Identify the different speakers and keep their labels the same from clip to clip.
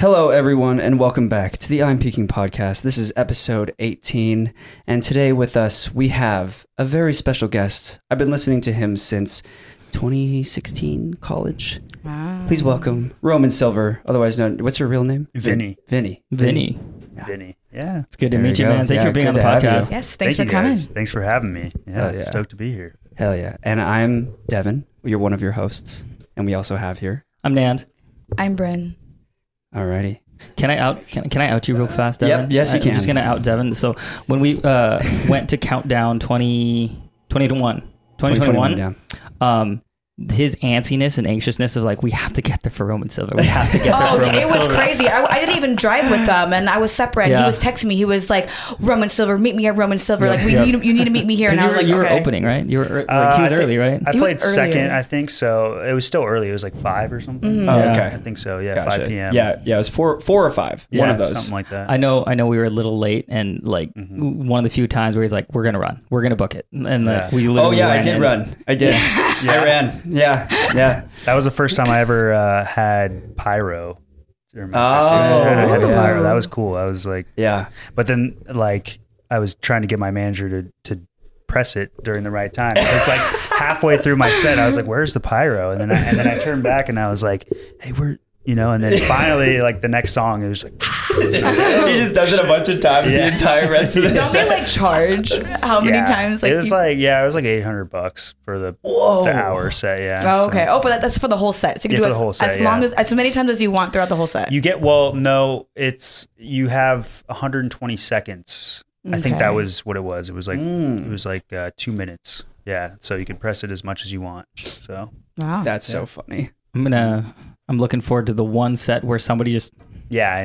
Speaker 1: Hello, everyone, and welcome back to the I'm Peaking podcast. This is episode 18, and today with us we have a very special guest. I've been listening to him since 2016 college.
Speaker 2: Wow.
Speaker 1: Please welcome Roman Silver, otherwise known. What's her real name?
Speaker 3: Vinny.
Speaker 1: Vinny.
Speaker 4: Vinny.
Speaker 1: Yeah.
Speaker 3: Vinny. Yeah.
Speaker 4: It's good to
Speaker 1: There
Speaker 4: meet
Speaker 1: you
Speaker 4: you,
Speaker 1: go.
Speaker 4: man. Thank
Speaker 1: Yeah,
Speaker 4: you for being on
Speaker 1: good
Speaker 4: the
Speaker 1: to have you.
Speaker 4: podcast.
Speaker 2: Yes, thanks
Speaker 3: Thank
Speaker 2: for
Speaker 3: you
Speaker 2: coming.
Speaker 3: guys. Thanks for having me. Yeah,
Speaker 1: Hell yeah.
Speaker 3: Stoked to be here.
Speaker 1: Hell yeah! And I'm Devin. You're one of your hosts, and we also have here.
Speaker 4: I'm Nand.
Speaker 2: I'm Bryn.
Speaker 1: Alrighty.
Speaker 4: Can I out can, can I out you real fast,
Speaker 1: Yep.
Speaker 4: Devin?
Speaker 1: Yes, you
Speaker 4: I'm
Speaker 1: can.
Speaker 4: just gonna out Devin. So when we uh, went to countdown 20, 20 to 1, 2021,
Speaker 1: down.
Speaker 4: um, his antsiness and anxiousness of like, we have to get there for Roman Silver. We have to get there
Speaker 2: Oh,
Speaker 4: for Roman
Speaker 2: it was
Speaker 4: Silver.
Speaker 2: crazy. I, I didn't even drive with them, and I was separate.
Speaker 4: Yeah.
Speaker 2: He was texting me. He was like, "Roman Silver, meet me at Roman Silver. Like, we
Speaker 4: Yeah.
Speaker 2: need, you need to meet me here." And
Speaker 4: Because
Speaker 2: I
Speaker 4: you,
Speaker 2: was
Speaker 4: were,
Speaker 2: like,
Speaker 4: you were
Speaker 2: okay.
Speaker 4: opening, right? You were ear- like,
Speaker 3: Uh,
Speaker 4: he was
Speaker 3: I thi-
Speaker 4: early, right?
Speaker 3: I
Speaker 2: He was
Speaker 3: played second,
Speaker 2: earlier.
Speaker 3: I think. So it was still early. It was like five or something.
Speaker 2: Mm-hmm.
Speaker 1: Oh,
Speaker 4: Yeah.
Speaker 1: okay.
Speaker 3: I think so. Yeah,
Speaker 1: Gotcha.
Speaker 3: five p.m.
Speaker 1: Yeah, yeah. It was four, four or five.
Speaker 3: Yeah,
Speaker 1: one of those.
Speaker 3: Something like that.
Speaker 4: I know, I know. We were a little late, and like
Speaker 1: Mm-hmm.
Speaker 4: w- one of the few times where he's like, "We're gonna run, we're gonna book it," and like
Speaker 3: Yeah.
Speaker 4: we
Speaker 1: oh
Speaker 4: literally
Speaker 1: yeah, I
Speaker 4: ran
Speaker 1: did
Speaker 4: in.
Speaker 1: run. I did. I ran. Yeah, yeah.
Speaker 3: that was the first time I ever uh, had pyro. Or my
Speaker 1: Oh.
Speaker 3: second- I had the
Speaker 2: Ooh.
Speaker 3: pyro. That was cool. I was like,
Speaker 1: Yeah.
Speaker 3: but then like I was trying to get my manager to to press it during the right time. It's like halfway through my set, I was like, "Where's the pyro?" And then I, and then I turned back and I was like, "Hey, where?" You know, and then finally, like the next song, it was like,
Speaker 1: he just does it a bunch of times
Speaker 3: Yeah.
Speaker 1: the entire rest of the
Speaker 2: Don't they
Speaker 1: set.
Speaker 2: like charge how many
Speaker 3: yeah.
Speaker 2: times? Like,
Speaker 3: it was
Speaker 2: you-
Speaker 3: like yeah, it was like eight hundred bucks for the, the hour set. Yeah.
Speaker 2: oh,
Speaker 3: so-
Speaker 2: okay. Oh, but that, that's for the whole set. So you
Speaker 3: Yeah,
Speaker 2: can
Speaker 3: for
Speaker 2: do
Speaker 3: the
Speaker 2: as,
Speaker 3: whole set,
Speaker 2: as long
Speaker 3: yeah.
Speaker 2: as as many times as you want throughout the whole set.
Speaker 3: You get well, no, it's you have 120 seconds. I think that
Speaker 2: Okay. Hmm.
Speaker 3: was what it was. It was like it was like uh, two minutes. Yeah, so you can press it as much as you want. So
Speaker 2: wow.
Speaker 1: That's so funny.
Speaker 4: I'm gonna. I'm looking forward to the one set where somebody just
Speaker 3: yeah, I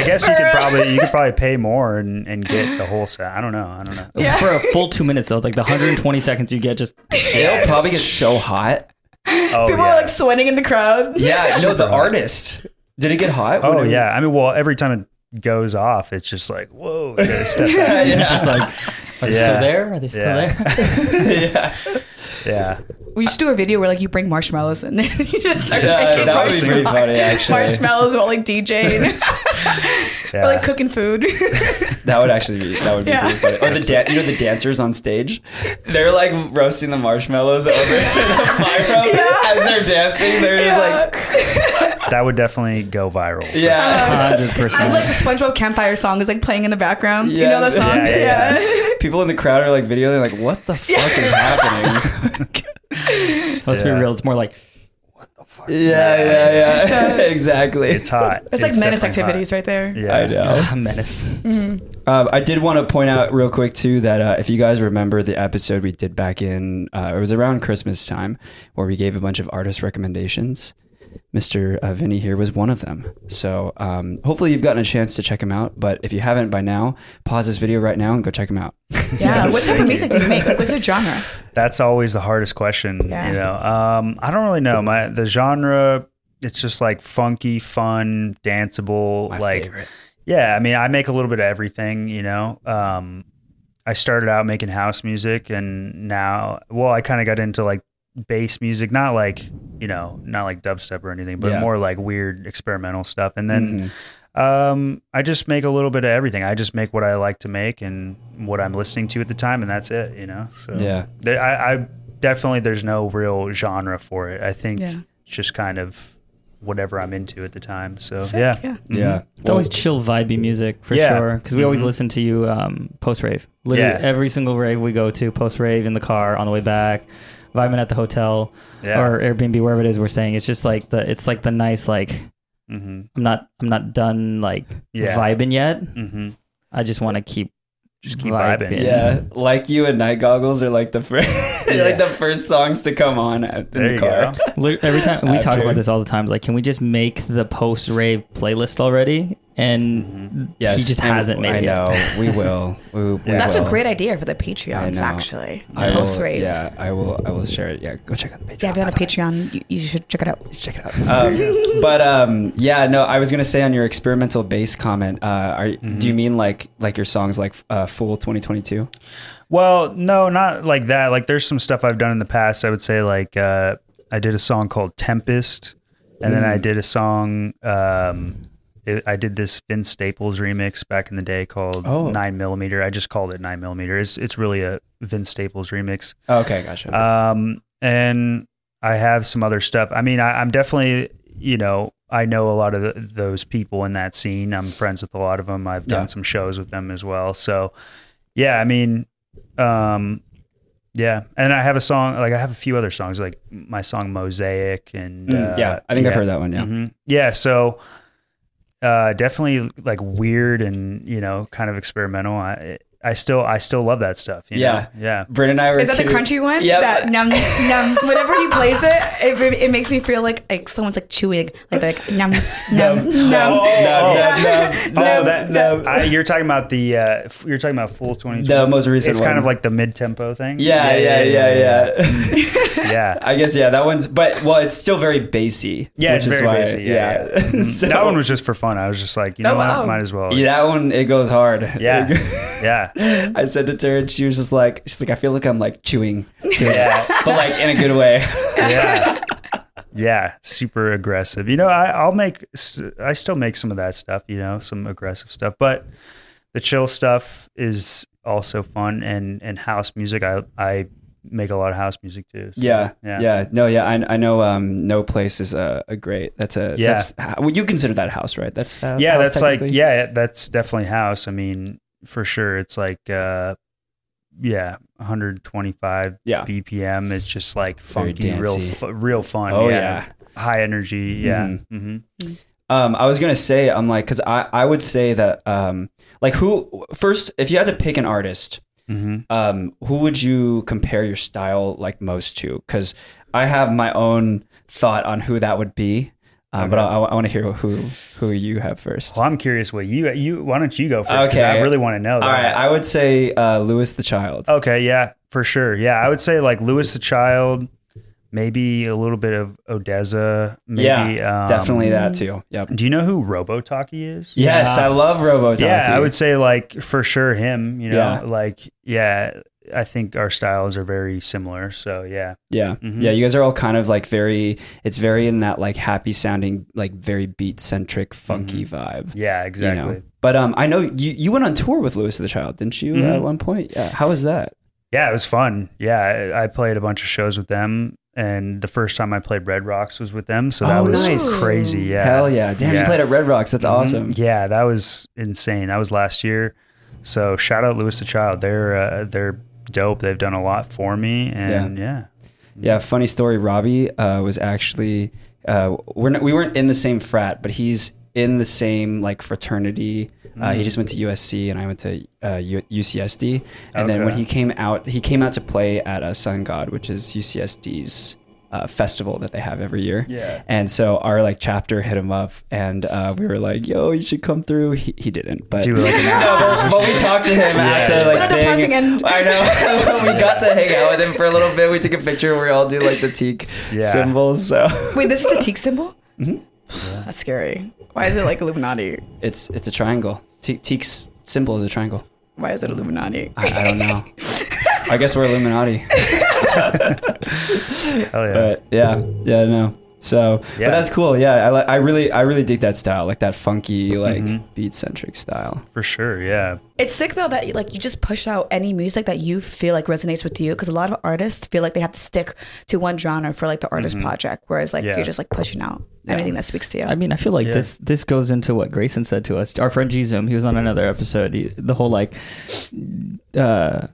Speaker 3: I guess you could probably you could probably pay more and, and get the whole set. I don't know. I don't know.
Speaker 2: Yeah.
Speaker 4: for a full two minutes though, like the 120 seconds you get, just
Speaker 1: It'll probably get so hot.
Speaker 3: Oh
Speaker 2: People
Speaker 3: yeah.
Speaker 2: are like sweating in the crowd.
Speaker 1: Yeah, no, the artist. Did it get hot?
Speaker 3: oh
Speaker 1: When it-
Speaker 3: yeah. I mean, well, every time it goes off, it's just like whoa. I gotta step back.
Speaker 4: just like, are they
Speaker 3: Yeah.
Speaker 4: still there? Are they still
Speaker 3: Yeah.
Speaker 4: there?
Speaker 3: yeah.
Speaker 2: We should do a video where like you bring marshmallows and then you just start
Speaker 1: Yeah,
Speaker 2: shaking
Speaker 1: that would be pretty
Speaker 2: marshmallows.
Speaker 1: funny, actually.
Speaker 2: Marshmallows while like DJing
Speaker 3: Yeah.
Speaker 2: or like cooking food.
Speaker 1: That would actually be that would be
Speaker 2: Yeah.
Speaker 1: pretty funny. Or the dan- you know the dancers on stage, they're like roasting the marshmallows over the fire as they're dancing. They're just like,
Speaker 3: that would definitely go viral.
Speaker 1: yeah.
Speaker 3: Uh-huh.
Speaker 4: 100.
Speaker 2: I like the
Speaker 4: percent
Speaker 2: SpongeBob campfire song is like playing in the background. You
Speaker 1: Yeah.
Speaker 2: know that song?
Speaker 3: Yeah, yeah,
Speaker 1: People in the crowd are like videoing, like, what the fuck is happening?
Speaker 4: Let's
Speaker 3: Yeah.
Speaker 4: be real. It's more like
Speaker 1: yeah, yeah, yeah. exactly.
Speaker 3: It's hot.
Speaker 2: That's like menace
Speaker 3: definitely hot.
Speaker 2: activities right there.
Speaker 3: Yeah.
Speaker 1: I know.
Speaker 4: ah, menace.
Speaker 3: Mm-hmm.
Speaker 1: Um, I did want to point out real quick too that uh, if you guys remember the episode we did back in, uh, it was around Christmas time, where we gave a bunch of artist recommendations. Mr. Uh, Vinny here was one of them. So um, hopefully you've gotten a chance to check him out. But if you haven't by now, pause this video right now and go check him out.
Speaker 2: Yeah. What type of
Speaker 3: Thank you.
Speaker 2: music do you make? Like, what's your genre?
Speaker 3: That's always the hardest question.
Speaker 2: Yeah.
Speaker 3: You know, um, I don't really know my the genre. It's just like funky, fun, danceable.
Speaker 1: My
Speaker 3: like,
Speaker 1: favorite.
Speaker 3: yeah, I mean, I make a little bit of everything. You know, um, I started out making house music, and now, well, I kind of got into like bass music, not like you know, not like dubstep or anything, but
Speaker 1: Yeah.
Speaker 3: more like weird experimental stuff. And then
Speaker 1: Mhm.
Speaker 3: um, I just make a little bit of everything. I just make what I like to make and what I'm listening to at the time, and that's it. You know. So
Speaker 1: Yeah.
Speaker 3: there, I, I definitely there's no real genre for it. I think
Speaker 2: Yeah.
Speaker 3: it's just kind of whatever I'm into at the time. So
Speaker 2: Sick,
Speaker 3: yeah,
Speaker 2: yeah.
Speaker 1: Yeah.
Speaker 4: Mm-hmm. It's always chill, vibey music for
Speaker 3: Yeah.
Speaker 4: sure. Because we always
Speaker 3: Mhm.
Speaker 4: listen to you um, post rave. Literally
Speaker 3: Yeah.
Speaker 4: every single rave we go to, post rave in the car on the way back, vibing at the hotel
Speaker 3: Yeah.
Speaker 4: or Airbnb wherever it is. We're saying it's just like the it's like the nice like
Speaker 3: hmm
Speaker 4: I'm not I'm not done like
Speaker 3: Yeah.
Speaker 4: vibing yet.
Speaker 3: hmm
Speaker 4: I just want to keep
Speaker 3: Just keep
Speaker 4: Vibing.
Speaker 3: vibing.
Speaker 1: yeah, like you and Night Goggles are like the first,
Speaker 3: Yeah.
Speaker 1: like the first songs to come on at, in
Speaker 3: There
Speaker 1: the
Speaker 3: you
Speaker 1: car.
Speaker 3: go.
Speaker 4: Li- every time we talk
Speaker 1: After.
Speaker 4: about this all the times. Like, can we just make the post rave playlist already? And
Speaker 1: Mm-hmm. Yes,
Speaker 4: he just
Speaker 1: and
Speaker 4: hasn't made
Speaker 1: I
Speaker 4: it. yet.
Speaker 1: know. We will. We, we
Speaker 2: That's
Speaker 1: will.
Speaker 2: a great idea for the
Speaker 1: I know.
Speaker 2: Patreons, actually.
Speaker 1: I will,
Speaker 2: Post rave.
Speaker 1: Yeah, I will. I will share it. Yeah, go check out the Patreon.
Speaker 2: Yeah, if you're on a
Speaker 1: by the way.
Speaker 2: Patreon, you, you should check it out.
Speaker 1: Just check it out. Um, but um, yeah, no, I was gonna say on your experimental bass comment. Uh, are, Do you
Speaker 3: Mm-hmm.
Speaker 1: mean like like your songs like uh, Fool 2022?
Speaker 3: Well, no, not like that. Like there's some stuff I've done in the past. I would say like uh, I did a song called Tempest, And then I did a song. Um, it, I did this Vince Staples remix back in the day called
Speaker 1: Oh.
Speaker 3: Nine Millimeter. I just called it Nine Millimeter. It's it's really a Vince Staples remix.
Speaker 1: Oh, Okay, gotcha.
Speaker 3: Um, and I have some other stuff. I mean, I, I'm definitely, you know, I know a lot of th those people in that scene. I'm friends with a lot of them. I've done
Speaker 1: Yeah.
Speaker 3: some shows with them as well. So, yeah, I mean, um, yeah. And I have a song, like I have a few other songs, like my song Mosaic and
Speaker 1: Mm,
Speaker 3: uh,
Speaker 1: yeah, I think I've heard that one. Yeah.
Speaker 3: Mhm. Yeah. So uh, definitely like weird and you know kind of experimental. I I still I still love that stuff. you
Speaker 1: Yeah.
Speaker 3: know? Yeah.
Speaker 1: Brit and I were.
Speaker 2: Is that the
Speaker 1: kidding-
Speaker 2: crunchy one?
Speaker 1: Yep.
Speaker 2: That num num. Whenever he plays it, it, it makes me feel like like someone's like chewing, like they're like num num num.
Speaker 1: No,
Speaker 3: Yeah.
Speaker 1: no, no,
Speaker 3: Oh,
Speaker 1: no,
Speaker 3: that
Speaker 1: no.
Speaker 3: I, you're talking about the uh, f- you're talking about full twenty.
Speaker 1: The most recent
Speaker 3: It's kind
Speaker 1: one.
Speaker 3: of like the mid tempo thing.
Speaker 1: Yeah, yeah, yeah, yeah.
Speaker 3: yeah. yeah.
Speaker 1: I guess yeah, that one's but well, it's still very bassy.
Speaker 3: Yeah,
Speaker 1: which
Speaker 3: it's
Speaker 1: is
Speaker 3: very
Speaker 1: why,
Speaker 3: basic. Yeah, yeah. Mhm.
Speaker 1: So-
Speaker 3: that one was just for fun. I was just like, you know,
Speaker 2: Oh,
Speaker 3: what?
Speaker 2: wow.
Speaker 3: might as well.
Speaker 1: Yeah, that one it goes hard.
Speaker 3: yeah, yeah.
Speaker 1: I sent it to her and she was just like she's like I feel like I'm like chewing to
Speaker 3: Yeah.
Speaker 1: it, but like in a good way.
Speaker 3: yeah. Yeah, super aggressive. You know, I, I'll make, s- I still make some of that stuff, you know, some aggressive stuff, but the chill stuff is also fun. And, and house music, I, I make a lot of house music too. So,
Speaker 1: Yeah, yeah,
Speaker 3: Yeah.
Speaker 1: no, yeah. I, I know. Um, no place is a, a great. That's a
Speaker 3: Yeah.
Speaker 1: That's, how- well, you consider that house, right? That's uh,
Speaker 3: Yeah,
Speaker 1: house
Speaker 3: that's like,
Speaker 1: technically?
Speaker 3: yeah, that's definitely house. I mean, for sure. It's like, uh, yeah, 125
Speaker 1: Yeah.
Speaker 3: BPM. It's just like
Speaker 1: Very
Speaker 3: funky, real,
Speaker 1: dancey.
Speaker 3: fu- real fun.
Speaker 1: Oh,
Speaker 3: High energy. Yeah.
Speaker 1: Mhm.
Speaker 3: hmm
Speaker 1: Um, I was gonna say, I'm like, cause I I would say that um, like who first if you had to pick an artist,
Speaker 3: hmm
Speaker 1: um, who would you compare your style like most to? Because I have my own thought on who that would be, um, but I, I want to hear who who you have first.
Speaker 3: Well, I'm curious what you you why don't you go first? Because I
Speaker 1: Okay.
Speaker 3: really want to know.
Speaker 1: All right, I would say uh, Lewis the Child.
Speaker 3: okay, yeah, for sure. Yeah, I would say like Lewis the Child, maybe a little bit of Odessa. Maybe,
Speaker 1: yeah,
Speaker 3: um,
Speaker 1: definitely that too. Yep.
Speaker 3: Do you know who Robotaki is?
Speaker 1: Yes, I love Robotaki.
Speaker 3: Yeah, I would say like for sure him. You know,
Speaker 1: Yeah.
Speaker 3: like yeah, I think our styles are very similar. So yeah,
Speaker 1: Yeah.
Speaker 3: Mhm.
Speaker 1: Yeah. You guys are all kind of like very, it's very in that like happy sounding, like very beat centric, funky vibe. you
Speaker 3: yeah,
Speaker 1: know?
Speaker 3: Mm-hmm. exactly.
Speaker 1: But um, I know you, you went on tour with Lewis of the Child, didn't you,
Speaker 3: Mhm.
Speaker 1: at one point? Yeah. How was that?
Speaker 3: Yeah, it was fun. Yeah, I, I played a bunch of shows with them. And the first time I played Red Rocks was with them, so that
Speaker 1: Oh,
Speaker 3: was
Speaker 1: nice.
Speaker 3: crazy. Yeah,
Speaker 1: Hell yeah. Damn, you
Speaker 3: Yeah.
Speaker 1: played at Red Rocks. That's
Speaker 3: Mhm.
Speaker 1: awesome.
Speaker 3: Yeah, that was insane. That was last year. So shout out Lewis the Child. They're uh, they're dope. They've done a lot for me, and yeah,
Speaker 1: Yeah, funny story. Robbie uh, was actually uh, we're not, we weren't in the same frat, but he's in the same like fraternity. Uh, he just went to USC, and I went to uh, U- UCSD. And then when
Speaker 3: Okay.
Speaker 1: he came out, he came out to play at uh, Sun God, which is UCSD's. Uh, festival that they have every year,
Speaker 3: Yeah.
Speaker 1: And so our like chapter hit him up, and uh, we were like, "Yo, you should come through." He, he didn't, but
Speaker 3: Do like an
Speaker 1: no,
Speaker 3: hour.
Speaker 1: but, but we talked to him after like
Speaker 2: What a
Speaker 1: thing.
Speaker 2: depressing end.
Speaker 1: I know. we got to hang out with him for a little bit. We took a picture. and We all do like the teak
Speaker 3: Yeah.
Speaker 1: symbols. So
Speaker 2: Wait, this is the teak symbol. That's scary. Why is it like Illuminati?
Speaker 1: it's it's a triangle. Teak, teak's symbol is a triangle.
Speaker 2: Why is it Illuminati?
Speaker 1: I, I don't know. I guess we're Illuminati.
Speaker 3: Hell yeah.
Speaker 1: But yeah, yeah, no. So,
Speaker 3: Yeah.
Speaker 1: but that's cool. Yeah, I, li- I really, I really dig that style, like that funky, like
Speaker 3: Mm-hmm.
Speaker 1: beat centric style.
Speaker 3: for sure. Yeah,
Speaker 2: It's sick though that like you just push out any music that you feel like resonates with you because a lot of artists feel like they have to stick to one genre for like the artist project, whereas like
Speaker 3: Mm-hmm. Yeah.
Speaker 2: you're just like pushing out anything that speaks to you.
Speaker 4: I mean, I feel like
Speaker 3: Yeah.
Speaker 4: this this goes into what Grayson said to us. Our friend Jizum, he was on another episode. He, the whole like, uh,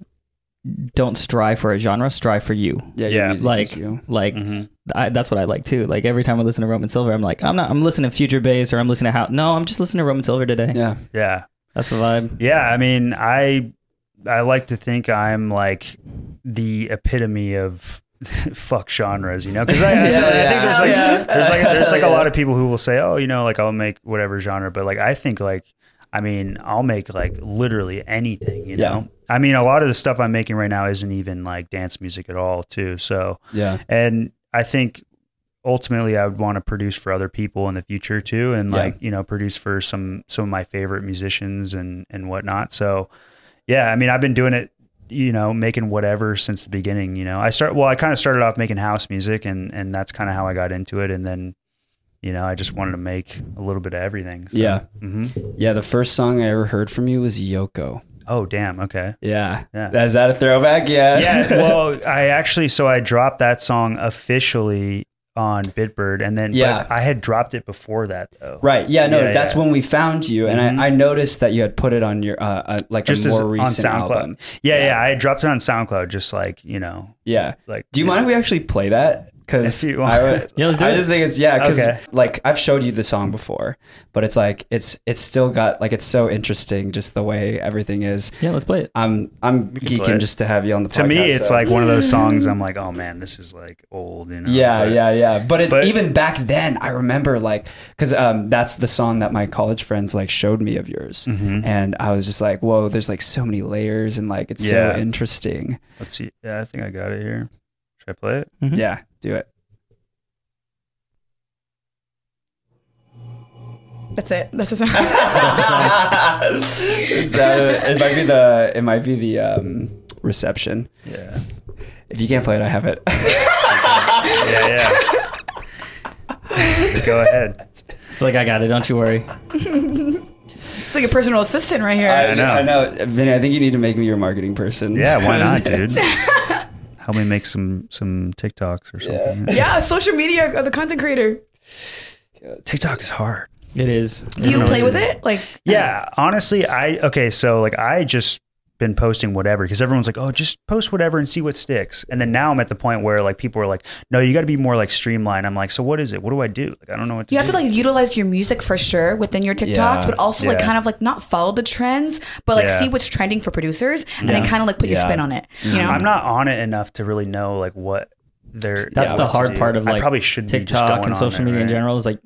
Speaker 4: don't strive for a genre, strive for you.
Speaker 1: Yeah, your
Speaker 3: Yeah.
Speaker 1: music
Speaker 4: Like,
Speaker 1: is you. Mm-hmm.
Speaker 4: like I, that's what I like too. Like every time I listen to Roman Silver, I'm like, I'm not. I'm listening to Future Bass or I'm listening to How. No, I'm just listening to Roman Silver today.
Speaker 1: yeah,
Speaker 3: yeah,
Speaker 4: That's the vibe.
Speaker 3: yeah. I mean, I I like to think I'm like the epitome of. fuck genres, you know, because I, I-
Speaker 1: Hell
Speaker 3: I think
Speaker 1: yeah.
Speaker 3: there's like
Speaker 1: Hell yeah.
Speaker 3: there's like there's like a
Speaker 1: Hell yeah.
Speaker 3: lot of people who will say, oh, you know, like I'll make whatever genre, but like I think like I mean I'll make like literally anything, you
Speaker 1: Yeah.
Speaker 3: know. I mean, a lot of the stuff I'm making right now isn't even like dance music at all, too. So,
Speaker 1: yeah.
Speaker 3: and I think ultimately I would want to produce for other people in the future too, and
Speaker 1: Yeah.
Speaker 3: like you know produce for some some of my favorite musicians and and whatnot. So yeah, I mean I've been doing it, you know, making whatever since the beginning. You know, I start well I kind of started off making house music, and and that's kind of how I got into it, and then you know, I just wanted to make a little bit of everything. So,
Speaker 1: Yeah.
Speaker 3: hmm
Speaker 1: Yeah. The first song I ever heard from you was Yoko.
Speaker 3: Oh, damn. Okay.
Speaker 1: Yeah.
Speaker 3: Yeah.
Speaker 1: That- Is that a throwback? Yeah.
Speaker 3: yeah. Well, I actually so I dropped that song officially on Bitbird, and then
Speaker 1: Yeah.
Speaker 3: but I had dropped it before that though.
Speaker 1: Right. Yeah. No,
Speaker 3: Yeah,
Speaker 1: that's
Speaker 3: yeah.
Speaker 1: when we found you, and
Speaker 3: Mhm.
Speaker 1: I, I noticed that you had put it on your uh, uh like
Speaker 3: Just
Speaker 1: a
Speaker 3: as,
Speaker 1: more
Speaker 3: on
Speaker 1: recent
Speaker 3: SoundCloud.
Speaker 1: album.
Speaker 3: Yeah, yeah,
Speaker 1: Yeah.
Speaker 3: I had dropped it on SoundCloud, just like you know,
Speaker 1: Yeah.
Speaker 3: like.
Speaker 1: Do you mind if we actually play that? Because
Speaker 3: Yes, you
Speaker 1: I,
Speaker 3: want.
Speaker 1: would-
Speaker 4: Yeah, let's do
Speaker 1: I
Speaker 4: it.
Speaker 1: just think it's yeah. Because
Speaker 3: Okay.
Speaker 1: like I've showed you the song before, but it's like it's it's still got like it's so interesting just the way everything is.
Speaker 4: Yeah, let's play it.
Speaker 1: I'm I'm
Speaker 3: can play
Speaker 1: geeking
Speaker 3: it.
Speaker 1: just to have you on the podcast.
Speaker 3: To me, it's
Speaker 1: so-
Speaker 3: like one of those songs. I'm like, oh man, this is like old, you know.
Speaker 1: yeah,
Speaker 3: but-
Speaker 1: yeah, yeah. But, it,
Speaker 3: but-
Speaker 1: even back then, I remember like because um, that's the song that my college friends like showed me of yours,
Speaker 3: Mhm.
Speaker 1: and I was just like, whoa, there's like so many layers, and like it's
Speaker 3: Yeah.
Speaker 1: so interesting.
Speaker 3: Let's see. Yeah, I think I got it here. Should I play it?
Speaker 4: Mhm.
Speaker 1: Yeah, do it.
Speaker 2: That's it. That's the song.
Speaker 1: Is that- it might be the it might be the um, reception.
Speaker 3: Yeah.
Speaker 1: If you can't play it, I have it.
Speaker 3: Yeah, yeah. Go ahead.
Speaker 4: It's like I got it. Don't you worry.
Speaker 2: it's like a personal assistant right here.
Speaker 3: I know.
Speaker 1: I know, Vinny. I think you need to make me your marketing person.
Speaker 3: Yeah, why not, dude? Help me make some some TikToks or something.
Speaker 2: yeah, social media, uh, the content creator.
Speaker 3: TikTok is hard.
Speaker 4: It is.
Speaker 2: Do you
Speaker 3: knows?
Speaker 2: play with it? Like,
Speaker 3: Yeah, honestly, I okay, so like I just been posting whatever because everyone's like, "Oh, just post whatever and see what sticks." And then now I'm at the point where like people are like, "No, you got to be more like streamlined." I'm like, "So what is it? What do I do?" Like I don't know what to
Speaker 2: you have
Speaker 3: do.
Speaker 2: to like utilize your music for sure within your TikToks,
Speaker 1: Yeah.
Speaker 2: but also like
Speaker 3: Yeah.
Speaker 2: kind of like not follow the trends, but like
Speaker 3: Yeah. Mm-hmm.
Speaker 2: see what's trending for producers and then kind of like put your
Speaker 1: Yeah.
Speaker 2: spin on it. You know?
Speaker 3: I'm not on it enough to really know like what they're
Speaker 4: That's
Speaker 1: Yeah,
Speaker 4: the
Speaker 1: what to
Speaker 4: hard part of
Speaker 3: I
Speaker 4: like
Speaker 3: probably should be just
Speaker 4: TikTok
Speaker 3: going
Speaker 4: and
Speaker 3: on
Speaker 4: social
Speaker 3: it,
Speaker 4: media in
Speaker 3: right?
Speaker 4: general is like.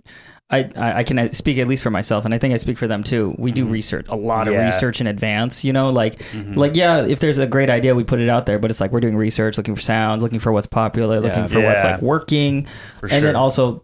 Speaker 4: I, I, I can speak at least for myself, and I think I speak for them too. We do research a lot
Speaker 3: Mm-hmm.
Speaker 4: of
Speaker 3: Yeah. Mm-hmm.
Speaker 4: research in advance, you know, like like yeah, if there's a great idea, we put it out there, but it's like we're doing research, looking for sounds, looking for what's popular, looking
Speaker 1: Yeah.
Speaker 4: for what's
Speaker 3: Yeah.
Speaker 4: like working,
Speaker 3: For
Speaker 4: and then
Speaker 3: sure.
Speaker 4: also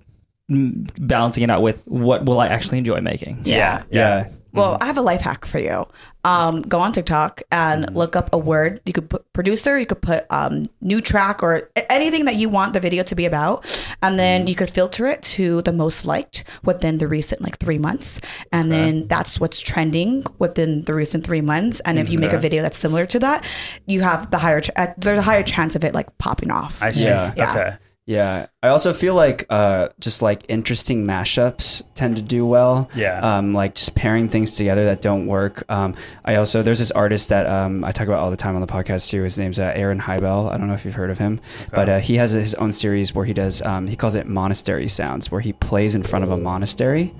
Speaker 4: mm, balancing it out with what will I actually enjoy making.
Speaker 2: yeah.
Speaker 1: Yeah.
Speaker 2: Well, I have a life hack for you. Um, go on TikTok and
Speaker 3: Mm-hmm.
Speaker 2: look up a word. You could put producer, you could put um, new track or a- anything that you want the video to be about. And
Speaker 3: Mm-hmm.
Speaker 2: then you could filter it to the most liked within the recent like three months. And then that's what's trending within the recent three months. And if you make a video that's similar to that, you have the higher, ch- uh, there's a higher chance of it like popping off.
Speaker 3: I see.
Speaker 1: Yeah.
Speaker 2: Yeah.
Speaker 3: Okay.
Speaker 1: Yeah, I also feel like uh, just like interesting mashups tend to do well.
Speaker 3: Yeah.
Speaker 1: um, like just pairing things together that don't work. Um, I also there's this artist that um, I talk about all the time on the podcast too. His name's uh, Aaron Hybel. I don't know if you've heard of him, but uh, he has his own series where he does um, he calls it monastery sounds, where he plays in front of a monastery,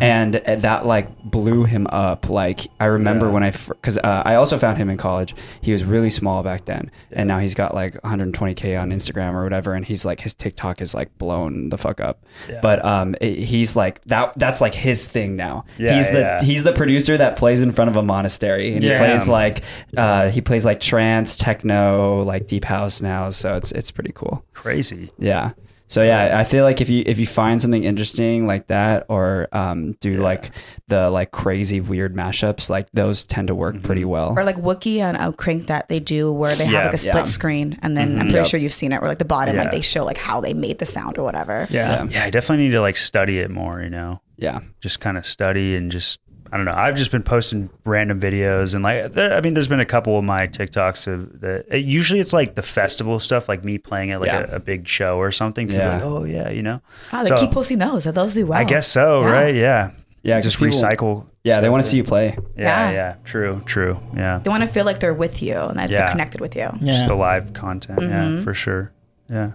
Speaker 1: and uh, that like blew him up. Like I remember when I because uh, I also found him in college. He was really small back then, and now he's got like 120k on Instagram or whatever, and he's like his TikTok is like blown the fuck up. But um, it- he's like that. That's like his thing now.
Speaker 3: Yeah,
Speaker 1: he's the
Speaker 3: yeah.
Speaker 1: he's the producer that plays in front of a monastery, and he
Speaker 3: Yeah.
Speaker 1: plays like uh, he plays like trance, techno, like deep house now. So it's it's pretty cool.
Speaker 3: Crazy.
Speaker 1: Yeah. So yeah, I feel like if you if you find something interesting like that, or um, do like the like crazy weird mashups, like those tend to work pretty well.
Speaker 3: Mm-hmm.
Speaker 2: or like Wookiee and uh, Crank that they do where they have
Speaker 3: Yeah.
Speaker 2: like a split
Speaker 1: Yeah. Mm-hmm.
Speaker 2: screen and then I'm pretty
Speaker 1: Yep.
Speaker 2: sure you've seen it where like the bottom
Speaker 3: Yeah.
Speaker 2: like they show like how they made the sound or whatever.
Speaker 1: Yeah.
Speaker 3: Yeah, I definitely need to like study it more, you know.
Speaker 1: Yeah.
Speaker 3: just kind of study and just I don't know. I've just been posting random videos and like th- I mean, there's been a couple of my TikToks of the. It, usually, it's like the festival stuff, like me playing at like
Speaker 1: Yeah.
Speaker 3: a, a big show or something. People are
Speaker 1: Yeah.
Speaker 3: like, oh yeah, you know.
Speaker 2: Wow, Ah, they
Speaker 3: So,
Speaker 2: keep posting those. and Those do well.
Speaker 3: I guess so,
Speaker 2: Yeah.
Speaker 3: right? Yeah,
Speaker 1: Yeah, 'cause
Speaker 3: Just
Speaker 1: people-
Speaker 3: recycle.
Speaker 1: Yeah, they want to see you play.
Speaker 3: Yeah,
Speaker 2: Yeah.
Speaker 3: yeah, True, true. Yeah,
Speaker 2: They want to feel like they're with you and that they're
Speaker 3: Yeah.
Speaker 2: connected with you.
Speaker 3: just
Speaker 4: Yeah.
Speaker 3: the live content.
Speaker 2: Mm-hmm.
Speaker 3: Yeah, for sure. Yeah.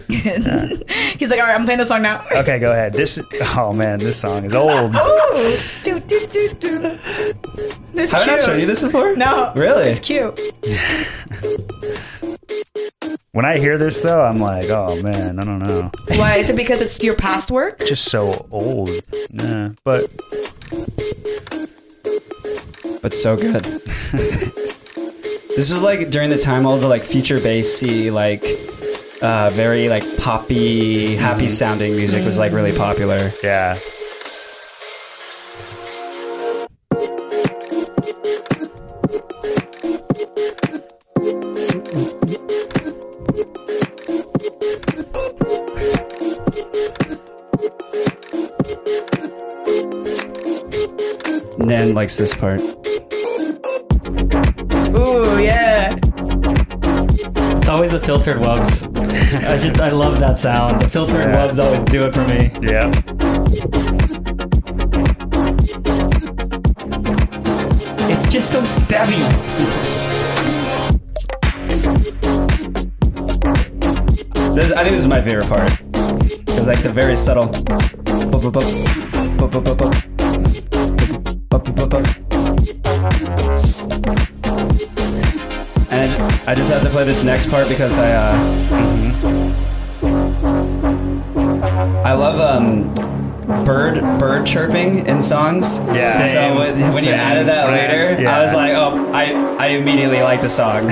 Speaker 2: He's like, all right, I'm playing this song now.
Speaker 1: Uh,
Speaker 3: Okay, go ahead. This. Oh man, this song is old.
Speaker 2: Ooh, do, do, do, do. This
Speaker 1: Haven't I
Speaker 2: cute.
Speaker 1: shown you this before?
Speaker 2: No,
Speaker 1: Really?
Speaker 2: it's cute.
Speaker 3: When I hear this though, I'm like, oh man, I don't know.
Speaker 2: Why? Is it because it's your past work?
Speaker 3: Just so old. Yeah, but
Speaker 1: but so good. this was like during the time all the like future bassy, like uh, very like poppy, happy sounding music was like really popular.
Speaker 3: yeah.
Speaker 1: Nan likes this part.
Speaker 2: Ooh, yeah.
Speaker 4: It's always the filtered wubs. I just I love that sound. The filtered
Speaker 3: Yeah.
Speaker 4: wubs always do it for me.
Speaker 3: Yeah.
Speaker 4: It's just so stabby.
Speaker 1: This, I think this is my favorite part. It's like the very subtle. Bup, bup, bup. Bup, bup, bup, bup. Bup, bup, bup, bup. And I ju- I just have to play this next part because I uh, I love um, bird bird chirping in songs.
Speaker 3: Yeah.
Speaker 1: so when, when you
Speaker 3: Same.
Speaker 1: added that
Speaker 3: Yeah.
Speaker 1: later, I
Speaker 3: Yeah.
Speaker 1: was like, oh, I I immediately like the song.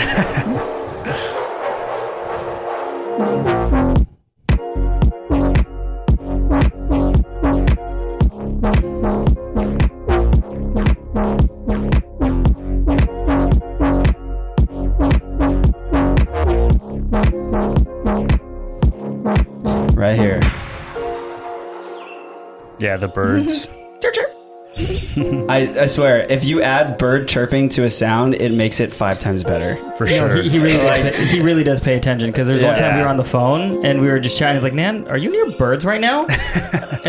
Speaker 1: right here.
Speaker 3: Yeah, the birds.
Speaker 2: Chirp, chirp.
Speaker 1: I, I swear, if you add bird chirping to a sound, it makes it five times better.
Speaker 3: For
Speaker 4: No,
Speaker 3: sure.
Speaker 4: he, he really does, pay- he really does pay attention because there's one
Speaker 1: Yeah.
Speaker 4: time we were on the phone and we were just chatting. He's like, "Nan, are you near birds right now?" And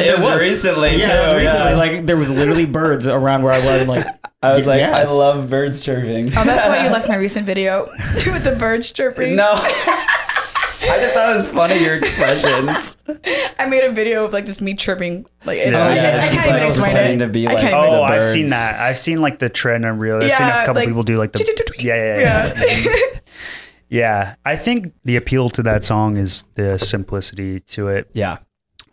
Speaker 1: It was recently,
Speaker 4: Yeah,
Speaker 1: too,
Speaker 4: it was recently.
Speaker 1: yeah.
Speaker 4: Like there was literally birds around where I was. I'm like
Speaker 1: I was like,
Speaker 4: "Yes."
Speaker 1: I love birds chirping.
Speaker 2: Oh, that's why you liked my recent video with the birds chirping.
Speaker 1: No. I just thought it was funny your expressions.
Speaker 2: I made a video of like just me chirping. Like, it-
Speaker 3: Yeah.
Speaker 2: I,
Speaker 3: Oh, yeah,
Speaker 2: I,
Speaker 3: she's
Speaker 2: can't
Speaker 3: like
Speaker 2: even explain
Speaker 1: pretending
Speaker 2: it.
Speaker 1: to be
Speaker 2: I
Speaker 1: like-
Speaker 2: can't even-
Speaker 1: the
Speaker 3: Oh, I've seen
Speaker 1: birds.
Speaker 3: that. I've seen like the trend on reel. I've seen a
Speaker 2: Yeah,
Speaker 3: couple
Speaker 2: like-
Speaker 3: people do like the. Yeah, yeah, Oh, yeah. Yeah, I think the appeal to that song is the simplicity to it,
Speaker 1: Yeah.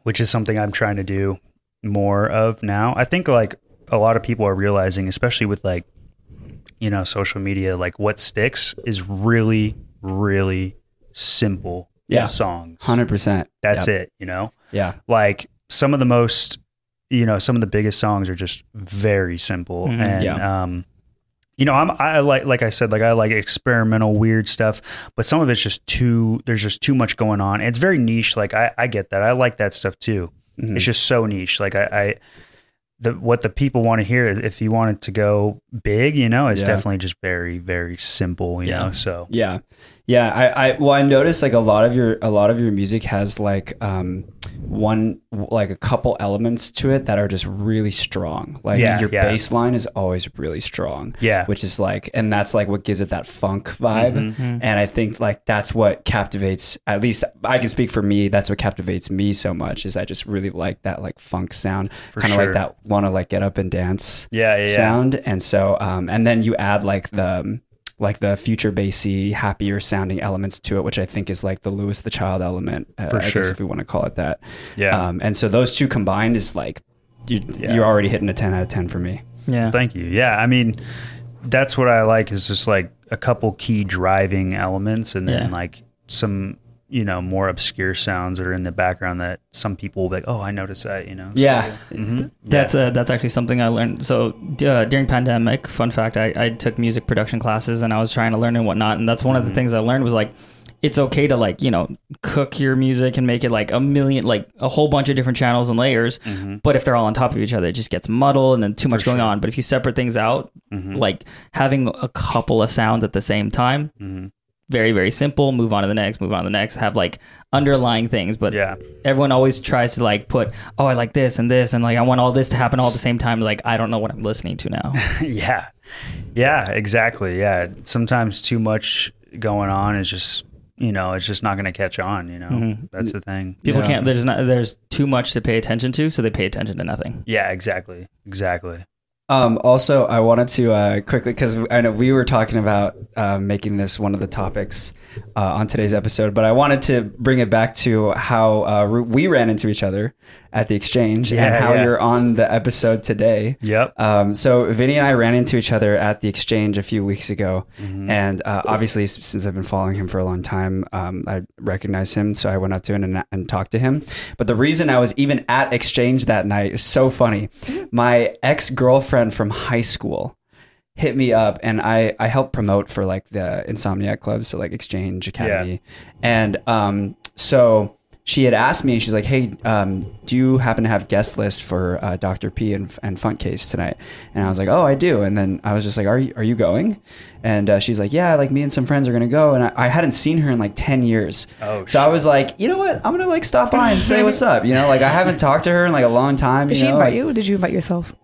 Speaker 3: which is something I'm trying to do more of now. I think like a lot of people are realizing, especially with like, you know, social media, like what sticks is really, really simple
Speaker 1: Yeah.
Speaker 3: songs.
Speaker 1: 100%.
Speaker 3: That's it, you know?
Speaker 1: Yeah.
Speaker 3: Like some of the most, you know, some of the biggest songs are just very simple.
Speaker 1: Mm-hmm.
Speaker 4: Mhm.
Speaker 3: and, um, you know, I'm, I like, like I said, like I like experimental weird stuff, but some of it's just too, there's just too much going on. It's very niche. Like I, I get that. I like that stuff too.
Speaker 1: Mhm.
Speaker 3: It's just so niche. Like I, I the what the people want to hear is if you want it to go big, you know, it's
Speaker 1: Yeah.
Speaker 3: definitely just very, very simple, you
Speaker 4: Yeah.
Speaker 3: know. So
Speaker 1: Yeah. Yeah. I, I, well, I noticed like a lot of your, a lot of your music has like, um, one, like a couple elements to it that are just really strong. Like
Speaker 3: Yeah,
Speaker 1: your
Speaker 3: yeah.
Speaker 1: bass line is always really strong.
Speaker 3: yeah. Mm-hmm.
Speaker 1: Which is like, and that's like what gives it that funk vibe. And I think like that's what captivates, at least I can speak for me, that's what captivates me so much is I just really like that like funk sound.
Speaker 3: For
Speaker 1: Kind of like
Speaker 3: sure.
Speaker 1: that want to like get up and dance
Speaker 3: yeah, yeah, yeah.
Speaker 1: sound. And so, um, and then you add like the, um, like the future bassy, happier sounding elements to it, which I think is like the Lewis the Child element, uh,
Speaker 3: For
Speaker 1: I guess
Speaker 3: sure.
Speaker 1: if we want to call it that.
Speaker 3: Yeah.
Speaker 1: Um, and so those two combined is like, you,
Speaker 3: Yeah.
Speaker 1: you're already hitting a 10 out of 10 for me.
Speaker 4: Yeah.
Speaker 3: Thank you. Yeah, I mean, that's what I like is just like a couple key driving elements, and then
Speaker 4: Yeah.
Speaker 3: like some you know more obscure sounds that are in the background that some people will be like, oh, I noticed that, you know. So,
Speaker 1: Yeah.
Speaker 3: mhm.
Speaker 4: That's uh, that's actually something I learned. So uh, during pandemic, fun fact, I, I took music production classes and I was trying to learn and whatnot. And that's one of the things I learned was like, it's okay to like you know cook your music and make it like a million like a whole bunch of different channels and layers. But if they're all on top of each other, it just gets muddled and then too much going on. But if you separate things out, like having a couple of sounds at the same time, very very simple. Move on to the next. Move on to the next. Have like underlying things, but
Speaker 3: Yeah.
Speaker 4: everyone always tries to like put oh i like this and this and like i want all this to happen all at the same time like i don't know what i'm listening to now
Speaker 3: yeah. Yeah, exactly. Yeah. Sometimes too much going on is just, you know, it's just not going to catch on, you know. That's the thing.
Speaker 4: people
Speaker 1: Yeah.
Speaker 4: can't there's not there's too much to pay attention to so they pay attention to nothing
Speaker 3: Yeah, exactly. Exactly.
Speaker 1: Um, also, I wanted to uh, quickly because I know we were talking about uh, making this one of the topics uh, on today's episode, but I wanted to bring it back to how uh, r- we ran into each other at the exchange and
Speaker 3: Yeah,
Speaker 1: how
Speaker 3: yeah.
Speaker 1: you're on the episode today.
Speaker 3: Yep.
Speaker 1: Um, so Vinny and I ran into each other at the exchange a few weeks ago, and uh, obviously s- since I've been following him for a long time, um, I recognized him. So I went up to him and, and talked to him. But the reason I was even at exchange that night is so funny. My ex girlfriend from high school hit me up and I, I helped promote for like the insomniac clubs so like exchange academy and um so she had asked me, she's like, "Hey, um, do you happen to have guest list for uh, Doctor P and and Funkcase tonight?" And I was like, "Oh, I do." And then I was just like, "Are you are you going?" And uh, she's like, "Yeah, like me and some friends are gonna go." And I, I hadn't seen her in like ten years,
Speaker 3: Oh,
Speaker 1: so I was like, "You know what? I'm gonna like stop by and say what's up." You know, like I haven't talked to her in like a long time.
Speaker 2: Did
Speaker 1: you
Speaker 2: she
Speaker 1: know? like-
Speaker 2: invite you? Or did you invite yourself?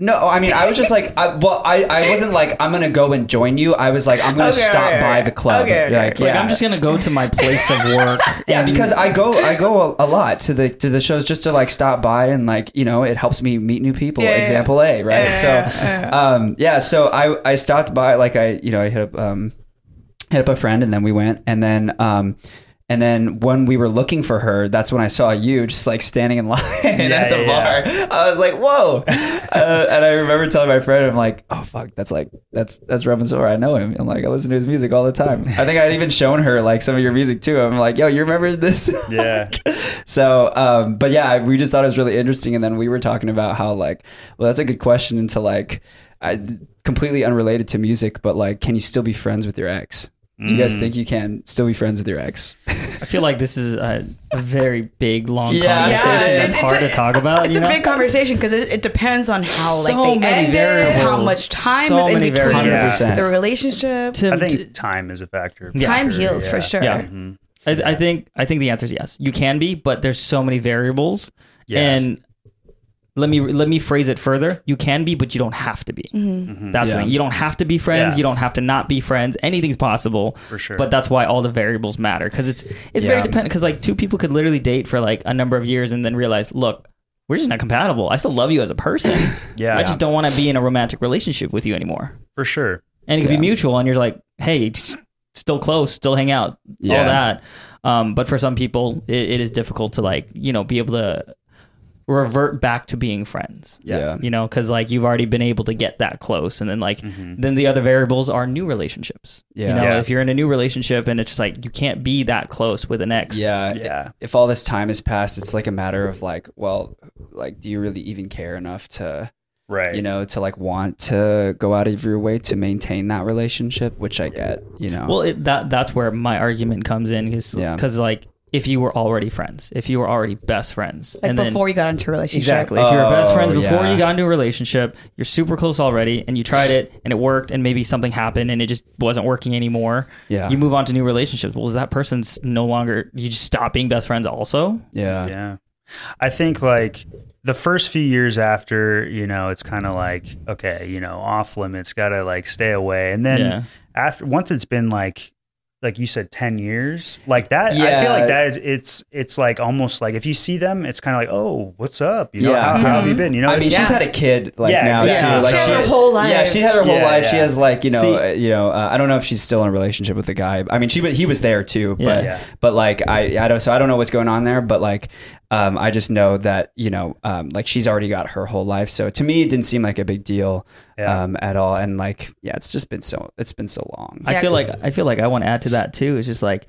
Speaker 1: no, I mean, I was just like, I, well, I, I wasn't like, I'm gonna go and join you. I was like, I'm gonna
Speaker 2: Okay,
Speaker 1: stop
Speaker 2: okay,
Speaker 1: by
Speaker 2: okay.
Speaker 1: the club.
Speaker 2: Okay, okay.
Speaker 1: Like,
Speaker 4: Like
Speaker 1: yeah.
Speaker 4: I'm just gonna go to my place of work.
Speaker 1: yeah,
Speaker 4: and-
Speaker 1: because I go, I go a, a lot to the to the shows just to like stop by and like you know it helps me meet new people.
Speaker 2: Yeah, yeah,
Speaker 1: Example A, right?
Speaker 2: yeah,
Speaker 1: so,
Speaker 2: yeah,
Speaker 1: um, yeah, so I I stopped by like I you know I hit up um hit up a friend and then we went and then um and then when we were looking for her, that's when I saw you just like standing in line at the
Speaker 3: yeah, yeah.
Speaker 1: bar. I was like, whoa. uh, and I remember telling my friend, I'm like, oh, fuck, that's like, that's, that's Robin Sora. I know him. I'm like, I listen to his music all the time. I think I'd even shown her like some of your music too. I'm like, yo, you remember this?
Speaker 3: Yeah.
Speaker 1: so, um, but yeah, I- we just thought it was really interesting. And then we were talking about how like, well, that's a good question into like, I, completely unrelated to music, but like, can you still be friends with your ex? Do you guys think you can still be friends with your ex?
Speaker 4: I feel like this is a, a very big, long
Speaker 1: Yeah.
Speaker 4: conversation.
Speaker 1: Yeah,
Speaker 4: and
Speaker 1: it's-
Speaker 4: it's hard to talk about.
Speaker 2: It's
Speaker 4: you
Speaker 2: a
Speaker 4: know?
Speaker 2: big conversation because it, it depends on how like
Speaker 4: So
Speaker 2: they
Speaker 4: many
Speaker 2: ended,
Speaker 4: variables.
Speaker 2: how much time
Speaker 4: So
Speaker 2: is in
Speaker 4: many
Speaker 2: between
Speaker 4: variables.
Speaker 1: Yeah.
Speaker 2: the relationship.
Speaker 4: To-
Speaker 3: I
Speaker 4: to-
Speaker 3: think time is a factor. for
Speaker 4: Yeah.
Speaker 2: time
Speaker 3: sure,
Speaker 2: heals for
Speaker 3: yeah.
Speaker 2: sure.
Speaker 4: Yeah.
Speaker 3: Mhm.
Speaker 4: I, I think I think the answer is yes. You can be, but there's so many variables.
Speaker 3: Yeah.
Speaker 4: And let me let me phrase it further. You can be, but you don't have to be. That's
Speaker 1: Yeah.
Speaker 4: the thing. You don't have to be friends.
Speaker 3: Mm-hmm. Yeah.
Speaker 4: You don't have to not be friends. Anything's possible.
Speaker 3: For sure.
Speaker 4: But that's why all the variables matter because it's it's
Speaker 1: Yeah.
Speaker 4: very dependent. Because like two people could literally date for like a number of years and then realize, look, we're just not compatible. I still love you as a person.
Speaker 3: Yeah.
Speaker 4: I just don't want to be in a romantic relationship with you anymore.
Speaker 3: For sure.
Speaker 4: and it could
Speaker 1: Yeah.
Speaker 4: be mutual and you're like hey just still close still hang out
Speaker 1: Yeah.
Speaker 4: all that um, but for some people it, it is difficult to like you know be able to revert back to being friends
Speaker 1: Yeah.
Speaker 4: you know because like you've already been able to get that close and then like then the other variables are new relationships
Speaker 1: Mm-hmm. Yeah.
Speaker 4: you know
Speaker 3: Yeah.
Speaker 4: if you're in a new relationship and it's just like you can't be that close with an ex
Speaker 1: Yeah.
Speaker 3: Yeah.
Speaker 1: If all this time has passed, it's like a matter of like, well, like, do you really even care enough to,
Speaker 3: Right.
Speaker 1: you know, to like want to go out of your way to maintain that relationship, which I get, you know?
Speaker 4: Well, it, that that's where my argument comes in because
Speaker 1: Yeah.
Speaker 4: like if you were already friends, if you were already best friends,
Speaker 2: Like
Speaker 4: and then-
Speaker 2: before you got into a relationship.
Speaker 4: Exactly. If you were best friends
Speaker 1: Oh,
Speaker 4: before
Speaker 1: yeah.
Speaker 4: you got into a relationship, you're super close already, and you tried it and it worked, and maybe something happened and it just wasn't working anymore.
Speaker 1: Yeah.
Speaker 4: You move on to new relationships. Well, is that person's no longer? You just stop being best friends. Also,
Speaker 1: yeah.
Speaker 3: Yeah. I think like the first few years after, you know, it's kind of like, okay, you know, off limits, got to like stay away. And then
Speaker 4: Yeah.
Speaker 3: after, once it's been like, like you said, 10 years, like that, I
Speaker 1: Yeah.
Speaker 3: feel like that is, it's, it's like almost like if you see them, it's kind of like, oh, what's up? You know,
Speaker 1: Yeah. Mm-hmm.
Speaker 3: how, how have you been? You know,
Speaker 1: I mean,
Speaker 3: it's-
Speaker 1: she's had a kid like
Speaker 3: Yeah,
Speaker 1: now
Speaker 3: exactly.
Speaker 1: too.
Speaker 3: Yeah.
Speaker 1: Like
Speaker 3: She had her
Speaker 2: whole life.
Speaker 1: Yeah, she had her whole
Speaker 3: Yeah,
Speaker 1: life. She
Speaker 3: yeah.
Speaker 1: has like you know,
Speaker 4: See-
Speaker 1: uh, you know. Uh, I don't know if she's still in a relationship with the guy. I mean, she wa- he was there too, but
Speaker 4: Yeah.
Speaker 3: Yeah.
Speaker 1: but like I I don't so I don't know what's going on there, but like um, I just know that you know um, like she's already got her whole life. So to me, it didn't seem like a big deal
Speaker 3: Yeah.
Speaker 1: um, at all. And like yeah, it's just been so it's been so long.
Speaker 4: I feel like I feel like I want to add to that too. It's just like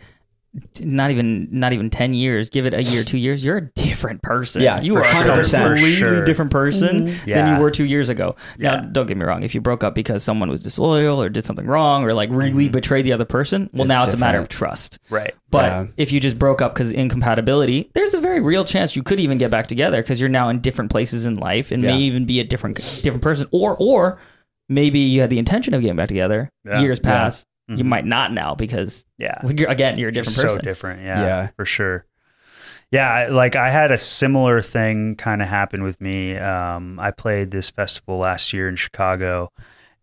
Speaker 4: t- not even not even 10 years give it a year two years you're a different person
Speaker 1: Yeah,
Speaker 4: you
Speaker 1: for
Speaker 4: are
Speaker 1: sure.
Speaker 4: a
Speaker 1: For
Speaker 4: completely
Speaker 3: sure.
Speaker 4: different person than
Speaker 3: Yeah.
Speaker 4: you were two years ago now
Speaker 3: Yeah.
Speaker 4: don't get me wrong if you broke up because someone was disloyal or did something wrong or like really betrayed the other person well
Speaker 1: Mm-hmm. It's
Speaker 4: now it's a matter
Speaker 1: different.
Speaker 4: of trust
Speaker 3: right.
Speaker 4: but
Speaker 1: Yeah.
Speaker 4: if you just broke up because incompatibility there's a very real chance you could even get back together because you're now in different places in life and may
Speaker 1: Yeah.
Speaker 4: even be a different different person or or maybe you had the intention of getting back together
Speaker 3: Yeah.
Speaker 4: years
Speaker 1: Yeah.
Speaker 4: pass you
Speaker 3: Mhm.
Speaker 4: might not now because
Speaker 3: Yeah.
Speaker 4: you're, again you're a different
Speaker 3: Just
Speaker 4: person
Speaker 3: So different, yeah,
Speaker 1: Yeah.
Speaker 3: for sure. Yeah, I- like I had a similar thing kind of happen with me. Um, I played this festival last year in Chicago,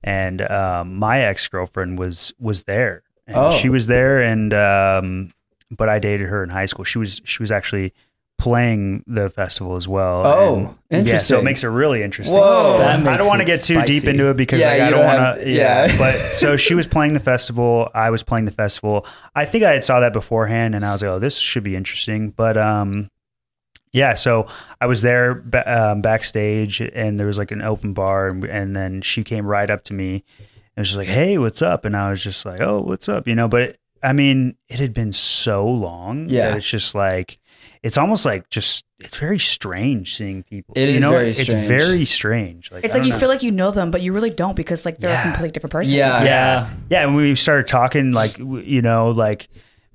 Speaker 3: and um, my ex girlfriend was was there. And
Speaker 1: Oh.
Speaker 3: she was there, and um, but I dated her in high school. She was she was actually playing the festival as well.
Speaker 1: Oh,
Speaker 3: and- Yeah, so
Speaker 1: interesting.
Speaker 3: it makes it really interesting.
Speaker 1: Whoa.
Speaker 4: That
Speaker 3: I
Speaker 4: makes
Speaker 3: don't want to
Speaker 4: it
Speaker 3: get too deep
Speaker 4: spicy.
Speaker 3: into it because
Speaker 1: Yeah,
Speaker 3: like,
Speaker 1: you
Speaker 3: I don't
Speaker 1: don't have-
Speaker 3: want to. Yeah.
Speaker 1: yeah.
Speaker 3: but so she was playing the festival. I was playing the festival. I think I had saw that beforehand, and I was like, "Oh, this should be interesting." But um, yeah. So I was there ba- um, backstage, and there was like an open bar, and, and then she came right up to me and she's like, "Hey, what's up?" And I was just like, "Oh, what's up?" You know. But it, I mean, it had been so long
Speaker 1: Yeah.
Speaker 3: that it's just like. It's almost like just it's very strange seeing people.
Speaker 1: It
Speaker 3: you
Speaker 1: is
Speaker 3: know?
Speaker 1: very
Speaker 3: It's
Speaker 1: strange.
Speaker 3: very strange.
Speaker 2: It's
Speaker 3: I
Speaker 2: like
Speaker 3: don't
Speaker 2: you
Speaker 3: know.
Speaker 2: feel like you know them, but you really don't because like they're
Speaker 3: Yeah.
Speaker 2: a completely different person.
Speaker 1: Yeah.
Speaker 3: yeah yeah and we started talking like w- you know like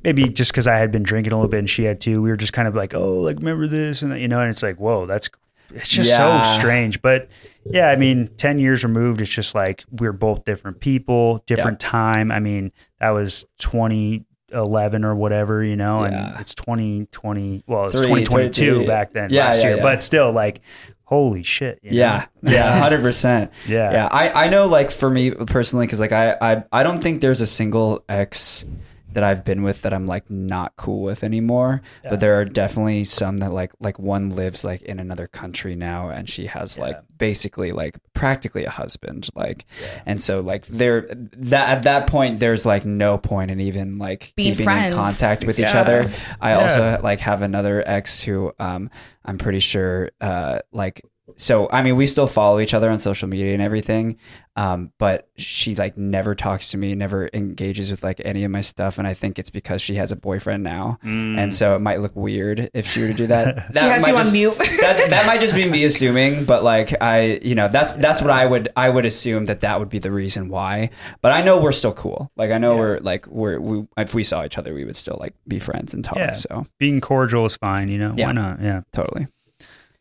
Speaker 3: maybe just because I had been drinking a little bit and she had too, we were just kind of like, oh, like remember this and that, you know, and it's like, whoa, that's it's just
Speaker 1: Yeah.
Speaker 3: so strange. But yeah, I mean, ten years removed, it's just like we're both different people, different time. I mean, that was twenty eleven or whatever, you know,
Speaker 1: Yeah.
Speaker 3: and it's twenty twenty. Well, it's
Speaker 1: Three,
Speaker 3: twenty twenty two
Speaker 1: 22,
Speaker 3: back then
Speaker 1: yeah,
Speaker 3: last
Speaker 1: yeah,
Speaker 3: year,
Speaker 1: yeah.
Speaker 3: but still, like, holy shit, you know?
Speaker 1: Yeah, yeah, hundred percent.
Speaker 3: Yeah.
Speaker 1: yeah. I, I know, like for me personally, because like I, I I don't think there's a single ex that I've been with that I'm like not cool with anymore. But there are definitely some that like like one lives like in another country now, and she has like basically like practically a husband, like, and so like there that at that point there's like no point in even like
Speaker 2: Being
Speaker 1: keeping
Speaker 2: friends.
Speaker 1: in contact with each
Speaker 3: Yeah.
Speaker 1: other. I
Speaker 3: Yeah.
Speaker 1: also like have another ex who um I'm pretty sure uh like so I mean we still follow each other on social media and everything um but she like never talks to me never engages with like any of my stuff and I think it's because she has a boyfriend now
Speaker 3: Mm.
Speaker 1: and so it might look weird if she were to do that, that
Speaker 2: She has
Speaker 1: might
Speaker 2: you on
Speaker 1: just-
Speaker 2: mute.
Speaker 1: that, that might just be me assuming but like I you know that's that's what I would I would assume that that would be the reason why but I know we're still cool like I know we're like we're we if we saw each other we would still like be friends and talk
Speaker 3: Yeah.
Speaker 1: so
Speaker 3: being cordial is fine, you know.
Speaker 1: Yeah.
Speaker 3: Why not? Yeah.
Speaker 1: totally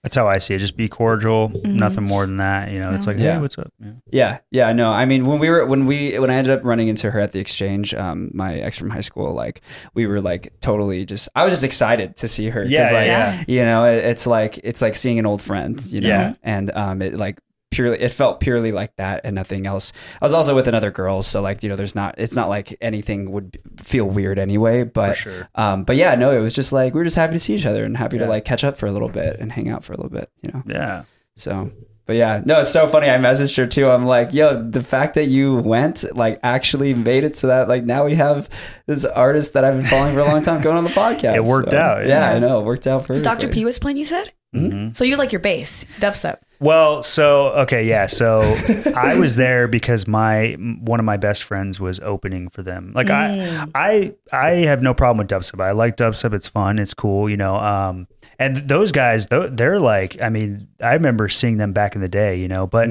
Speaker 3: That's how I see it. Just be cordial, nothing more than that. You know, it's like,
Speaker 1: Yeah.
Speaker 3: hey, what's up? Yeah.
Speaker 1: Yeah, yeah, no. I mean, when we were when we when I ended up running into her at the exchange, um, my ex from high school, like we were like totally just. I was just excited to see her. 'cause,
Speaker 3: Yeah, yeah,
Speaker 1: like,
Speaker 3: yeah.
Speaker 1: You know, it, it's like it's like seeing an old friend. You know,
Speaker 3: Yeah.
Speaker 1: and um, it like purely it felt purely like that and nothing else. I was also with another girl, so like you know, there's not it's not like anything would feel weird anyway. But
Speaker 3: sure.
Speaker 1: um, but yeah, no, it was just like we were just happy to see each other and happy
Speaker 3: Yeah.
Speaker 1: to like catch up for a little bit and hang out for a little bit. You know.
Speaker 3: Yeah.
Speaker 1: So, but yeah, no, it's so funny. I messaged her too. I'm like, yo, the fact that you went, like, actually made it so that, like, now we have this artist that I've been following for a long time going on the podcast.
Speaker 3: It worked
Speaker 1: So,
Speaker 3: out,
Speaker 1: Yeah.
Speaker 3: yeah.
Speaker 1: I know. It worked out for
Speaker 2: Dr. P was playing, you said?
Speaker 3: Mhm.
Speaker 2: So you like your bass, dubstep.
Speaker 3: Well, so okay, yeah. So I was there because my one of my best friends was opening for them. Like I, I, I have no problem with dubstep. I like dubstep. It's fun. It's cool. You know. Um, and those guys, tho- they're like, I mean, I remember seeing them back in the day. You know, but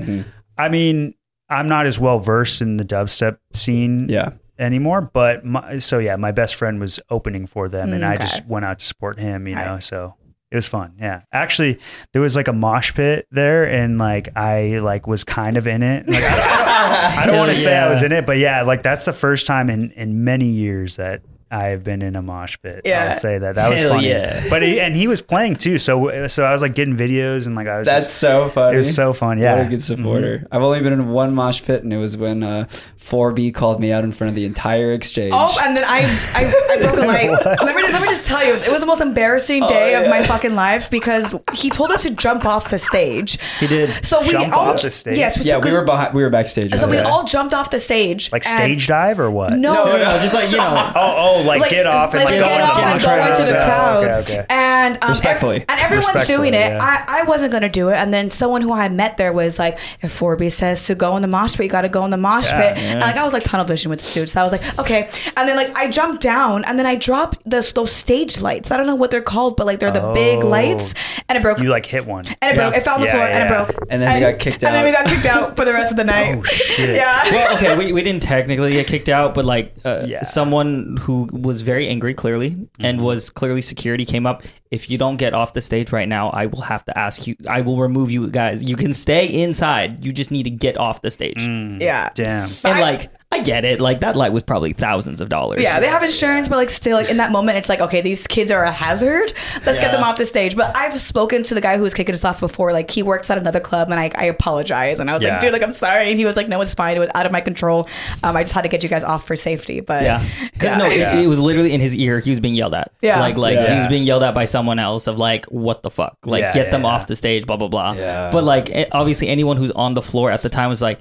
Speaker 3: I mean, I'm not as well versed in the dubstep scene.
Speaker 1: Yeah.
Speaker 3: anymore. But my, so yeah, my best friend was opening for them, and I
Speaker 2: Okay.
Speaker 3: just went out to support him. You
Speaker 2: Right.
Speaker 3: know, so it was fun. Yeah, actually, there was like a mosh pit there, and like I like was kind of in it. Like, I don't, I don't want to say I was in it, but yeah, like that's the first time in in many years that. I have been in a mosh pit.
Speaker 2: Yeah.
Speaker 3: I'll say that. That was
Speaker 4: Hell
Speaker 3: funny.
Speaker 4: yeah.
Speaker 3: But he, and he was playing too. So so I was like getting videos and like I was
Speaker 1: That's
Speaker 3: just,
Speaker 1: so funny.
Speaker 3: it was so fun. Yeah.
Speaker 1: What a good
Speaker 4: Mm-hmm.
Speaker 1: supporter. I've only been in one mosh pit, and it was when uh, 4B called me out in front of the entire exchange.
Speaker 2: Oh, and then I, I, I broke a light. let, me, let me just tell you, it was the most
Speaker 3: Oh,
Speaker 2: embarrassing day of my fucking life because he told us to jump off the stage.
Speaker 4: He did.
Speaker 2: So we
Speaker 3: Jump
Speaker 2: all
Speaker 3: off the stage?
Speaker 2: Yes,
Speaker 1: yeah,
Speaker 2: so-
Speaker 1: we were behind, we were backstage.
Speaker 2: So we
Speaker 1: Yeah.
Speaker 2: all jumped off the stage.
Speaker 3: like
Speaker 2: and-
Speaker 3: stage dive or what?
Speaker 2: No,
Speaker 4: No, no, no, just like, you know.
Speaker 3: Oh, oh, like, get off and like, go
Speaker 2: get
Speaker 3: into
Speaker 2: off
Speaker 3: the
Speaker 2: and
Speaker 3: mosh
Speaker 2: go
Speaker 3: pit.
Speaker 2: into the
Speaker 3: Oh, okay,
Speaker 2: crowd.
Speaker 3: okay.
Speaker 2: And um,
Speaker 1: Respectfully.
Speaker 2: ev- and everyone's
Speaker 3: Respectfully,
Speaker 2: doing it.
Speaker 3: yeah.
Speaker 2: I, I wasn't gonna do it. And then someone who I met there was like, if Forby says to go in the mosh pit, you gotta go in the mosh
Speaker 3: Yeah.
Speaker 2: pit. And, like I was like tunnel vision with the dude, so I was like, okay. And then like I jumped down, and then I dropped this, those stage lights. I don't know what they're called, but like they're the big
Speaker 3: Oh.
Speaker 2: lights, and it broke.
Speaker 3: You like hit one.
Speaker 2: and it broke.
Speaker 1: Yeah.
Speaker 2: It fell on the
Speaker 3: Yeah,
Speaker 2: floor, and it
Speaker 3: yeah.
Speaker 2: broke.
Speaker 1: And then we got kicked
Speaker 2: And then we
Speaker 1: out.
Speaker 2: got kicked out for the rest of the night.
Speaker 3: Oh, shit.
Speaker 2: yeah.
Speaker 4: well, okay, we, we didn't technically get kicked out, but like uh,
Speaker 3: Yeah. Mm-hmm.
Speaker 4: someone who was very angry, clearly, and was clearly security came up. If you don't get off the stage right now, I will have to ask you. I will remove you guys. You can stay inside. You just need to get off the stage.
Speaker 3: Mm.
Speaker 2: yeah.
Speaker 3: Damn.
Speaker 4: And
Speaker 2: I-
Speaker 4: like, I get it. Like that light was probably thousands of dollars.
Speaker 2: Yeah, they have insurance, but like still, like in that moment, it's like, okay, these kids are a hazard. Let's get them off the stage. But I've spoken to the guy who was kicking us off before. Like he works at another club, and I, I apologize, and I was
Speaker 3: Yeah.
Speaker 2: like, dude, like I'm sorry. And he was like, no, it's fine. It was out of my control. Um, I just had to get you guys off for safety. But
Speaker 4: Yeah, because no, it, it was literally in his ear. He was being yelled at.
Speaker 2: Yeah.
Speaker 4: like like
Speaker 3: Yeah.
Speaker 4: he was being yelled at by someone else of like, what the fuck? Like,
Speaker 3: Yeah,
Speaker 4: get
Speaker 3: yeah,
Speaker 4: them
Speaker 3: yeah.
Speaker 4: off the stage, blah blah blah.
Speaker 1: Yeah.
Speaker 4: But like, eh, obviously, anyone who's on the floor at the time was like,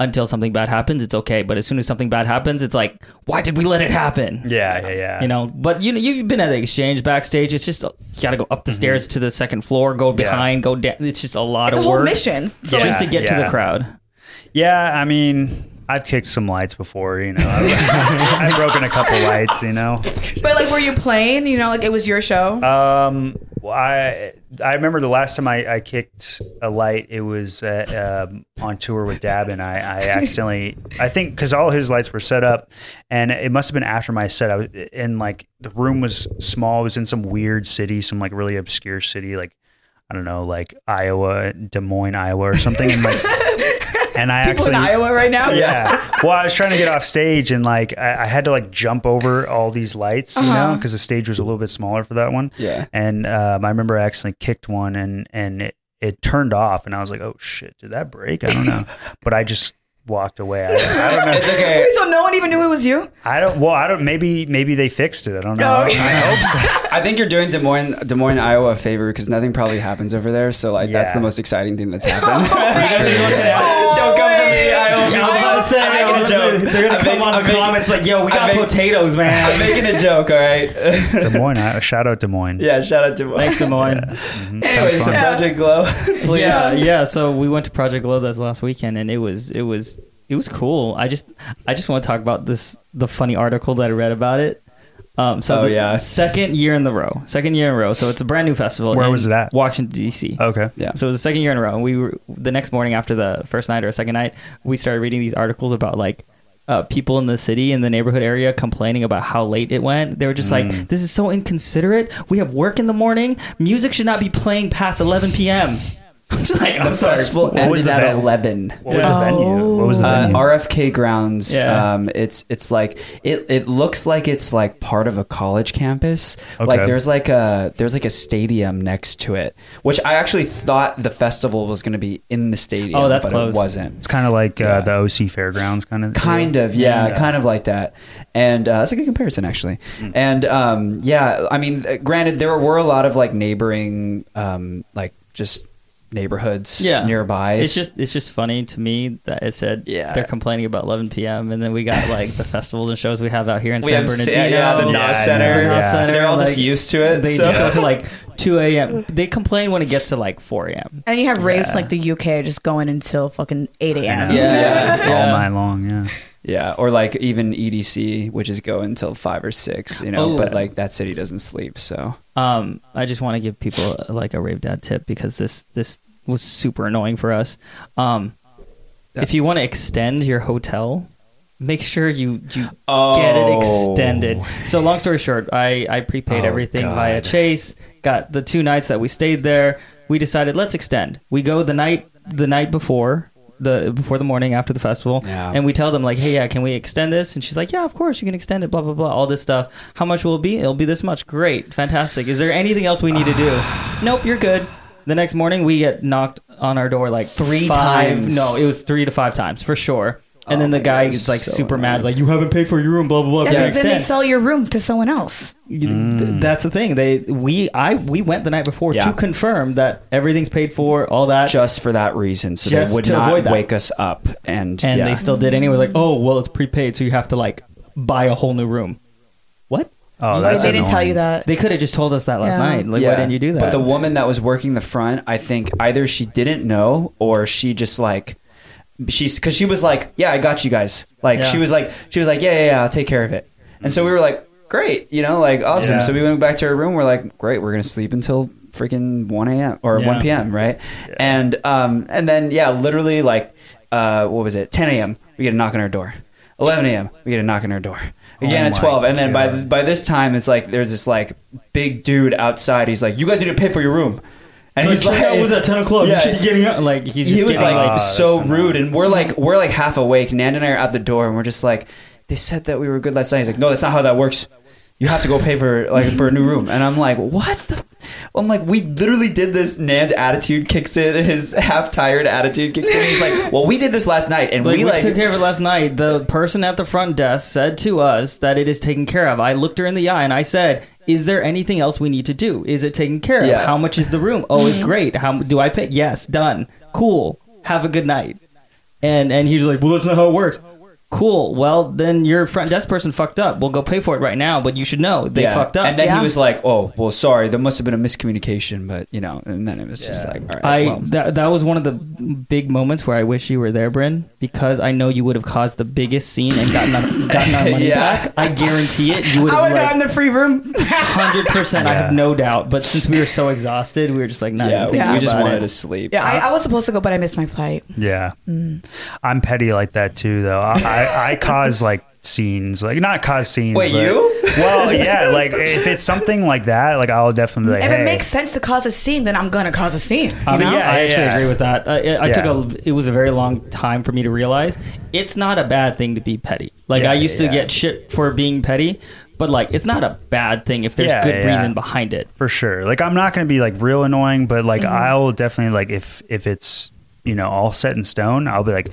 Speaker 4: until something bad happens, it's okay. But as soon as something bad happens, it's like, why did we let it happen?
Speaker 3: Yeah, yeah, yeah.
Speaker 4: You know, but you know, you've been at the exchange backstage. It's just uh, you got to go up
Speaker 3: Mm-hmm.
Speaker 4: the stairs to the second floor, go behind, go down. It's just a lot
Speaker 2: it's a
Speaker 4: of
Speaker 2: whole
Speaker 4: work
Speaker 2: mission. So
Speaker 4: just to
Speaker 3: Yeah,
Speaker 4: get to the
Speaker 3: yeah.
Speaker 4: crowd.
Speaker 3: Yeah, I mean, I've kicked some lights before, you know. I've, I've broken a couple lights, you know.
Speaker 2: but like, were you playing? You know, like it was your show.
Speaker 3: Um, I I remember the last time I, I kicked a light, it was uh, um, on tour with Dab, and I, I accidentally I think because all his lights were set up, and it must have been after my set. I was in like the room was small. It was in some weird city, some like really obscure city, like I don't know, like Iowa, Des Moines, Iowa, or something. And like, and I
Speaker 2: People
Speaker 3: actually
Speaker 2: in Iowa right now.
Speaker 3: yeah. Well, I was trying to get off stage and like I, I had to like jump over all these lights, you
Speaker 2: Uh-huh.
Speaker 3: know, because the stage was a little bit smaller for that one.
Speaker 1: Yeah.
Speaker 3: And um, I remember I accidentally kicked one and and it, it turned off, and I was like, oh shit, did that break? I don't know, but I just walked away. I, I don't know.
Speaker 1: It's okay.
Speaker 2: Wait, so no one even knew it was you.
Speaker 3: I don't. Well, I don't. Maybe maybe they fixed it. I don't know.
Speaker 2: Oh,
Speaker 3: I hope so.
Speaker 1: I think you're doing Des Moines, Des Moines, Iowa a favor because nothing probably happens over there. So like that's
Speaker 3: Yeah.
Speaker 1: the most exciting thing that's
Speaker 2: Oh,
Speaker 1: happened.
Speaker 2: yeah.
Speaker 1: Don't come for me, Iowa.
Speaker 4: I was about to say,
Speaker 1: I'm
Speaker 4: I was
Speaker 1: making
Speaker 4: about to
Speaker 1: a
Speaker 4: say, they're gonna
Speaker 1: I'm
Speaker 4: come
Speaker 1: making-
Speaker 4: on
Speaker 1: I'm
Speaker 4: the
Speaker 1: making-
Speaker 4: comments like, "Yo, we
Speaker 1: I
Speaker 4: got
Speaker 1: make-
Speaker 4: potatoes, man."
Speaker 1: I'm making a joke, all right?
Speaker 3: Des Moines. I, shout out Des Moines.
Speaker 1: yeah, shout out Des Moines.
Speaker 4: Thanks, Des Moines.
Speaker 3: Mhm.
Speaker 1: Anyways,
Speaker 3: Sounds
Speaker 1: so
Speaker 3: fun.
Speaker 2: Yeah.
Speaker 1: Project Glow, please.
Speaker 4: yeah, yeah. So we went to Project Glow this last weekend, and it was it was it was cool. I just I just want to talk about this the funny article that I read about it. Um, so
Speaker 1: Oh,
Speaker 4: the
Speaker 1: yeah.
Speaker 4: second year in the row, second year in a row. So it's a brand new festival.
Speaker 3: Where
Speaker 4: in
Speaker 3: was it at? Oh,
Speaker 4: Washington D.C.
Speaker 3: Okay.
Speaker 1: Yeah.
Speaker 4: So it was the second year in a row. And we were the next morning after the first night or second night, we started reading these articles about like uh, people in the city in the neighborhood area complaining about how late it went. They were just like, "This is so inconsiderate. We have work in the morning. Music should not be playing past 11 p.m." I'm just like, "I'm
Speaker 1: The
Speaker 4: sorry."
Speaker 1: festival
Speaker 3: What
Speaker 1: ended
Speaker 3: was the
Speaker 1: at
Speaker 3: venue?
Speaker 1: eleven.
Speaker 3: What was the venue? What was the
Speaker 1: Uh,
Speaker 3: venue?
Speaker 1: RFK grounds.
Speaker 4: Yeah.
Speaker 1: Um, it's it's like it, it looks like it's like part of a college campus. Like
Speaker 3: Okay.
Speaker 1: there's like a there's like a stadium next to it, which I actually thought the festival was going to be in the stadium.
Speaker 4: Oh, that's
Speaker 1: but
Speaker 4: closed.
Speaker 1: It wasn't.
Speaker 3: it's kind of like
Speaker 1: Yeah.
Speaker 3: uh, the OC Fairgrounds, kind of.
Speaker 1: Kind of, yeah, kind of like that, and uh, that's a good comparison actually. And um, yeah, I mean, uh, granted, there were a lot of like neighboring, um, like just neighborhoods
Speaker 4: Yeah.
Speaker 1: nearby.
Speaker 4: It's just it's just funny to me that it said
Speaker 1: Yeah.
Speaker 4: they're complaining about 11 p.m. and then we got like the festivals and shows we have out here in San Bernardino.
Speaker 1: yeah, the Nas
Speaker 3: Yeah, yeah,
Speaker 1: Center.
Speaker 3: yeah.
Speaker 4: Nas Center,
Speaker 1: They're all just
Speaker 4: like,
Speaker 1: used to it.
Speaker 4: They
Speaker 1: so-
Speaker 4: just go to like 2 a.m. They complain when it gets to like 4 a.m.
Speaker 2: And then you have raves like the UK just going until fucking eight a.m.
Speaker 1: Yeah.
Speaker 3: all
Speaker 4: Yeah.
Speaker 3: night long. Yeah.
Speaker 1: Yeah, or like even EDC, which is go until five or six, you know.
Speaker 4: Oh.
Speaker 1: But like that city doesn't sleep, so
Speaker 4: Um, I just want to give people uh, like a rave dad tip because this this was super annoying for us. Um, if you want to extend your hotel, make sure you you get it
Speaker 1: Oh.
Speaker 4: extended. So long story short, I I prepaid
Speaker 1: Oh,
Speaker 4: everything
Speaker 1: God.
Speaker 4: via Chase. Got the two nights that we stayed there. We decided let's extend. We go the night the night before the before the morning after the festival
Speaker 1: Yeah.
Speaker 4: and we tell them like hey yeah can we extend this and she's like yeah of course you can extend it blah blah blah all this stuff how much will it be it'll be this much great fantastic is there anything else we need to do nope you're good the next morning we get knocked on our door like
Speaker 1: Three
Speaker 4: five-
Speaker 1: times.
Speaker 4: no it was three to five times for sure and
Speaker 1: Oh
Speaker 4: then the
Speaker 1: my
Speaker 4: guy
Speaker 1: God,
Speaker 4: is like
Speaker 1: so
Speaker 4: super mad
Speaker 1: annoying.
Speaker 4: like you haven't paid for your room blah blah blah
Speaker 2: Yeah,
Speaker 4: Can you
Speaker 2: because then they
Speaker 4: extend?"
Speaker 2: sell your room to someone else.
Speaker 4: You- th- that's the thing they we i we went the night before
Speaker 1: Mm. Yeah.
Speaker 4: to confirm that everything's paid for all that
Speaker 1: just for that reason, so
Speaker 4: Just
Speaker 1: they would
Speaker 4: to
Speaker 1: not
Speaker 4: avoid that.
Speaker 1: wake us up, and
Speaker 4: and
Speaker 1: yeah.
Speaker 4: they still did anyway. Like, oh well, it's prepaid, so you have to like buy a whole new room. What?
Speaker 3: Oh,
Speaker 2: They
Speaker 3: that's
Speaker 2: didn't tell
Speaker 3: annoying.
Speaker 2: you that.
Speaker 4: They could have just told us that last
Speaker 2: Yeah.
Speaker 4: night. Like, why didn't you do that?
Speaker 1: But the woman that was working the front, I think either she didn't know or she just like she's because she was like, yeah, I got you guys. Like
Speaker 4: Yeah.
Speaker 1: she was like, she was like, yeah, yeah, yeah, I'll take care of it. And so we were like, great, you know, like awesome.
Speaker 4: Yeah.
Speaker 1: So we went back to her room. We're like, great, we're gonna sleep until freaking one a.m. or
Speaker 4: Yeah.
Speaker 1: one p.m. Right? And um and then yeah, literally like uh what was it? Ten a.m. We get a knock on our door. Eleven a.m. We get a knock on our door. Again
Speaker 3: Oh
Speaker 1: at
Speaker 3: my
Speaker 1: twelve, and then by
Speaker 3: God.
Speaker 1: by this time it's like there's this like big dude outside he's like you guys need to pay for your room and he's like
Speaker 4: that was at ten o'clock.
Speaker 1: Yeah.
Speaker 4: You should be getting up. Like, he's just
Speaker 1: he was
Speaker 4: getting,
Speaker 1: like,
Speaker 4: like,
Speaker 3: Ah, that's
Speaker 1: so
Speaker 3: annoying.
Speaker 1: rude and we're like we're like half awake nan and i are at the door and we're just like they said that we were good last night he's like no that's not how that works you have to go pay for like for a new room and i'm like what the I'm like, we literally did this. Nan's attitude kicks in. His half tired attitude kicks in. He's like, well, we did this last night, and
Speaker 4: like,
Speaker 1: we
Speaker 4: we
Speaker 1: like,
Speaker 4: took care of it last night. The person at the front desk said to us that it is taken care of. I looked her in the eye and I said, "Is there anything else we need to do? Is it taken care of?
Speaker 1: Yeah.
Speaker 4: How much is the room? Oh, it's great. How do I pay? Yes, done. Cool. Have a good night." And and he's like, "Well, that's not how it works." cool. Well, then your front desk person fucked up. We'll go pay for it right now, but you should know they
Speaker 1: Yeah.
Speaker 4: fucked up.
Speaker 1: And then
Speaker 2: Yeah.
Speaker 1: he was like, "Oh, well, sorry, there must have been a miscommunication, but you know." And then it was just
Speaker 3: Yeah.
Speaker 1: like, "All right,
Speaker 4: I
Speaker 1: well."
Speaker 4: that, that was one of the big moments where I wish you were there, Bryn, because I know you would have caused the biggest scene and gotten our, gotten our money
Speaker 1: Yeah.
Speaker 4: back. I guarantee it. You would
Speaker 2: I would
Speaker 4: have
Speaker 2: have gotten
Speaker 4: like
Speaker 2: the free room.
Speaker 4: hundred percent. I have
Speaker 3: Yeah.
Speaker 4: no doubt. But since we were so exhausted, we were just like, not
Speaker 1: yeah,
Speaker 4: even
Speaker 1: we,
Speaker 4: thinking
Speaker 1: we just
Speaker 4: about
Speaker 1: wanted
Speaker 4: it.
Speaker 1: to sleep.
Speaker 2: yeah, I, I was supposed to go, but I missed my flight.
Speaker 3: Yeah.
Speaker 1: Mm.
Speaker 3: I'm petty like that too, though. I, I, I cause like scenes, like not cause scenes.
Speaker 1: Wait,
Speaker 3: but-
Speaker 1: you?
Speaker 3: Well, yeah. Like if it's something like that, like I'll definitely be like,
Speaker 2: If
Speaker 3: hey,
Speaker 2: it makes sense to cause a scene, then I'm gonna cause a scene.
Speaker 4: I
Speaker 3: But
Speaker 4: mean,
Speaker 3: yeah,
Speaker 4: Um, I
Speaker 3: yeah,
Speaker 4: actually
Speaker 3: yeah.
Speaker 4: agree with that. I, I
Speaker 3: Yeah.
Speaker 4: took a. It was a very long time for me to realize it's not a bad thing to be petty. Like
Speaker 3: Yeah,
Speaker 4: I used
Speaker 3: yeah.
Speaker 4: to get shit for being petty, but like it's not a bad thing if there's
Speaker 3: Yeah,
Speaker 4: good
Speaker 3: yeah.
Speaker 4: reason behind it.
Speaker 3: for sure. Like I'm not going to be like real annoying, but like
Speaker 1: Mm-hmm.
Speaker 3: I'll definitely like if if it's you know all set in stone, I'll be like,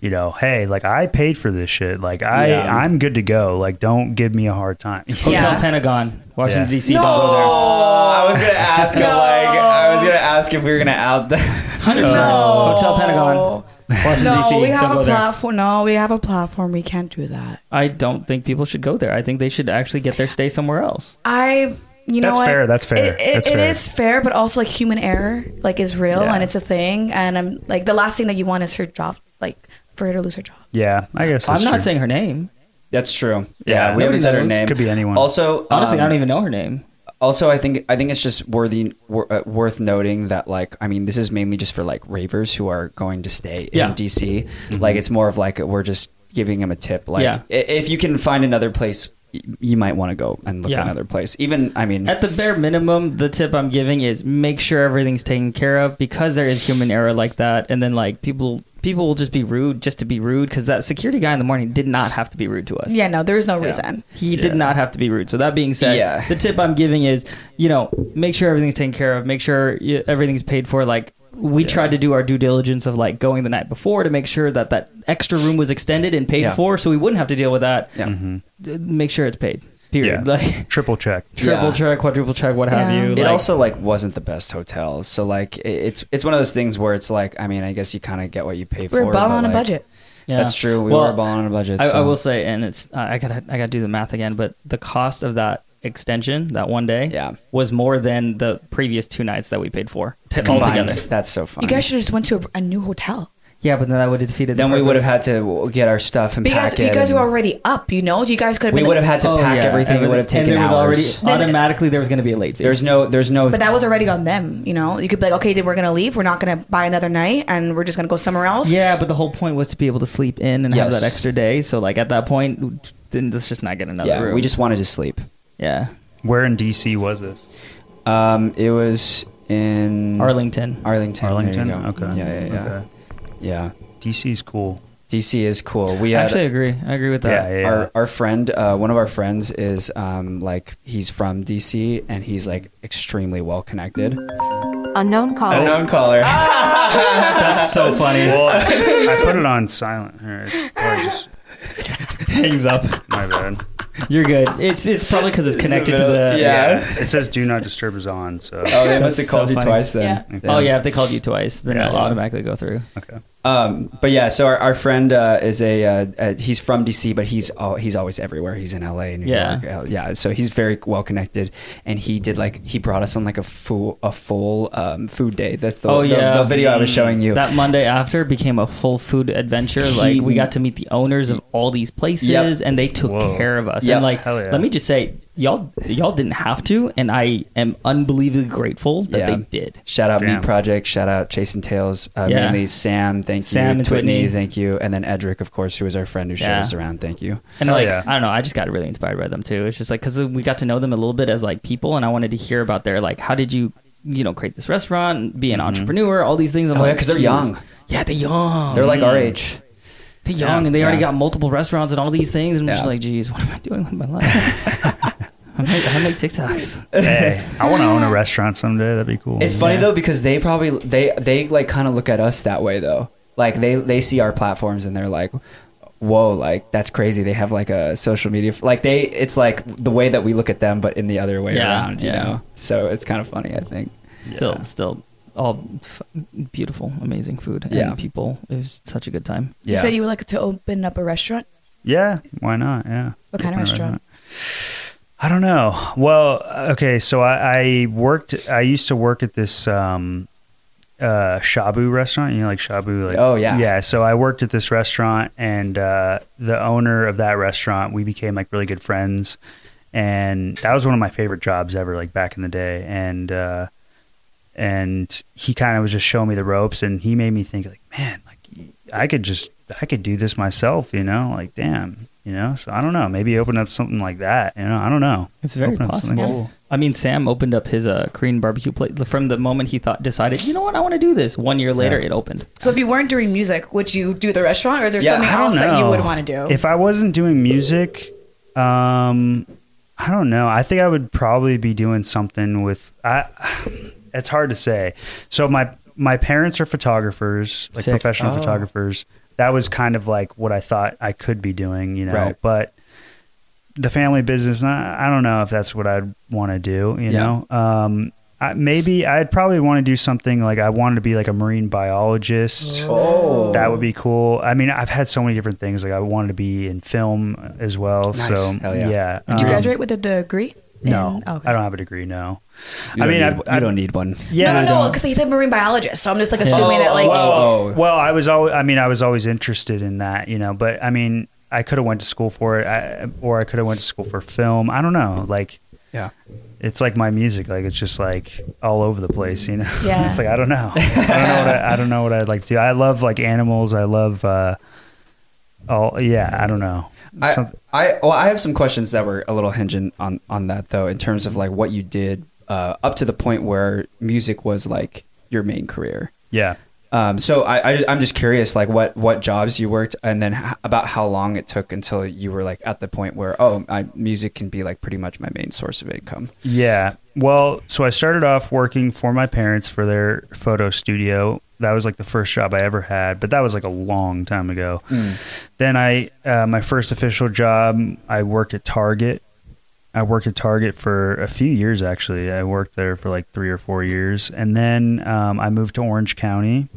Speaker 3: you know, hey, like I paid for this shit. Like I
Speaker 1: Yeah.
Speaker 3: I'm good to go. Like don't give me a hard time.
Speaker 4: Hotel
Speaker 2: Yeah.
Speaker 4: Pentagon, Washington
Speaker 3: Yeah.
Speaker 4: D.C. Don't go there.
Speaker 1: I was gonna ask him, like I was gonna
Speaker 2: Oh.
Speaker 1: ask if we were gonna out the
Speaker 4: Hundred percent. Hotel Pentagon, Washington
Speaker 2: No,
Speaker 4: D.C.
Speaker 2: we have
Speaker 4: don't
Speaker 2: a
Speaker 4: go there.
Speaker 2: platform. No, we have a platform. We can't do that.
Speaker 4: I don't think people should go there. I think they should actually get their stay somewhere else.
Speaker 2: I, you know,
Speaker 3: That's
Speaker 2: what?
Speaker 3: fair, that's fair,
Speaker 2: It, it-
Speaker 3: that's
Speaker 2: it
Speaker 3: fair.
Speaker 2: is fair, but also like human error, like is real
Speaker 3: Yeah.
Speaker 2: and it's a thing. And I'm like, the last thing that you want is her job, like for her to lose her job.
Speaker 3: Yeah, I guess that's
Speaker 4: I'm not
Speaker 3: true.
Speaker 4: saying her name.
Speaker 1: That's true. Yeah, we
Speaker 3: Yeah,
Speaker 1: haven't
Speaker 4: nobody
Speaker 1: said her
Speaker 4: knows.
Speaker 1: name.
Speaker 3: Could be anyone.
Speaker 1: Also,
Speaker 4: Honestly,
Speaker 1: um,
Speaker 4: I don't even know her name.
Speaker 1: Also, I think I think it's just worthy wor- uh, worth noting that like I mean this is mainly just for like ravers who are going to stay
Speaker 4: Yeah.
Speaker 1: in DC. Like it's more of like we're just giving him a tip. Like
Speaker 4: Yeah.
Speaker 1: i- if you can find another place, y- you might want to go and look
Speaker 4: Yeah.
Speaker 1: at another place. Even I mean,
Speaker 4: At the bare minimum, the tip I'm giving is make sure everything's taken care of because there is human error like that, and then like people people will just be rude just to be rude because that security guy in the morning did not have to be rude to us.
Speaker 2: Yeah, no, there's no reason.
Speaker 4: He
Speaker 3: Yeah.
Speaker 4: did not have to be rude. So that being said,
Speaker 1: Yeah.
Speaker 4: the tip I'm giving is, you know, make sure everything's taken care of. Make sure you, everything's paid for. Like we tried to do our due diligence of like going the night before to make sure that that extra room was extended and paid
Speaker 1: Yeah.
Speaker 4: for, so we wouldn't have to deal with that.
Speaker 1: yeah.
Speaker 4: D- Make sure it's paid.
Speaker 3: yeah.
Speaker 4: Period. Like
Speaker 3: triple check.
Speaker 4: triple
Speaker 1: Yeah.
Speaker 4: check, quadruple check, what have
Speaker 2: Yeah.
Speaker 4: you.
Speaker 2: It
Speaker 1: it
Speaker 4: Like,
Speaker 1: also like wasn't the best hotels. So like it- it's it's one of those things where it's like I mean I guess you kind of get what you pay for.
Speaker 2: We're balling
Speaker 1: but,
Speaker 2: on a
Speaker 1: like,
Speaker 2: budget.
Speaker 4: yeah.
Speaker 1: That's true. We
Speaker 4: Well,
Speaker 1: were balling on a budget.
Speaker 4: I, I
Speaker 1: so-
Speaker 4: will say, and it's uh, I gotta I gotta do the math again, but the cost of that extension that one day
Speaker 1: Yeah.
Speaker 4: was more than the previous two nights that we paid for t-
Speaker 1: Combined.
Speaker 4: altogether.
Speaker 1: That's so funny.
Speaker 2: You guys should have just went to a, a new hotel.
Speaker 4: Yeah, but then that would have defeated.
Speaker 1: then
Speaker 4: the
Speaker 1: we
Speaker 4: purpose.
Speaker 1: would have had to get our stuff and
Speaker 2: But you guys,
Speaker 1: pack it.
Speaker 2: you guys
Speaker 1: and-
Speaker 2: were already up. You know, you guys could have.
Speaker 1: we
Speaker 2: been
Speaker 1: would have had to
Speaker 4: Oh,
Speaker 1: pack
Speaker 4: yeah,
Speaker 1: everything. It would have
Speaker 4: and
Speaker 1: taken
Speaker 4: there was
Speaker 1: hours.
Speaker 4: Already, automatically, there was going to be a late fee.
Speaker 1: there's no. There's no.
Speaker 2: But that was already on them. You know, you could be like, okay, then we're gonna leave. We're not gonna buy another night, and we're just gonna go somewhere else.
Speaker 4: yeah, but the whole point was to be able to sleep in and
Speaker 1: Yes.
Speaker 4: have that extra day. So like at that point, then let's just not get another
Speaker 1: yeah,
Speaker 4: room.
Speaker 1: we just wanted to sleep.
Speaker 4: yeah
Speaker 3: Where in DC was this?
Speaker 1: Um, it was in
Speaker 4: Arlington.
Speaker 1: Arlington. there you
Speaker 3: Arlington.
Speaker 1: go.
Speaker 3: Okay.
Speaker 1: Yeah, yeah, yeah.
Speaker 3: Okay.
Speaker 1: Yeah.
Speaker 3: DC's cool.
Speaker 1: DC is cool. We
Speaker 4: I
Speaker 1: had
Speaker 4: actually agree. I agree with that.
Speaker 3: Yeah, yeah.
Speaker 1: our our friend. Uh, one of our friends is um like he's from DC and he's like extremely well connected.
Speaker 5: Unknown caller.
Speaker 1: Unknown caller.
Speaker 4: That's so funny.
Speaker 3: Well, I put it on silent. Here, it's gorgeous.
Speaker 4: Hangs up.
Speaker 3: My bad.
Speaker 4: You're good. It's it's probably because it's connected to the.
Speaker 1: Yeah.
Speaker 3: It says "Do not disturb" is on. So
Speaker 1: Oh, they must
Speaker 4: That's
Speaker 1: have called
Speaker 4: so
Speaker 1: you
Speaker 4: funny.
Speaker 1: twice then.
Speaker 3: Yeah.
Speaker 4: Oh yeah, if they called you twice, then
Speaker 3: Yeah,
Speaker 4: it'll
Speaker 3: yeah.
Speaker 4: automatically go through.
Speaker 3: okay.
Speaker 1: Um, but yeah, so our, our friend uh, is a uh, uh, he's from DC, but he's al he's always everywhere. He's in LA, New
Speaker 4: Yeah.
Speaker 1: York, uh, yeah. So he's very well connected, and he did like he brought us on like a full a full um, food day. That's the,
Speaker 4: Oh
Speaker 1: the-
Speaker 4: yeah,
Speaker 1: the video I was showing you.
Speaker 4: That Monday after became a full food adventure. Like we got to meet the owners of all these places,
Speaker 1: Yep.
Speaker 4: and they took
Speaker 3: Whoa.
Speaker 4: care of us.
Speaker 1: Yep.
Speaker 4: And like,
Speaker 3: Hell yeah.
Speaker 4: let me just say, y'all y'all didn't have to, and I am unbelievably grateful that
Speaker 1: Yeah.
Speaker 4: they did.
Speaker 1: Shout out
Speaker 3: Damn.
Speaker 1: Meat Project. Shout out Chasing Tails. Uh,
Speaker 4: Yeah.
Speaker 1: Mainly Sam. Thank
Speaker 4: Sam
Speaker 1: you.
Speaker 4: and Whitney.
Speaker 1: Thank you. And then Edric, of course, who was our friend who showed
Speaker 4: Yeah.
Speaker 1: us around. Thank you.
Speaker 4: And
Speaker 3: Hell
Speaker 4: like,
Speaker 3: yeah.
Speaker 4: I don't know, I just got really inspired by them too. It's just like because we got to know them a little bit as like people, and I wanted to hear about their like, how did you you know create this restaurant, and be an entrepreneur, all these things. I'm
Speaker 1: Mm-hmm. Oh, yeah,
Speaker 4: like,
Speaker 1: 'cause they're
Speaker 4: Jesus.
Speaker 1: young.
Speaker 4: Yeah, they're young. Mm.
Speaker 1: They're like our age.
Speaker 4: They're young
Speaker 3: Yeah.
Speaker 4: and they already
Speaker 1: Yeah.
Speaker 4: got multiple restaurants and all these things. And I'm just
Speaker 1: Yeah.
Speaker 4: like, geez, what am I doing with my life? I, make, I make TikToks.
Speaker 3: Hey, I want to own a restaurant someday. That'd be cool.
Speaker 1: It's funny though because they probably they they like kind of look at us that way though. Like they they see our platforms and they're like, "Whoa, like that's crazy." They have like a social media f- like they it's like the way that we look at them, but in the other way
Speaker 4: Yeah,
Speaker 1: around, you
Speaker 4: yeah.
Speaker 1: know. So it's kind of funny, I think.
Speaker 4: Still, still all f- beautiful, amazing food
Speaker 1: Yeah.
Speaker 4: and people. It was such a good time.
Speaker 2: You said you would like to open up a restaurant.
Speaker 3: Yeah, why not? Yeah.
Speaker 2: What kind of
Speaker 3: Why
Speaker 2: restaurant?
Speaker 3: not? I don't know. Well, okay, so I, I worked. I used to work at this um, uh, shabu restaurant. You know, like shabu. Like,
Speaker 1: Oh, yeah.
Speaker 3: yeah. So I worked at this restaurant, and uh, the owner of that restaurant, we became like really good friends, and that was one of my favorite jobs ever. Like back in the day, and uh, and he kind of was just showing me the ropes, and he made me think like, man, like I could just I could do this myself. You know, like damn. You know, so I don't know. Maybe open up something like that. You know, I don't know.
Speaker 4: It's very
Speaker 3: Open up something
Speaker 4: possible.
Speaker 3: cool.
Speaker 4: I mean, Sam opened up his uh, Korean barbecue plate from the moment he thought decided, you know what, I want to do this. One year later, it opened.
Speaker 2: So if you weren't doing music, would you do the restaurant, or is there
Speaker 1: Yeah,
Speaker 2: something
Speaker 3: I
Speaker 2: else
Speaker 3: don't
Speaker 2: that you
Speaker 3: know.
Speaker 2: would want to do?
Speaker 3: If I wasn't doing music, um, I don't know. I think I would probably be doing something with. I. It's hard to say. So my my parents are photographers, like
Speaker 4: Sick.
Speaker 3: professional
Speaker 1: Oh.
Speaker 3: photographers. That was kind of like what I thought I could be doing, you know.
Speaker 1: Right.
Speaker 3: But the family business, I I don't know if that's what I'd want to do, you
Speaker 1: Yeah.
Speaker 3: know. Um, I, maybe I'd probably want to do something like I wanted to be like a marine biologist.
Speaker 1: Oh,
Speaker 3: That would be cool. I mean, I've had so many different things. Like I wanted to be in film as well.
Speaker 1: Nice.
Speaker 3: So
Speaker 1: Hell yeah.
Speaker 2: Did you
Speaker 3: um,
Speaker 2: graduate with a degree?
Speaker 3: No,
Speaker 2: In- okay.
Speaker 3: I don't have a degree. No.
Speaker 1: You
Speaker 3: I
Speaker 1: don't
Speaker 3: mean,
Speaker 1: need,
Speaker 3: I've-
Speaker 1: you
Speaker 3: I've-
Speaker 1: don't need one.
Speaker 3: Yeah.
Speaker 2: no, Oh. no, no, because he said marine biologist, so I'm just like assuming that like
Speaker 1: Whoa.
Speaker 3: Well, I was always. I mean, I was always interested in that. You know, but I mean, I could have went to school for it, I, or I could have went to school for film. I don't know. Like,
Speaker 1: Yeah.
Speaker 3: it's like my music. Like, it's just like all over the place. You know.
Speaker 2: Yeah.
Speaker 3: it's like I don't know. I don't know what I, I don't know what I'd like to do. I love like animals. I love. uh all yeah. I don't know.
Speaker 1: I,
Speaker 3: Something-
Speaker 1: I well, I have some questions that were a little hinging on on that though, in terms of like what you did uh, up to the point where music was like your main career.
Speaker 3: yeah.
Speaker 1: Um, so I, I I'm just curious, like what what jobs you worked, and then h- about how long it took until you were like at the point where oh, I, music can be like pretty much my main source of income.
Speaker 3: Yeah. Well, so I started off working for my parents for their photo studio. That was like the first job I ever had, but that was like a long time ago.
Speaker 1: Mm.
Speaker 3: Then I, uh, my first official job, I worked at Target. I worked at Target for a few years actually. I worked there for like three or four years, and then um, I moved to Orange County.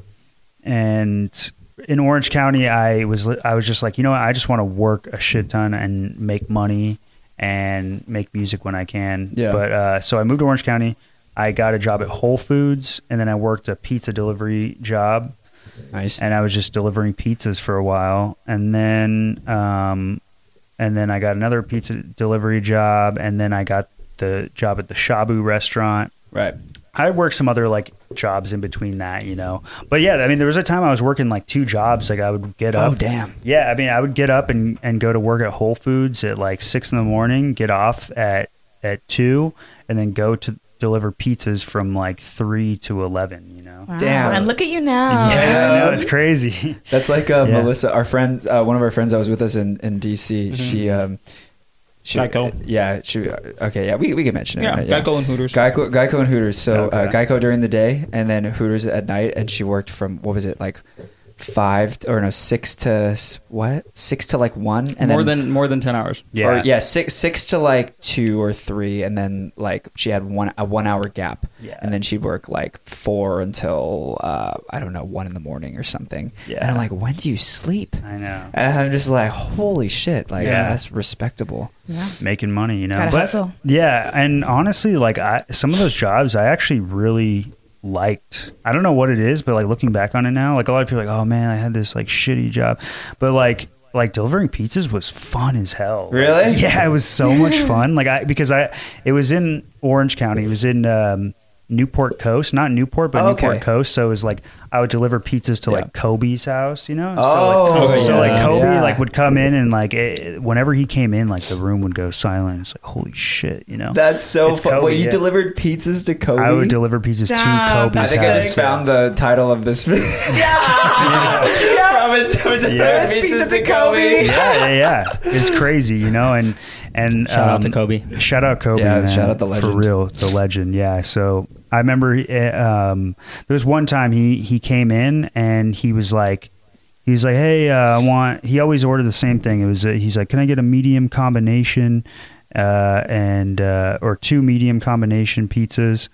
Speaker 3: And in Orange County, I was li- I was just like, you know, what? I just want to work a shit ton and make money and make music when I can.
Speaker 1: Yeah.
Speaker 3: But uh, so I moved to Orange County. I got a job at Whole Foods, and then I worked a pizza delivery job
Speaker 1: Nice.
Speaker 3: and I was just delivering pizzas for a while, and then um, and then I got another pizza delivery job, and then I got the job at the Shabu restaurant.
Speaker 1: right.
Speaker 3: I worked some other like jobs in between that, you know. But yeah, I mean, there was a time I was working like two jobs. Like I would get up.
Speaker 1: Oh damn.
Speaker 3: Yeah, I mean, I would get up and, and go to work at Whole Foods at like six in the morning, get off at at two, and then go to deliver pizzas from like three to eleven. You know.
Speaker 2: Wow,
Speaker 1: Damn.
Speaker 2: And look at you now.
Speaker 3: Yeah, I know it's crazy.
Speaker 1: That's like uh,
Speaker 3: Yeah.
Speaker 1: Melissa, our friend, uh, one of our friends that was with us in, in DC. She, um, she,
Speaker 4: Mm-hmm.
Speaker 1: uh,
Speaker 4: Geico.
Speaker 1: yeah, she, uh, okay, yeah, we, we can mention it.
Speaker 4: Yeah,
Speaker 1: right?
Speaker 4: Geico and Hooters.
Speaker 1: Geico, Geico and Hooters. So uh,
Speaker 3: Okay.
Speaker 1: Geico during the day and then Hooters at night. And she worked from, what was it, like five or no, six to s- what? Six to like one. And
Speaker 4: more
Speaker 1: then,
Speaker 4: than more than 10 hours.
Speaker 3: Yeah.
Speaker 1: Or, yeah, six six to like two or three, and then like she had one a one hour gap,
Speaker 3: Yeah.
Speaker 1: and then she'd work like four until uh, I don't know one in the morning or something. and
Speaker 3: Yeah.
Speaker 1: I'm like, when do you sleep?
Speaker 3: I know.
Speaker 1: And I'm just like, holy shit! Like
Speaker 3: Yeah.
Speaker 1: that's respectable.
Speaker 2: Yeah.
Speaker 3: making money, you know.
Speaker 2: Gotta
Speaker 3: but
Speaker 2: hustle.
Speaker 3: yeah, and honestly, like I, some of those jobs, I actually really liked. I don't know what it is, but like looking back on it now, like a lot of people, are like, oh man, I had this like shitty job, but like. Like delivering pizzas was fun as hell.
Speaker 1: Really?
Speaker 3: Yeah, it was so much fun. Like I because I it was in Orange County. It was in um, Newport Coast, not Newport, but
Speaker 1: Oh, okay.
Speaker 3: Newport Coast. So it was like I would deliver pizzas to
Speaker 1: Yeah.
Speaker 3: like Kobe's house, you know. so
Speaker 1: Oh,
Speaker 3: like, so like
Speaker 1: yeah.
Speaker 3: Kobe
Speaker 1: Yeah.
Speaker 3: like would come in and like it, whenever he came in, like the room would go silent. It's like holy shit, you know.
Speaker 1: That's so
Speaker 3: It's
Speaker 1: fun.
Speaker 3: Kobe,
Speaker 1: Wait, you
Speaker 3: yeah.
Speaker 1: delivered pizzas to Kobe?
Speaker 3: I would deliver pizzas to
Speaker 2: Stop,
Speaker 3: Kobe's
Speaker 1: I think I
Speaker 3: house.
Speaker 1: just found the title of this video. Robinson would deliver
Speaker 3: Yeah.
Speaker 1: pizzas
Speaker 2: Pizza to Kobe.
Speaker 3: yeah, yeah, yeah. It's crazy, you know, and and um,
Speaker 4: Shout out to Kobe.
Speaker 3: Shout out Kobe.
Speaker 1: Yeah,
Speaker 3: man.
Speaker 1: shout out the legend.
Speaker 3: for real, the legend. Yeah. So I remember uh, um, there was one time he he came in and he was like. He was like, "Hey, uh, I want." He always ordered the same thing. It was uh, he's like, "Can I get a medium combination, uh, and uh, or two medium combination pizzas?"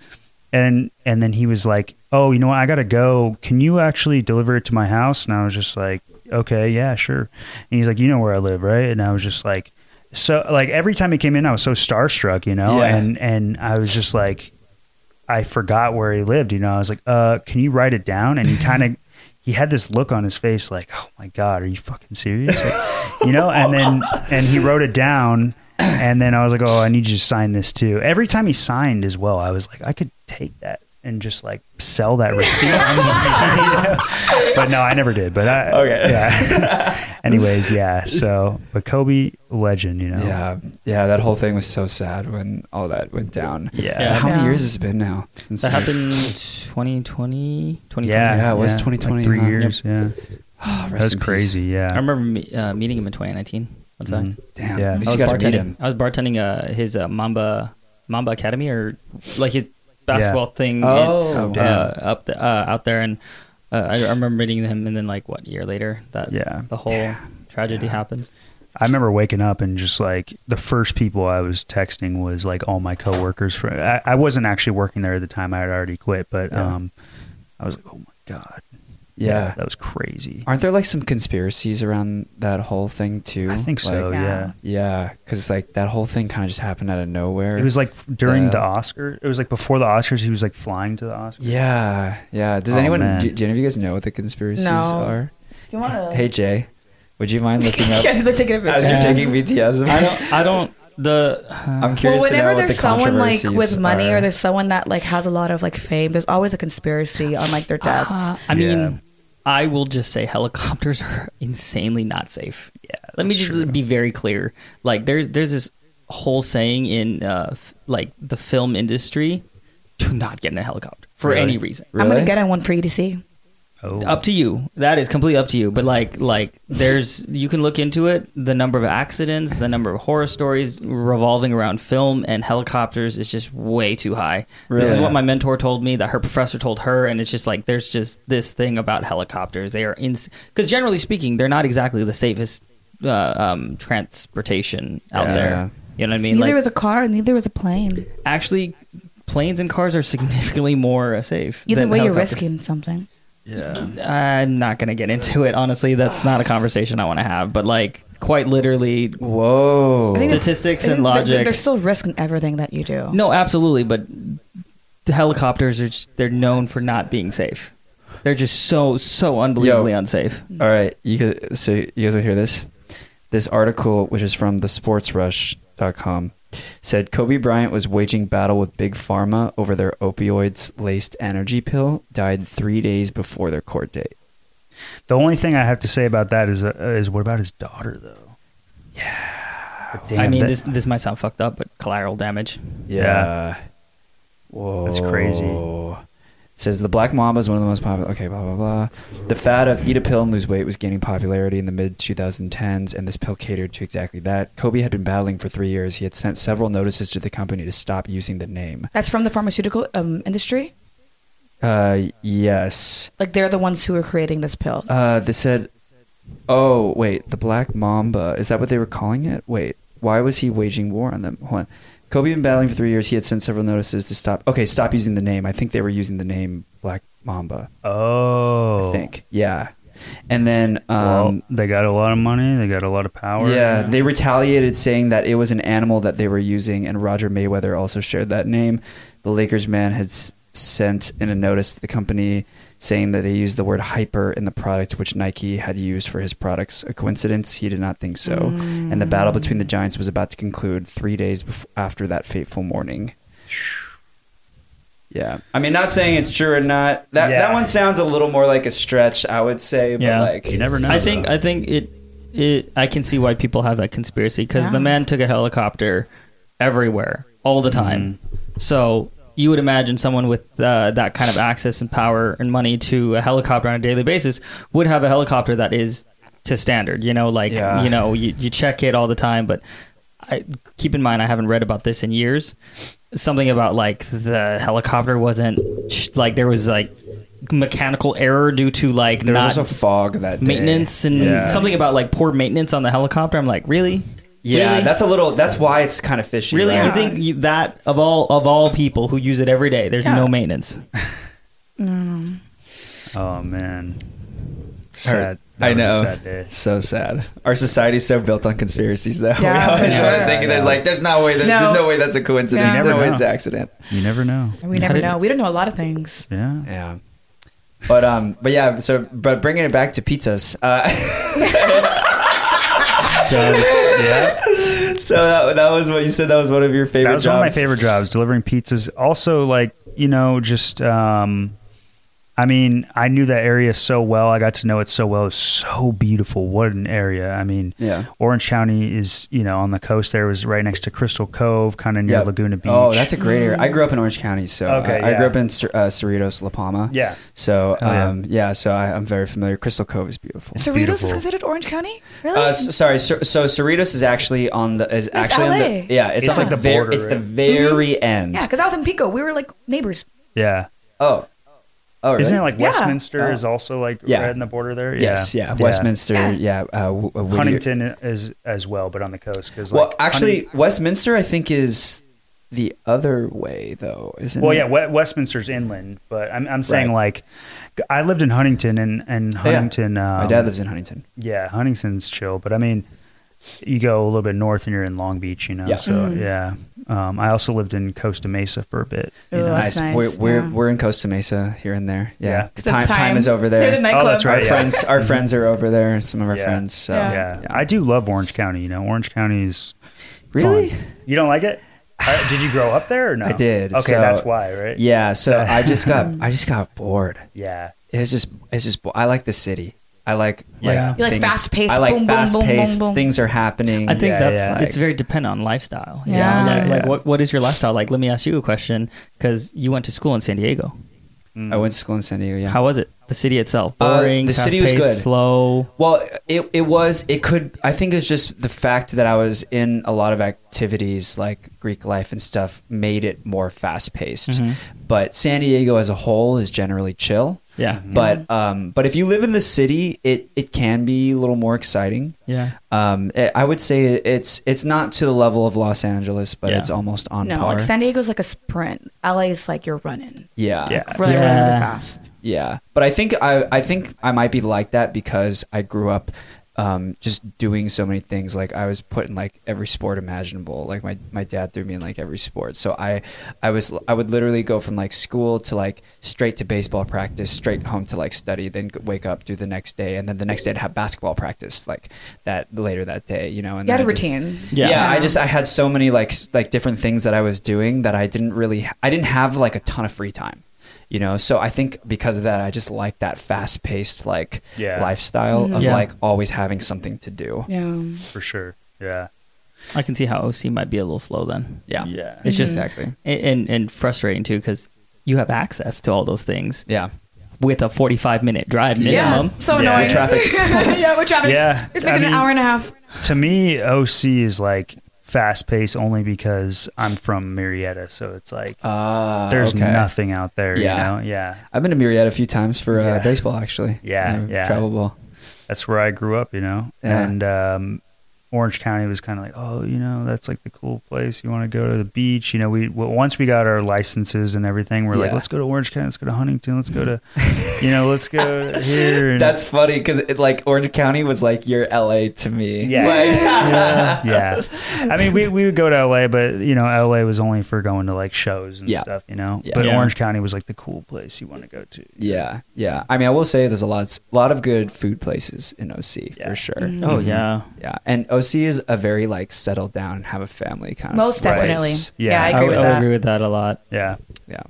Speaker 3: And and then he was like, oh, you know what? I got to go. Can you actually deliver it to my house? And I was just like, okay, yeah, sure. And he's like, you know where I live, right? And I was just like, so like every time he came in, I was so starstruck, you know,
Speaker 1: Yeah.
Speaker 3: and, and I was just like, I forgot where he lived, you know, I was like, uh, can you write it down? And he kind of, he had this look on his face like, oh my God, are you fucking serious? Like, you know, and then, and he wrote it down. And then I was like, oh, I need you to sign this too. Every time he signed as well, I was like, I could take that and just like sell that receipt. You know? But no, I never did. But I,
Speaker 1: Okay.
Speaker 3: Yeah. Anyways, yeah. So, but Kobe, legend, you know?
Speaker 1: Yeah, yeah, that whole thing was so sad when all that went down.
Speaker 3: Yeah.
Speaker 4: Yeah.
Speaker 1: How many
Speaker 2: Yeah.
Speaker 1: years has it been now? Since
Speaker 4: That
Speaker 1: you-
Speaker 4: happened 2020, 2020.
Speaker 3: Yeah,
Speaker 1: Yeah, it was
Speaker 3: Like
Speaker 1: 2020,
Speaker 3: three
Speaker 1: huh?
Speaker 3: years. Yeah,
Speaker 1: Oh, rest
Speaker 3: that's
Speaker 1: in peace.
Speaker 3: crazy.
Speaker 4: I
Speaker 3: Yeah,
Speaker 4: remember me- uh, meeting him in 2019. In fact,
Speaker 3: Mhm.
Speaker 1: Damn.
Speaker 3: Yeah.
Speaker 1: Yeah,
Speaker 3: I
Speaker 1: you
Speaker 4: I was
Speaker 1: got to meet
Speaker 4: bartending.
Speaker 1: him.
Speaker 4: I was bartending uh, his uh, Mamba Mamba Academy or like his basketball thing.
Speaker 1: Oh,
Speaker 4: in-
Speaker 3: damn.
Speaker 4: uh, up the, uh, out there, and uh, I, I remember meeting him, and then like what a year later that
Speaker 3: Yeah.
Speaker 4: the whole tragedy happens.
Speaker 3: I remember waking up and just like the first people I was texting was like all my coworkers. For I, I wasn't actually working there at the time; I had already quit. But
Speaker 1: Yeah.
Speaker 3: um, I was like, oh my god,
Speaker 1: Yeah.
Speaker 3: that was crazy.
Speaker 1: Aren't there like some conspiracies around that whole thing too?
Speaker 3: I think so.
Speaker 1: Like,
Speaker 2: yeah.
Speaker 3: yeah.
Speaker 1: yeah, because like that whole thing kind of just happened out of nowhere.
Speaker 3: It was like during
Speaker 1: Yeah.
Speaker 3: the Oscars. It was like before the Oscars. He was like flying to the Oscars.
Speaker 1: Yeah, yeah. Does
Speaker 3: Oh,
Speaker 1: anyone?
Speaker 3: man.
Speaker 1: Do, do any of you guys know what the conspiracies
Speaker 2: No.
Speaker 1: are?
Speaker 2: you want to?
Speaker 1: Hey Jay, would you mind looking up
Speaker 2: yes, they're taking a picture.
Speaker 1: as you're taking BTS?
Speaker 4: I don't. I don't. The
Speaker 1: I'm
Speaker 2: Well,
Speaker 1: curious
Speaker 2: whenever
Speaker 1: to know what
Speaker 2: there's
Speaker 1: the
Speaker 2: someone like
Speaker 1: controversies
Speaker 2: with money
Speaker 1: are.
Speaker 2: or there's someone that like has a lot of like fame, there's always a conspiracy on like their deaths.
Speaker 4: I mean,
Speaker 3: Yeah.
Speaker 4: I will just say helicopters are insanely not safe. Yeah, let me
Speaker 3: that's
Speaker 4: just
Speaker 3: true.
Speaker 4: be very clear. Like, there's there's this whole saying in uh, f- like the film industry: do not get in a helicopter for
Speaker 1: Really?
Speaker 4: any reason.
Speaker 2: I'm
Speaker 1: Really?
Speaker 2: gonna get in one for you to see.
Speaker 3: Oh,
Speaker 4: Up to you. That is completely up to you. But like, like there's you can look into it. The number of accidents, the number of horror stories revolving around film and helicopters is just way too high. This is
Speaker 1: Really?
Speaker 4: what my mentor told me. That her professor told her, and it's just like there's just this thing about helicopters. They are in because generally speaking, they're not exactly the safest uh, um, transportation out
Speaker 1: Yeah.
Speaker 4: there. You know what I mean?
Speaker 2: Neither
Speaker 4: like
Speaker 2: was a car, neither was a plane.
Speaker 4: actually, planes and cars are significantly more uh, safe.
Speaker 2: Either
Speaker 4: than
Speaker 2: way, you're
Speaker 4: helicopters.
Speaker 2: risking something.
Speaker 3: yeah.
Speaker 4: I'm not gonna get into it. Honestly, that's not a conversation I want to have. But like, quite literally,
Speaker 1: Whoa.
Speaker 2: I think it's-
Speaker 4: statistics
Speaker 2: They're-
Speaker 4: and
Speaker 2: they're- They're,
Speaker 4: logic.
Speaker 2: still risking everything that you do.
Speaker 4: no, absolutely. But the helicopters are just, they're known for not being safe. They're just so so unbelievably
Speaker 1: Yo.
Speaker 4: unsafe.
Speaker 1: All right, you guys, so you guys will hear this. This article, which is from thesportsrush.com, said Kobe Bryant was waging battle with Big Pharma over their opioids laced energy pill, died three days before their court date.
Speaker 3: The only thing I have to say about that is, uh, is what about his daughter though? Yeah.
Speaker 4: I mean, this this might sound fucked up, but collateral damage.
Speaker 1: Yeah.
Speaker 3: Yeah.
Speaker 1: Whoa.
Speaker 3: That's crazy.
Speaker 1: Says the black mamba is one of the most popular. Okay, blah blah blah. The fad of eat a pill and lose weight was gaining popularity in the mid 2010s, and this pill catered to exactly that. Kobe had been battling for three years. He had sent several notices to the company to stop using the name.
Speaker 2: That's from the pharmaceutical um, industry.
Speaker 1: Uh, yes.
Speaker 2: Like they're the ones who are creating this pill.
Speaker 1: Uh, they said, "Oh, wait, the Black Mamba. Is that what they were calling it? Wait, why was he waging war on them? Hold on. Kobe had been battling for three years. He had sent several notices to stop. Okay, stop using the name. I think they were using the name Black Mamba.
Speaker 3: oh,
Speaker 1: I think, yeah. And then,
Speaker 3: Well,
Speaker 1: um,
Speaker 3: they got a lot of money. They got a lot of power.
Speaker 1: yeah, they retaliated saying that it was an animal that they were using, and Roger Mayweather also shared that name. The Lakers man had s- sent in a notice to the company saying that they used the word hyper in the product, which Nike had used for his products. A coincidence? He did not think so. And the battle between the Giants was about to conclude three days bef- after that fateful morning. Yeah, I mean, not saying it's true or not. That
Speaker 3: Yeah.
Speaker 1: that one sounds a little more like a stretch, I would say. But
Speaker 4: Yeah.
Speaker 1: like,
Speaker 3: You never know.
Speaker 4: I think I think it it I can see why people have that conspiracy because
Speaker 2: Yeah.
Speaker 4: the man took a helicopter everywhere all the time.
Speaker 1: Mm-hmm.
Speaker 4: So you would imagine someone with uh, that kind of access and power and money to a helicopter on a daily basis would have a helicopter that is to standard. You know, like
Speaker 1: Yeah.
Speaker 4: you know you, you check it all the time, but. I, keep in mind, I haven't read about this in years. Something about like the helicopter wasn't sh- like there was like mechanical error due to like
Speaker 1: there was
Speaker 4: not
Speaker 1: also fog that day.
Speaker 4: maintenance and
Speaker 3: Yeah.
Speaker 4: something about like poor maintenance on the helicopter. I'm like, really?
Speaker 1: Yeah,
Speaker 4: Really?
Speaker 1: that's a little. That's why it's kind of fishy.
Speaker 4: Really?
Speaker 1: right?
Speaker 4: You think you, that of all of all people who use it every day, there's
Speaker 2: Yeah.
Speaker 4: no maintenance?
Speaker 2: Mm.
Speaker 3: Oh man,
Speaker 1: Our-
Speaker 3: sad. That
Speaker 1: I
Speaker 3: was a
Speaker 1: know.
Speaker 3: sad day.
Speaker 1: So sad. Our society's so built on conspiracies, though.
Speaker 2: Yeah.
Speaker 1: we always
Speaker 2: Yeah.
Speaker 1: sort of think there's like, there's no way, that,
Speaker 2: No.
Speaker 1: there's no way that's a coincidence.
Speaker 2: Yeah.
Speaker 1: There's
Speaker 2: You
Speaker 1: no
Speaker 3: never
Speaker 1: way
Speaker 3: know.
Speaker 1: it's an accident.
Speaker 3: You never know.
Speaker 2: We never
Speaker 4: did-
Speaker 2: know. We don't know a lot of things.
Speaker 3: Yeah.
Speaker 1: Yeah. But um, but yeah. So, but bringing it back to pizzas. Uh,
Speaker 3: yeah.
Speaker 1: so that, that was what you said. That was one of your favorite.
Speaker 3: That was
Speaker 1: jobs.
Speaker 3: one of my favorite jobs, delivering pizzas. Also, like you know, just um, I mean, I knew that area so well. I got to know it so well. It's so beautiful. What an area. I mean,
Speaker 1: Yeah.
Speaker 3: Orange County is you know on the coast. There It was right next to Crystal Cove, kind of near
Speaker 1: Yeah.
Speaker 3: Laguna Beach.
Speaker 1: Oh, that's a great area. I grew up in Orange County, so
Speaker 3: Okay,
Speaker 1: I, I
Speaker 3: yeah.
Speaker 1: grew up in Cer- uh, Cerritos, La Palma.
Speaker 3: Yeah.
Speaker 1: So
Speaker 3: Oh, yeah.
Speaker 1: um, yeah. so I, I'm very familiar. Crystal Cove is beautiful.
Speaker 2: Cerritos
Speaker 3: Beautiful.
Speaker 2: is considered Orange County? Really?
Speaker 1: Uh, s- sorry, so, so Cerritos is actually on the is actually on
Speaker 2: LA.
Speaker 1: the yeah. It's,
Speaker 3: It's
Speaker 1: on
Speaker 3: like
Speaker 1: the,
Speaker 3: the
Speaker 1: ver-
Speaker 3: border,
Speaker 1: It's the
Speaker 3: right?
Speaker 1: very end.
Speaker 2: Mm-hmm. yeah, because I was in Pico. We were like neighbors.
Speaker 3: yeah.
Speaker 1: Oh. Oh, really?
Speaker 3: Isn't it like
Speaker 2: Yeah.
Speaker 3: Westminster
Speaker 1: Oh.
Speaker 3: is also like
Speaker 1: Yeah.
Speaker 3: right in the border there?
Speaker 1: Yes, yeah. Westminster,
Speaker 2: Yeah.
Speaker 1: yeah. uh, w- uh, Whittier.
Speaker 3: Huntington is as well, but on the coast. Cause
Speaker 1: Well,
Speaker 3: like,
Speaker 1: actually,
Speaker 3: Hunting-
Speaker 1: Westminster, I think, is the other way, though, isn't
Speaker 3: well,
Speaker 1: it?
Speaker 3: yeah, we- Westminster's inland, but I'm, I'm saying
Speaker 1: Right. Oh,
Speaker 3: like, I lived in Huntington and and Huntington.
Speaker 1: My
Speaker 3: um,
Speaker 1: dad lives in Huntington.
Speaker 3: Yeah, Huntington's chill, but I mean, you go a little bit north and you're in Long Beach, you know.
Speaker 1: Yeah.
Speaker 3: So yeah, um, I also lived in Costa Mesa for a bit. you
Speaker 2: Ooh,
Speaker 3: know.
Speaker 2: Oh, that's nice,
Speaker 1: We're, we're,
Speaker 2: yeah.
Speaker 1: we're in Costa Mesa here and there. Yeah.
Speaker 3: Yeah.
Speaker 1: The time, time is over there. Oh,
Speaker 2: There's a nightclub.
Speaker 3: that's
Speaker 1: our
Speaker 3: right, yeah. Mm-hmm.
Speaker 1: friends, our friends are over there. Some of our
Speaker 3: Yeah.
Speaker 1: friends. So
Speaker 2: Yeah.
Speaker 3: Yeah. I do love Orange County. You know, Orange County's fun.
Speaker 1: Really?
Speaker 3: You don't like it? Uh, did you grow up there or no?
Speaker 1: I did.
Speaker 3: Okay,
Speaker 1: so-
Speaker 3: that's why, right?
Speaker 1: Yeah. So I just got I just got bored.
Speaker 3: Yeah.
Speaker 1: It was just it's just bo- I like the city. I like
Speaker 3: Yeah.
Speaker 1: like
Speaker 2: You like
Speaker 1: things-
Speaker 2: fast-paced,
Speaker 1: I like
Speaker 2: boom, boom, boom,
Speaker 1: fast paced.
Speaker 2: boom, boom.
Speaker 1: Things are happening.
Speaker 4: I think
Speaker 3: Yeah,
Speaker 4: that's
Speaker 3: yeah.
Speaker 4: it's very dependent on lifestyle. you
Speaker 2: Yeah.
Speaker 4: know? Like,
Speaker 3: Yeah,
Speaker 4: like
Speaker 3: yeah.
Speaker 4: what what is your lifestyle like? Let me ask you a question because you went to school in San Diego.
Speaker 3: Mm,
Speaker 1: I went to school in San Diego. Yeah.
Speaker 4: How was it? The city itself,
Speaker 1: Uh,
Speaker 4: boring.
Speaker 1: the city was
Speaker 4: fast-paced,
Speaker 1: good.
Speaker 4: slow.
Speaker 1: Well, it it was it could I think it's just the fact that I was in a lot of activities like Greek life and stuff made it more fast paced.
Speaker 4: Mm-hmm.
Speaker 1: But San Diego as a whole is generally chill.
Speaker 4: Yeah,
Speaker 2: Mm-hmm.
Speaker 1: But um, but if you live in the city, it it can be a little more exciting.
Speaker 4: yeah.
Speaker 1: Um, it, I would say it's it's not to the level of Los Angeles, but
Speaker 4: Yeah.
Speaker 1: it's almost on
Speaker 2: No,
Speaker 1: par.
Speaker 2: like San Diego's like a sprint. LA is like you're running.
Speaker 1: yeah,
Speaker 3: Yeah.
Speaker 2: Really
Speaker 4: Yeah.
Speaker 2: running really fast.
Speaker 1: Yeah, but I think I I think I might be like that because I grew up um, just doing so many things. Like I was put in like every sport imaginable. Like my my dad threw me in like every sport. So I I was I would literally go from like school to like straight to baseball practice, straight home to like study, then g- wake up, do the next day, and then the next day I'd have basketball practice like that later that day. You know, and
Speaker 2: You had a
Speaker 1: then I just-
Speaker 2: routine.
Speaker 1: yeah.
Speaker 4: Yeah.
Speaker 1: I just I had so many like s- like different things that I was doing that I didn't really I didn't have like a ton of free time. You know, so I think because of that I just like that fast paced like
Speaker 3: Yeah.
Speaker 1: lifestyle of
Speaker 4: Mm-hmm. Yeah.
Speaker 1: like always having something to do.
Speaker 2: Yeah.
Speaker 3: For sure. Yeah.
Speaker 4: I can see how OC might be a little slow then.
Speaker 1: Yeah.
Speaker 3: Yeah.
Speaker 4: It's just
Speaker 1: Exactly.
Speaker 4: and and, and frustrating too because you have access to all those things
Speaker 1: Yeah.
Speaker 4: with a forty-five minute drive
Speaker 2: Yeah.
Speaker 4: minimum.
Speaker 2: So
Speaker 3: Yeah.
Speaker 2: annoying.
Speaker 3: With
Speaker 1: traffic.
Speaker 2: yeah, with traffic.
Speaker 3: Yeah,
Speaker 2: It makes
Speaker 3: I
Speaker 2: it an
Speaker 3: mean-
Speaker 2: hour and a half.
Speaker 3: To me, OC is like fast paced only because I'm from Marietta, so it's like
Speaker 1: Uh,
Speaker 3: there's
Speaker 1: okay.
Speaker 3: nothing out there.
Speaker 1: Yeah.
Speaker 3: You know? Yeah.
Speaker 1: I've been to Murrieta a few times for uh,
Speaker 3: Yeah.
Speaker 1: baseball actually.
Speaker 3: Yeah,
Speaker 1: Uh,
Speaker 3: yeah.
Speaker 1: Travel ball.
Speaker 3: that's where I grew up, you know.
Speaker 1: Yeah.
Speaker 3: And um, Orange County was kind of like, oh, you know, that's like the cool place. You want to go to the beach, you know. We well, once we got our licenses and everything, we're like,
Speaker 1: Yeah.
Speaker 3: let's go to Orange County, let's go to Huntington, let's go to, you know, let's go here. And,
Speaker 1: That's funny because like Orange County was like your LA to me.
Speaker 3: Yeah.
Speaker 1: Like-
Speaker 3: yeah, yeah. I mean, we, we would go to LA, but you know, LA was only for going to like shows and
Speaker 1: Yeah.
Speaker 3: stuff, you know.
Speaker 1: Yeah.
Speaker 3: But
Speaker 4: Yeah.
Speaker 3: Orange County was like the cool place you want to go to.
Speaker 1: Yeah, yeah. I mean, I will say there's a lot, lot of good food places in OC
Speaker 3: Yeah.
Speaker 1: for sure.
Speaker 4: Oh yeah.
Speaker 1: Yeah, and OC is a very like settled down and have a family kind
Speaker 2: Most
Speaker 1: of place.
Speaker 2: definitely. Yeah,
Speaker 3: Yeah.
Speaker 2: I
Speaker 3: I
Speaker 4: I,
Speaker 2: agree with
Speaker 4: would
Speaker 2: that.
Speaker 4: agree with that a lot.
Speaker 3: Yeah,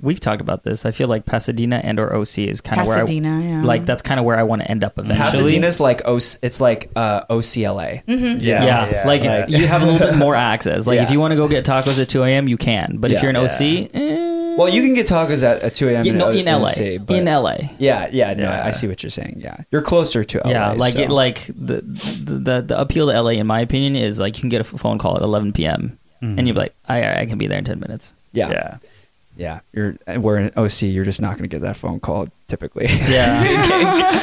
Speaker 4: We've talked about this. I feel like Pasadena and or OC is kind of where I
Speaker 2: Pasadena, yeah.
Speaker 4: like that's kind of where I want to end up eventually.
Speaker 1: Pasadena's like o- it's like uh, OCLA.
Speaker 4: Yeah, like
Speaker 3: yeah.
Speaker 4: you have a little bit more access. Like
Speaker 1: Yeah.
Speaker 4: if you want to go get tacos at 2 a.m., you can. But
Speaker 1: Yeah.
Speaker 4: if you're in OC,
Speaker 1: Well, you can get tacos at, at 2 a.m.
Speaker 4: you know,
Speaker 1: O-
Speaker 4: in LA,
Speaker 1: OC, but-
Speaker 4: in LA,
Speaker 1: Yeah, yeah, no,
Speaker 3: Yeah.
Speaker 1: I see what you're saying. Yeah, you're closer to LA.
Speaker 4: yeah, like
Speaker 1: so-
Speaker 4: it, like the, the the the appeal to LA, in my opinion, is like you can get a phone call at 11 p.m.
Speaker 1: Mm-hmm.
Speaker 4: and you're like, I I can be there in 10 minutes.
Speaker 1: yeah, yeah,
Speaker 3: yeah.
Speaker 1: You're we're in OC. You're just not going to get that phone call typically.
Speaker 4: Yeah,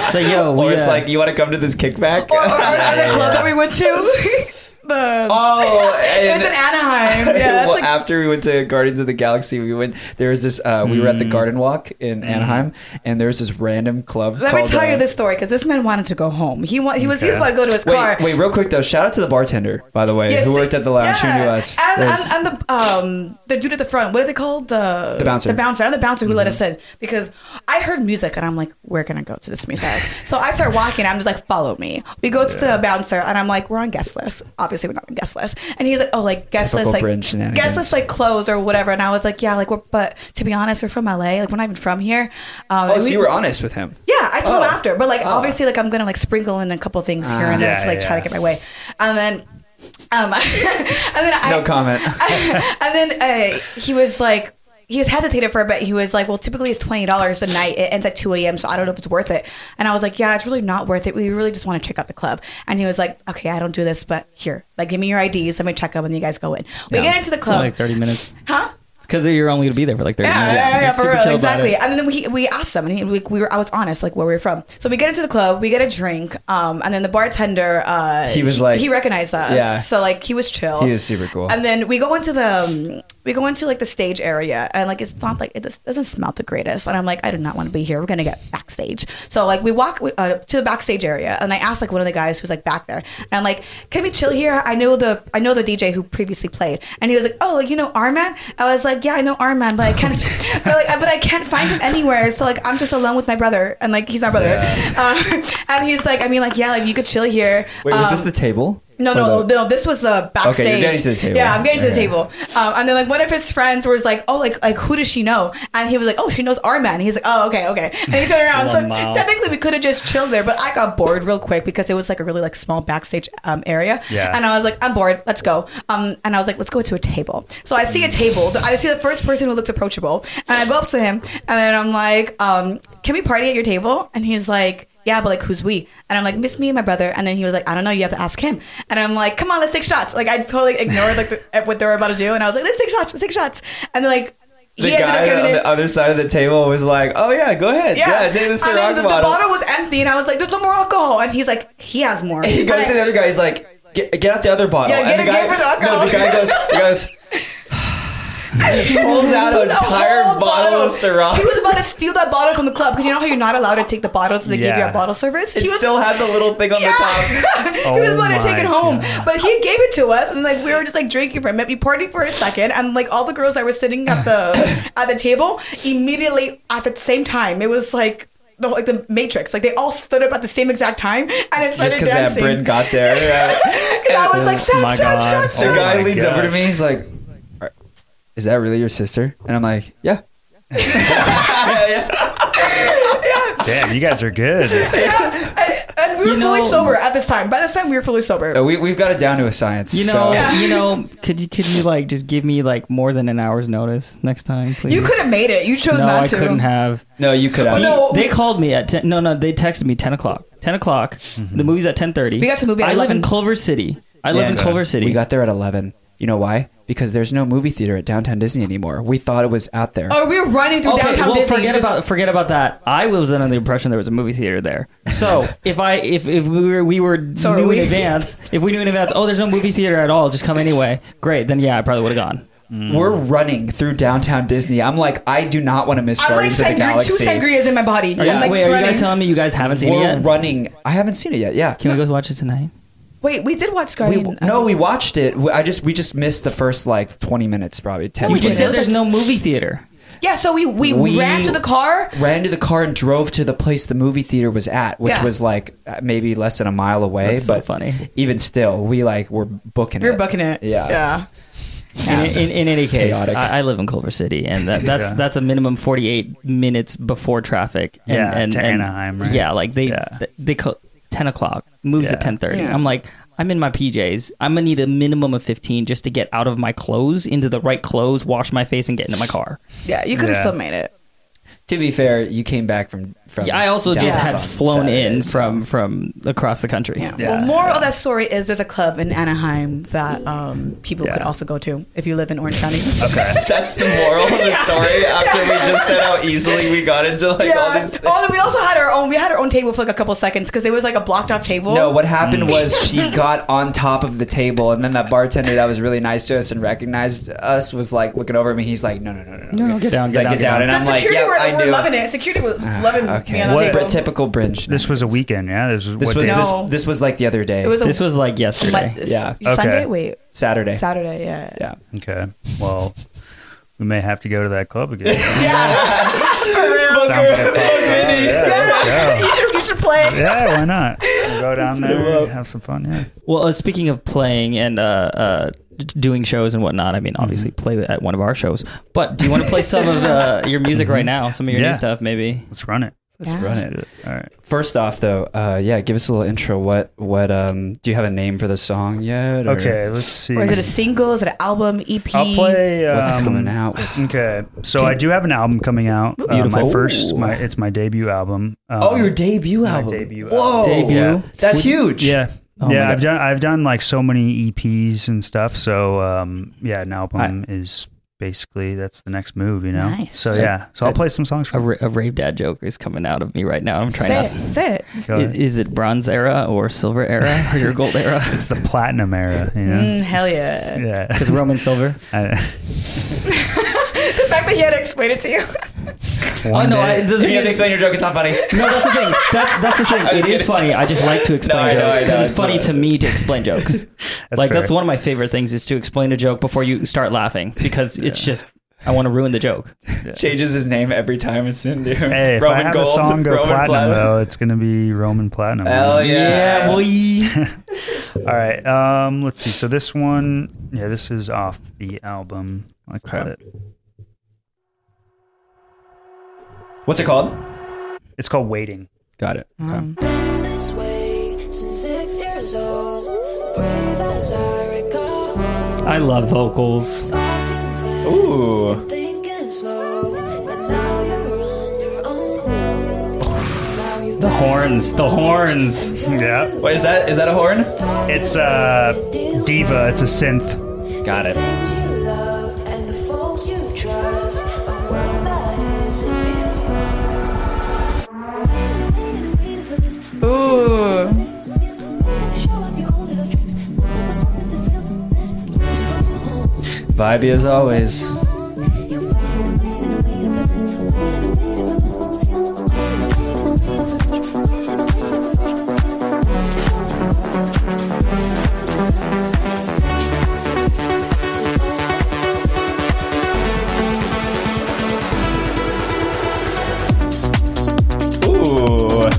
Speaker 4: it's like yo,
Speaker 1: or
Speaker 4: we,
Speaker 1: it's
Speaker 4: uh,
Speaker 1: like you want to come to this kickback.
Speaker 2: Or, or, or the club that we went to. the.
Speaker 1: Oh, and-
Speaker 2: it's in Anaheim. Yeah, that's
Speaker 1: well,
Speaker 2: like
Speaker 1: after we went to Guardians of the Galaxy, we went. There was this. Uh, we were at the Garden Walk in Anaheim, and there was this random club.
Speaker 2: Let me
Speaker 1: called,
Speaker 2: tell
Speaker 1: uh,
Speaker 2: you this story because this man wanted to go home. He wa- he was he was
Speaker 3: Okay.
Speaker 2: about to go to his car.
Speaker 1: Wait, wait, real quick though. Shout out to the bartender, by the way,
Speaker 2: Yes,
Speaker 1: who
Speaker 2: the-
Speaker 1: worked at the lounge.
Speaker 2: yeah.
Speaker 1: Who knew us?
Speaker 2: And,
Speaker 1: Liz.
Speaker 2: and, and the um the dude at the front. What are they called? The
Speaker 1: The bouncer. Mm-hmm.
Speaker 2: The bouncer. And the bouncer who let us in because I heard music and I'm like, we're gonna go to this music. so I start walking. I'm just like, follow me. We go to the bouncer and I'm like, we're on guest list. Obviously, we're not on guest list. And he's like, oh, like guest
Speaker 1: Typical
Speaker 2: list,
Speaker 1: Bryn
Speaker 2: like
Speaker 1: shenanigans.
Speaker 2: guest list, like closed or whatever. And I was like, yeah, like we're but to be honest, we're from LA. Like we're not even from here. Um,
Speaker 1: oh,
Speaker 2: and
Speaker 1: so
Speaker 2: we-
Speaker 1: you were honest with him.
Speaker 2: yeah, I told
Speaker 1: Oh.
Speaker 2: him after, but like
Speaker 1: Oh.
Speaker 2: obviously, like I'm gonna like sprinkle in a couple things here and there
Speaker 3: Ah.
Speaker 2: to like
Speaker 3: Yeah,
Speaker 2: try to
Speaker 3: yeah.
Speaker 2: get my way, and then, um, and then I
Speaker 1: No comment.
Speaker 2: and then uh, he was like, he hesitated for a bit. He was like, well, typically it's twenty dollars a night. It ends at two a.m., so I don't know if it's worth it. And I was like, yeah, it's really not worth it. We really just want to check out the club. And he was like, okay, I don't do this, but here, like, give me your IDs. Let me check up, and you guys go in. We
Speaker 4: Yeah.
Speaker 2: get into the
Speaker 4: It's only
Speaker 2: club,
Speaker 4: like 30 minutes.
Speaker 2: huh?
Speaker 4: Because you're only going to be there for like 30
Speaker 2: Yeah,
Speaker 4: minutes.
Speaker 2: yeah, yeah,
Speaker 4: It's
Speaker 2: for
Speaker 4: super
Speaker 2: real,
Speaker 4: chill about
Speaker 2: exactly.
Speaker 4: it.
Speaker 2: And then we we asked him, and he, we, we were I was honest, like where we were from. So we get into the club, we get a drink, um, and then the bartender, uh,
Speaker 1: He was like-
Speaker 2: he recognized us,
Speaker 1: Yeah.
Speaker 2: So like he was chill,
Speaker 1: He was super cool.
Speaker 2: And then we go into the um, we go into like the stage area, and like it's not like it just doesn't smell the greatest. And I'm like, I do not want to be here. We're gonna get backstage. So like we walk uh, to the backstage area, and I asked like one of the guys who's like back there, and I'm like, can we chill here? I know the I know the DJ who previously played, and he was like, oh, like you know Arman? I was like, yeah, I know Arman, but I can't, but, like, but I can't find him anywhere. So like I'm just alone with my brother, and like he's my brother, Uh, and he's like, I mean like yeah, like you could chill here.
Speaker 1: Wait, was
Speaker 2: Um,
Speaker 1: this the table?
Speaker 2: no,
Speaker 1: Or
Speaker 2: no,
Speaker 1: the-
Speaker 2: no. This was a backstage.
Speaker 1: Okay, you're getting to the table.
Speaker 2: Yeah, I'm getting to the
Speaker 1: Okay.
Speaker 2: table. Um, and then like one of his friends was like, "Oh, like like who does she know?" And he was like, "Oh, she knows our man." He's like, "Oh, okay, okay." And he turned around. so
Speaker 4: Lmao.
Speaker 2: technically, we could have just chilled there, but I got bored real quick because it was like a really like small backstage um, area.
Speaker 3: Yeah.
Speaker 2: And I was like, "I'm bored. Let's go." Um, and I was like, "Let's go to a table." So I see a table. I see the first person who looks approachable, and I go up to him, and then I'm like, um, "Can we party at your table?" And he's like yeah, but like, who's we? And I'm like, miss me and my brother. And then he was like, I don't know, you have to ask him. And I'm like, come on, let's take shots. Like, I totally ignored like the, what they were about to do, and I was like, let's take shots, let's take shots. And they're like,
Speaker 1: The
Speaker 2: he ended up
Speaker 1: guy
Speaker 2: giving
Speaker 1: on
Speaker 2: it-
Speaker 1: the other side of the table was like, "Oh yeah, go ahead. Yeah, take the Ciroc
Speaker 2: and then the, the
Speaker 1: bottle."
Speaker 2: bottle was empty, and I was like, there's no more alcohol. And he's like, he has more.
Speaker 1: And he
Speaker 2: And
Speaker 1: goes to the
Speaker 2: I-
Speaker 1: other guy. He's like, "Get, get out the other bottle."
Speaker 2: Yeah,
Speaker 1: and
Speaker 2: get it- get it for the alcohol.
Speaker 1: No, the guy goes. He goes. pulls out an
Speaker 2: The
Speaker 1: entire
Speaker 2: whole
Speaker 1: bottle, of Ciroc.
Speaker 2: He was about to steal that bottle from the club because you know how you're not allowed to take the bottles so they give you
Speaker 3: Yeah.
Speaker 2: a bottle service.
Speaker 1: it
Speaker 2: he was
Speaker 1: still had the little thing on
Speaker 2: Yeah.
Speaker 1: the top.
Speaker 2: he was about
Speaker 3: Oh
Speaker 2: to take
Speaker 3: my
Speaker 2: it home,
Speaker 3: God.
Speaker 2: but he gave it to us, and like we were just like drinking from it. We partied for a second, and like all the girls that were sitting at the at the table immediately at the same time, it was like the like the Matrix. Like they all stood up at the same exact time, and it
Speaker 1: Just
Speaker 2: started
Speaker 1: because that
Speaker 2: dancing.
Speaker 1: Bryn got there. Yeah.
Speaker 2: and I was like,
Speaker 4: my
Speaker 2: shots, shots,
Speaker 4: God.
Speaker 2: shots,
Speaker 1: the
Speaker 3: Oh
Speaker 2: shots.
Speaker 1: guy
Speaker 3: my
Speaker 1: leans over to
Speaker 3: gosh.
Speaker 1: me. He's like, "Are- "Is that really your sister?" And I'm like, "Yeah."
Speaker 3: Damn, you guys are good.
Speaker 2: And, and we were
Speaker 4: You
Speaker 2: fully
Speaker 4: know-
Speaker 2: sober at this time. By this time, we were fully sober.
Speaker 1: Uh, We we've got it down to a science.
Speaker 4: You know,
Speaker 1: so-
Speaker 4: you know, could you could you like just give me like more than an hour's notice next time, please?
Speaker 2: You could have made it. You chose
Speaker 4: No,
Speaker 2: not
Speaker 4: I
Speaker 2: to.
Speaker 4: couldn't have.
Speaker 1: no, you could have.
Speaker 2: no.
Speaker 4: They called me at ten. No, no, they texted me ten o'clock. Ten o'clock. The movie's at ten thirty.
Speaker 2: We got to movie at
Speaker 4: I live in
Speaker 2: 11.
Speaker 4: Culver City. I live
Speaker 1: Yeah.
Speaker 4: in Culver City.
Speaker 1: We got there at 11. You know why? Because there's no movie theater at downtown Disney anymore. We thought it was out there.
Speaker 2: Or Oh, we were running through
Speaker 4: okay,
Speaker 2: downtown
Speaker 4: well,
Speaker 2: Disney.
Speaker 4: forget
Speaker 2: just-
Speaker 4: about forget about that. I was under the impression there was a movie theater there. So if I if, if we were we were
Speaker 2: So are
Speaker 4: knew
Speaker 2: we.
Speaker 4: in advance, if we knew in advance, oh, there's no movie theater at all, just come anyway. Great, then yeah, I probably would have gone.
Speaker 1: We're running through downtown Disney. I'm like, I do not want to miss
Speaker 2: I'm like
Speaker 1: Guardians of the
Speaker 2: sangria, two
Speaker 1: Galaxy.
Speaker 2: sangrias in my body.
Speaker 4: Are you-
Speaker 2: I'm like
Speaker 4: wait, are you
Speaker 2: running.
Speaker 4: guys telling me you guys haven't seen it
Speaker 1: We're
Speaker 4: yet?
Speaker 1: running. I haven't seen it yet. Yeah.
Speaker 4: Can we go watch it tonight?
Speaker 2: Wait, we did watch
Speaker 1: We,
Speaker 2: Guardian.
Speaker 1: no, we watched it. We- I just we just missed the first like 20 minutes, probably 10.
Speaker 2: We
Speaker 4: You
Speaker 2: did.
Speaker 4: just said there's no movie theater.
Speaker 2: Yeah, so we, we,
Speaker 1: We-
Speaker 2: ran to the car.
Speaker 1: ran to the car and drove to the place the movie theater was at, which
Speaker 2: Yeah.
Speaker 1: was like uh, maybe less than a mile away.
Speaker 4: That's so
Speaker 1: but
Speaker 4: funny.
Speaker 1: even still, we like were booking
Speaker 2: We
Speaker 1: it.
Speaker 2: were booking it.
Speaker 1: Yeah.
Speaker 2: Yeah.
Speaker 4: In, in, in any case,
Speaker 1: Chaotic.
Speaker 4: I, I live in Culver City, and that, that's
Speaker 3: Yeah.
Speaker 4: that's a minimum 48 minutes before traffic. And,
Speaker 3: Yeah,
Speaker 4: and,
Speaker 3: to
Speaker 4: and-
Speaker 3: Anaheim, right?
Speaker 4: Yeah, like they
Speaker 3: Yeah.
Speaker 4: th- they co- 10 o'clock moves at
Speaker 3: Yeah.
Speaker 4: 10:30.
Speaker 2: Yeah.
Speaker 4: I'm like, I'm in my PJs. I'm gonna need a minimum of 15 just to get out of my clothes into the right clothes, wash my face, and get into my car.
Speaker 2: Yeah, you could have
Speaker 3: Yeah.
Speaker 2: still made it.
Speaker 1: to be fair, you came back from from.
Speaker 4: Yeah, I also just
Speaker 2: Dallas
Speaker 4: had
Speaker 1: on
Speaker 4: flown
Speaker 1: Saturday,
Speaker 4: in
Speaker 1: so-
Speaker 4: from from across the country.
Speaker 2: Yeah.
Speaker 3: Yeah.
Speaker 2: Well, moral of that story is there's a club in Anaheim that um, people
Speaker 3: Yeah.
Speaker 2: could also go to if you live in Orange County.
Speaker 1: That's the moral of the story. After we just said how easily we got into like all
Speaker 2: yeah.
Speaker 1: these.
Speaker 2: Oh, and we also had our own. We had our own table for like a couple seconds because it was like a blocked off table.
Speaker 1: No, what
Speaker 4: Mm.
Speaker 1: happened was she got on top of the table, and then that bartender that was really nice to us and recognized us was like looking over at me. He's like, "No, no, no, no,
Speaker 4: No, no, get down,
Speaker 1: He's
Speaker 4: get
Speaker 1: like,
Speaker 4: down,
Speaker 1: "Get down,"
Speaker 4: get
Speaker 1: and
Speaker 2: the
Speaker 1: I'm like,
Speaker 2: security
Speaker 1: "Yep,
Speaker 2: were,
Speaker 1: I
Speaker 2: were
Speaker 1: knew." Ah,
Speaker 2: loving it. Security was loving me
Speaker 1: Okay,
Speaker 2: on the
Speaker 3: What-
Speaker 1: Br-
Speaker 2: table.
Speaker 1: typical Brinch.
Speaker 3: This was a weekend, yeah. This was
Speaker 1: This
Speaker 3: what
Speaker 1: was
Speaker 3: day?
Speaker 2: No.
Speaker 1: this, this was like the other day.
Speaker 2: It was a
Speaker 4: This was like yesterday.
Speaker 2: Like,
Speaker 1: Yeah.
Speaker 2: s- Sunday.
Speaker 3: Okay.
Speaker 2: Wait,
Speaker 1: Saturday.
Speaker 2: Saturday. Yeah.
Speaker 1: Yeah.
Speaker 3: Okay. Well, we may have to go to that club again. Sounds like a fun time. Yeah, let's go.
Speaker 2: you, should, you should play.
Speaker 3: Yeah, why not? We'll go down there, have some fun. Yeah.
Speaker 4: Well, uh, speaking of playing and uh, uh, d- doing shows and whatnot, I mean,
Speaker 3: Mm-hmm.
Speaker 4: obviously play at one of our shows. But do you want to play some of uh, your music right now? Some of your
Speaker 3: Yeah.
Speaker 4: new stuff, maybe.
Speaker 3: Let's run it.
Speaker 1: Let's
Speaker 2: Yeah.
Speaker 1: run
Speaker 3: Let's
Speaker 1: it.
Speaker 3: do it. All right.
Speaker 1: First off, though, uh, yeah, give us a little intro. What what um do you have a name for the song yet? or
Speaker 3: Okay, let's see.
Speaker 2: Or is it a single? Is it an album? E EP?
Speaker 3: I'll play. Um,
Speaker 1: What's coming out? What's,
Speaker 3: Okay, so I do have an album coming out. Uh, my
Speaker 1: Beautiful.
Speaker 3: first,
Speaker 1: Ooh.
Speaker 3: my it's my debut album. Um,
Speaker 1: oh, your debut
Speaker 3: my
Speaker 1: album.
Speaker 3: debut
Speaker 1: Whoa,
Speaker 3: album.
Speaker 4: Debut?
Speaker 3: Oh, Yeah.
Speaker 1: that's huge.
Speaker 3: Yeah.
Speaker 4: Oh
Speaker 3: yeah,
Speaker 4: my
Speaker 3: I've
Speaker 4: God.
Speaker 3: done I've done like so many EPs and stuff. So um, yeah, an album is basically that's the next move, you know.
Speaker 2: Nice.
Speaker 3: So yeah, so I'll play some songs
Speaker 4: A,
Speaker 3: from.
Speaker 4: ra- a rave dad joke is coming out of me right now. I'm trying
Speaker 2: Say
Speaker 4: not.
Speaker 2: it. Say it.
Speaker 3: Go
Speaker 4: Is,
Speaker 3: ahead.
Speaker 4: is it bronze era or silver era or your gold era?
Speaker 3: It's the platinum era, you know.
Speaker 2: Mm, hell yeah.
Speaker 3: Yeah.
Speaker 4: Because Roman silver.
Speaker 3: I-
Speaker 2: The fact that he had to explain it to you.
Speaker 1: Oh
Speaker 3: one
Speaker 1: no,
Speaker 3: day-
Speaker 1: I, the, you have to explain your joke. It's not funny.
Speaker 4: No, that's the thing. That, that's the thing.
Speaker 1: I was
Speaker 4: It is
Speaker 1: kidding.
Speaker 4: funny. I just like to explain
Speaker 1: I know, I
Speaker 4: jokes
Speaker 1: know,
Speaker 4: because it's
Speaker 1: it's
Speaker 4: funny
Speaker 1: not-
Speaker 4: to me to explain jokes.
Speaker 3: that's
Speaker 4: like
Speaker 3: fair.
Speaker 4: that's one of my favorite things is to explain a joke before you start laughing because it's just I want to ruin the joke.
Speaker 1: Changes his name every time it's in there.
Speaker 3: Hey, if I have a song go platinum, though, it's gonna be Roman platinum.
Speaker 1: Hell yeah.
Speaker 4: boy.
Speaker 3: All right. Um, let's see. So this one, yeah, this is off the album. I call
Speaker 1: Okay.
Speaker 3: it.
Speaker 1: What's it called?
Speaker 3: It's called Waiting.
Speaker 1: Got it. Okay.
Speaker 3: Um.
Speaker 5: Been this way since six years old. Brave as I recall.
Speaker 4: I love vocals.
Speaker 5: Talking fast,
Speaker 1: Ooh.
Speaker 5: thinking slow. But now you're on your own. Now you've
Speaker 4: The horns, the horns.
Speaker 3: Yeah.
Speaker 1: Wait, is that is that a horn?
Speaker 3: It's uh, diva. It's a synth.
Speaker 1: Got it.
Speaker 5: things you love and the folks you trust. A world that hasn't been. Waiting, waiting for this.
Speaker 2: Ooh.
Speaker 1: Vibey as always. Ooh.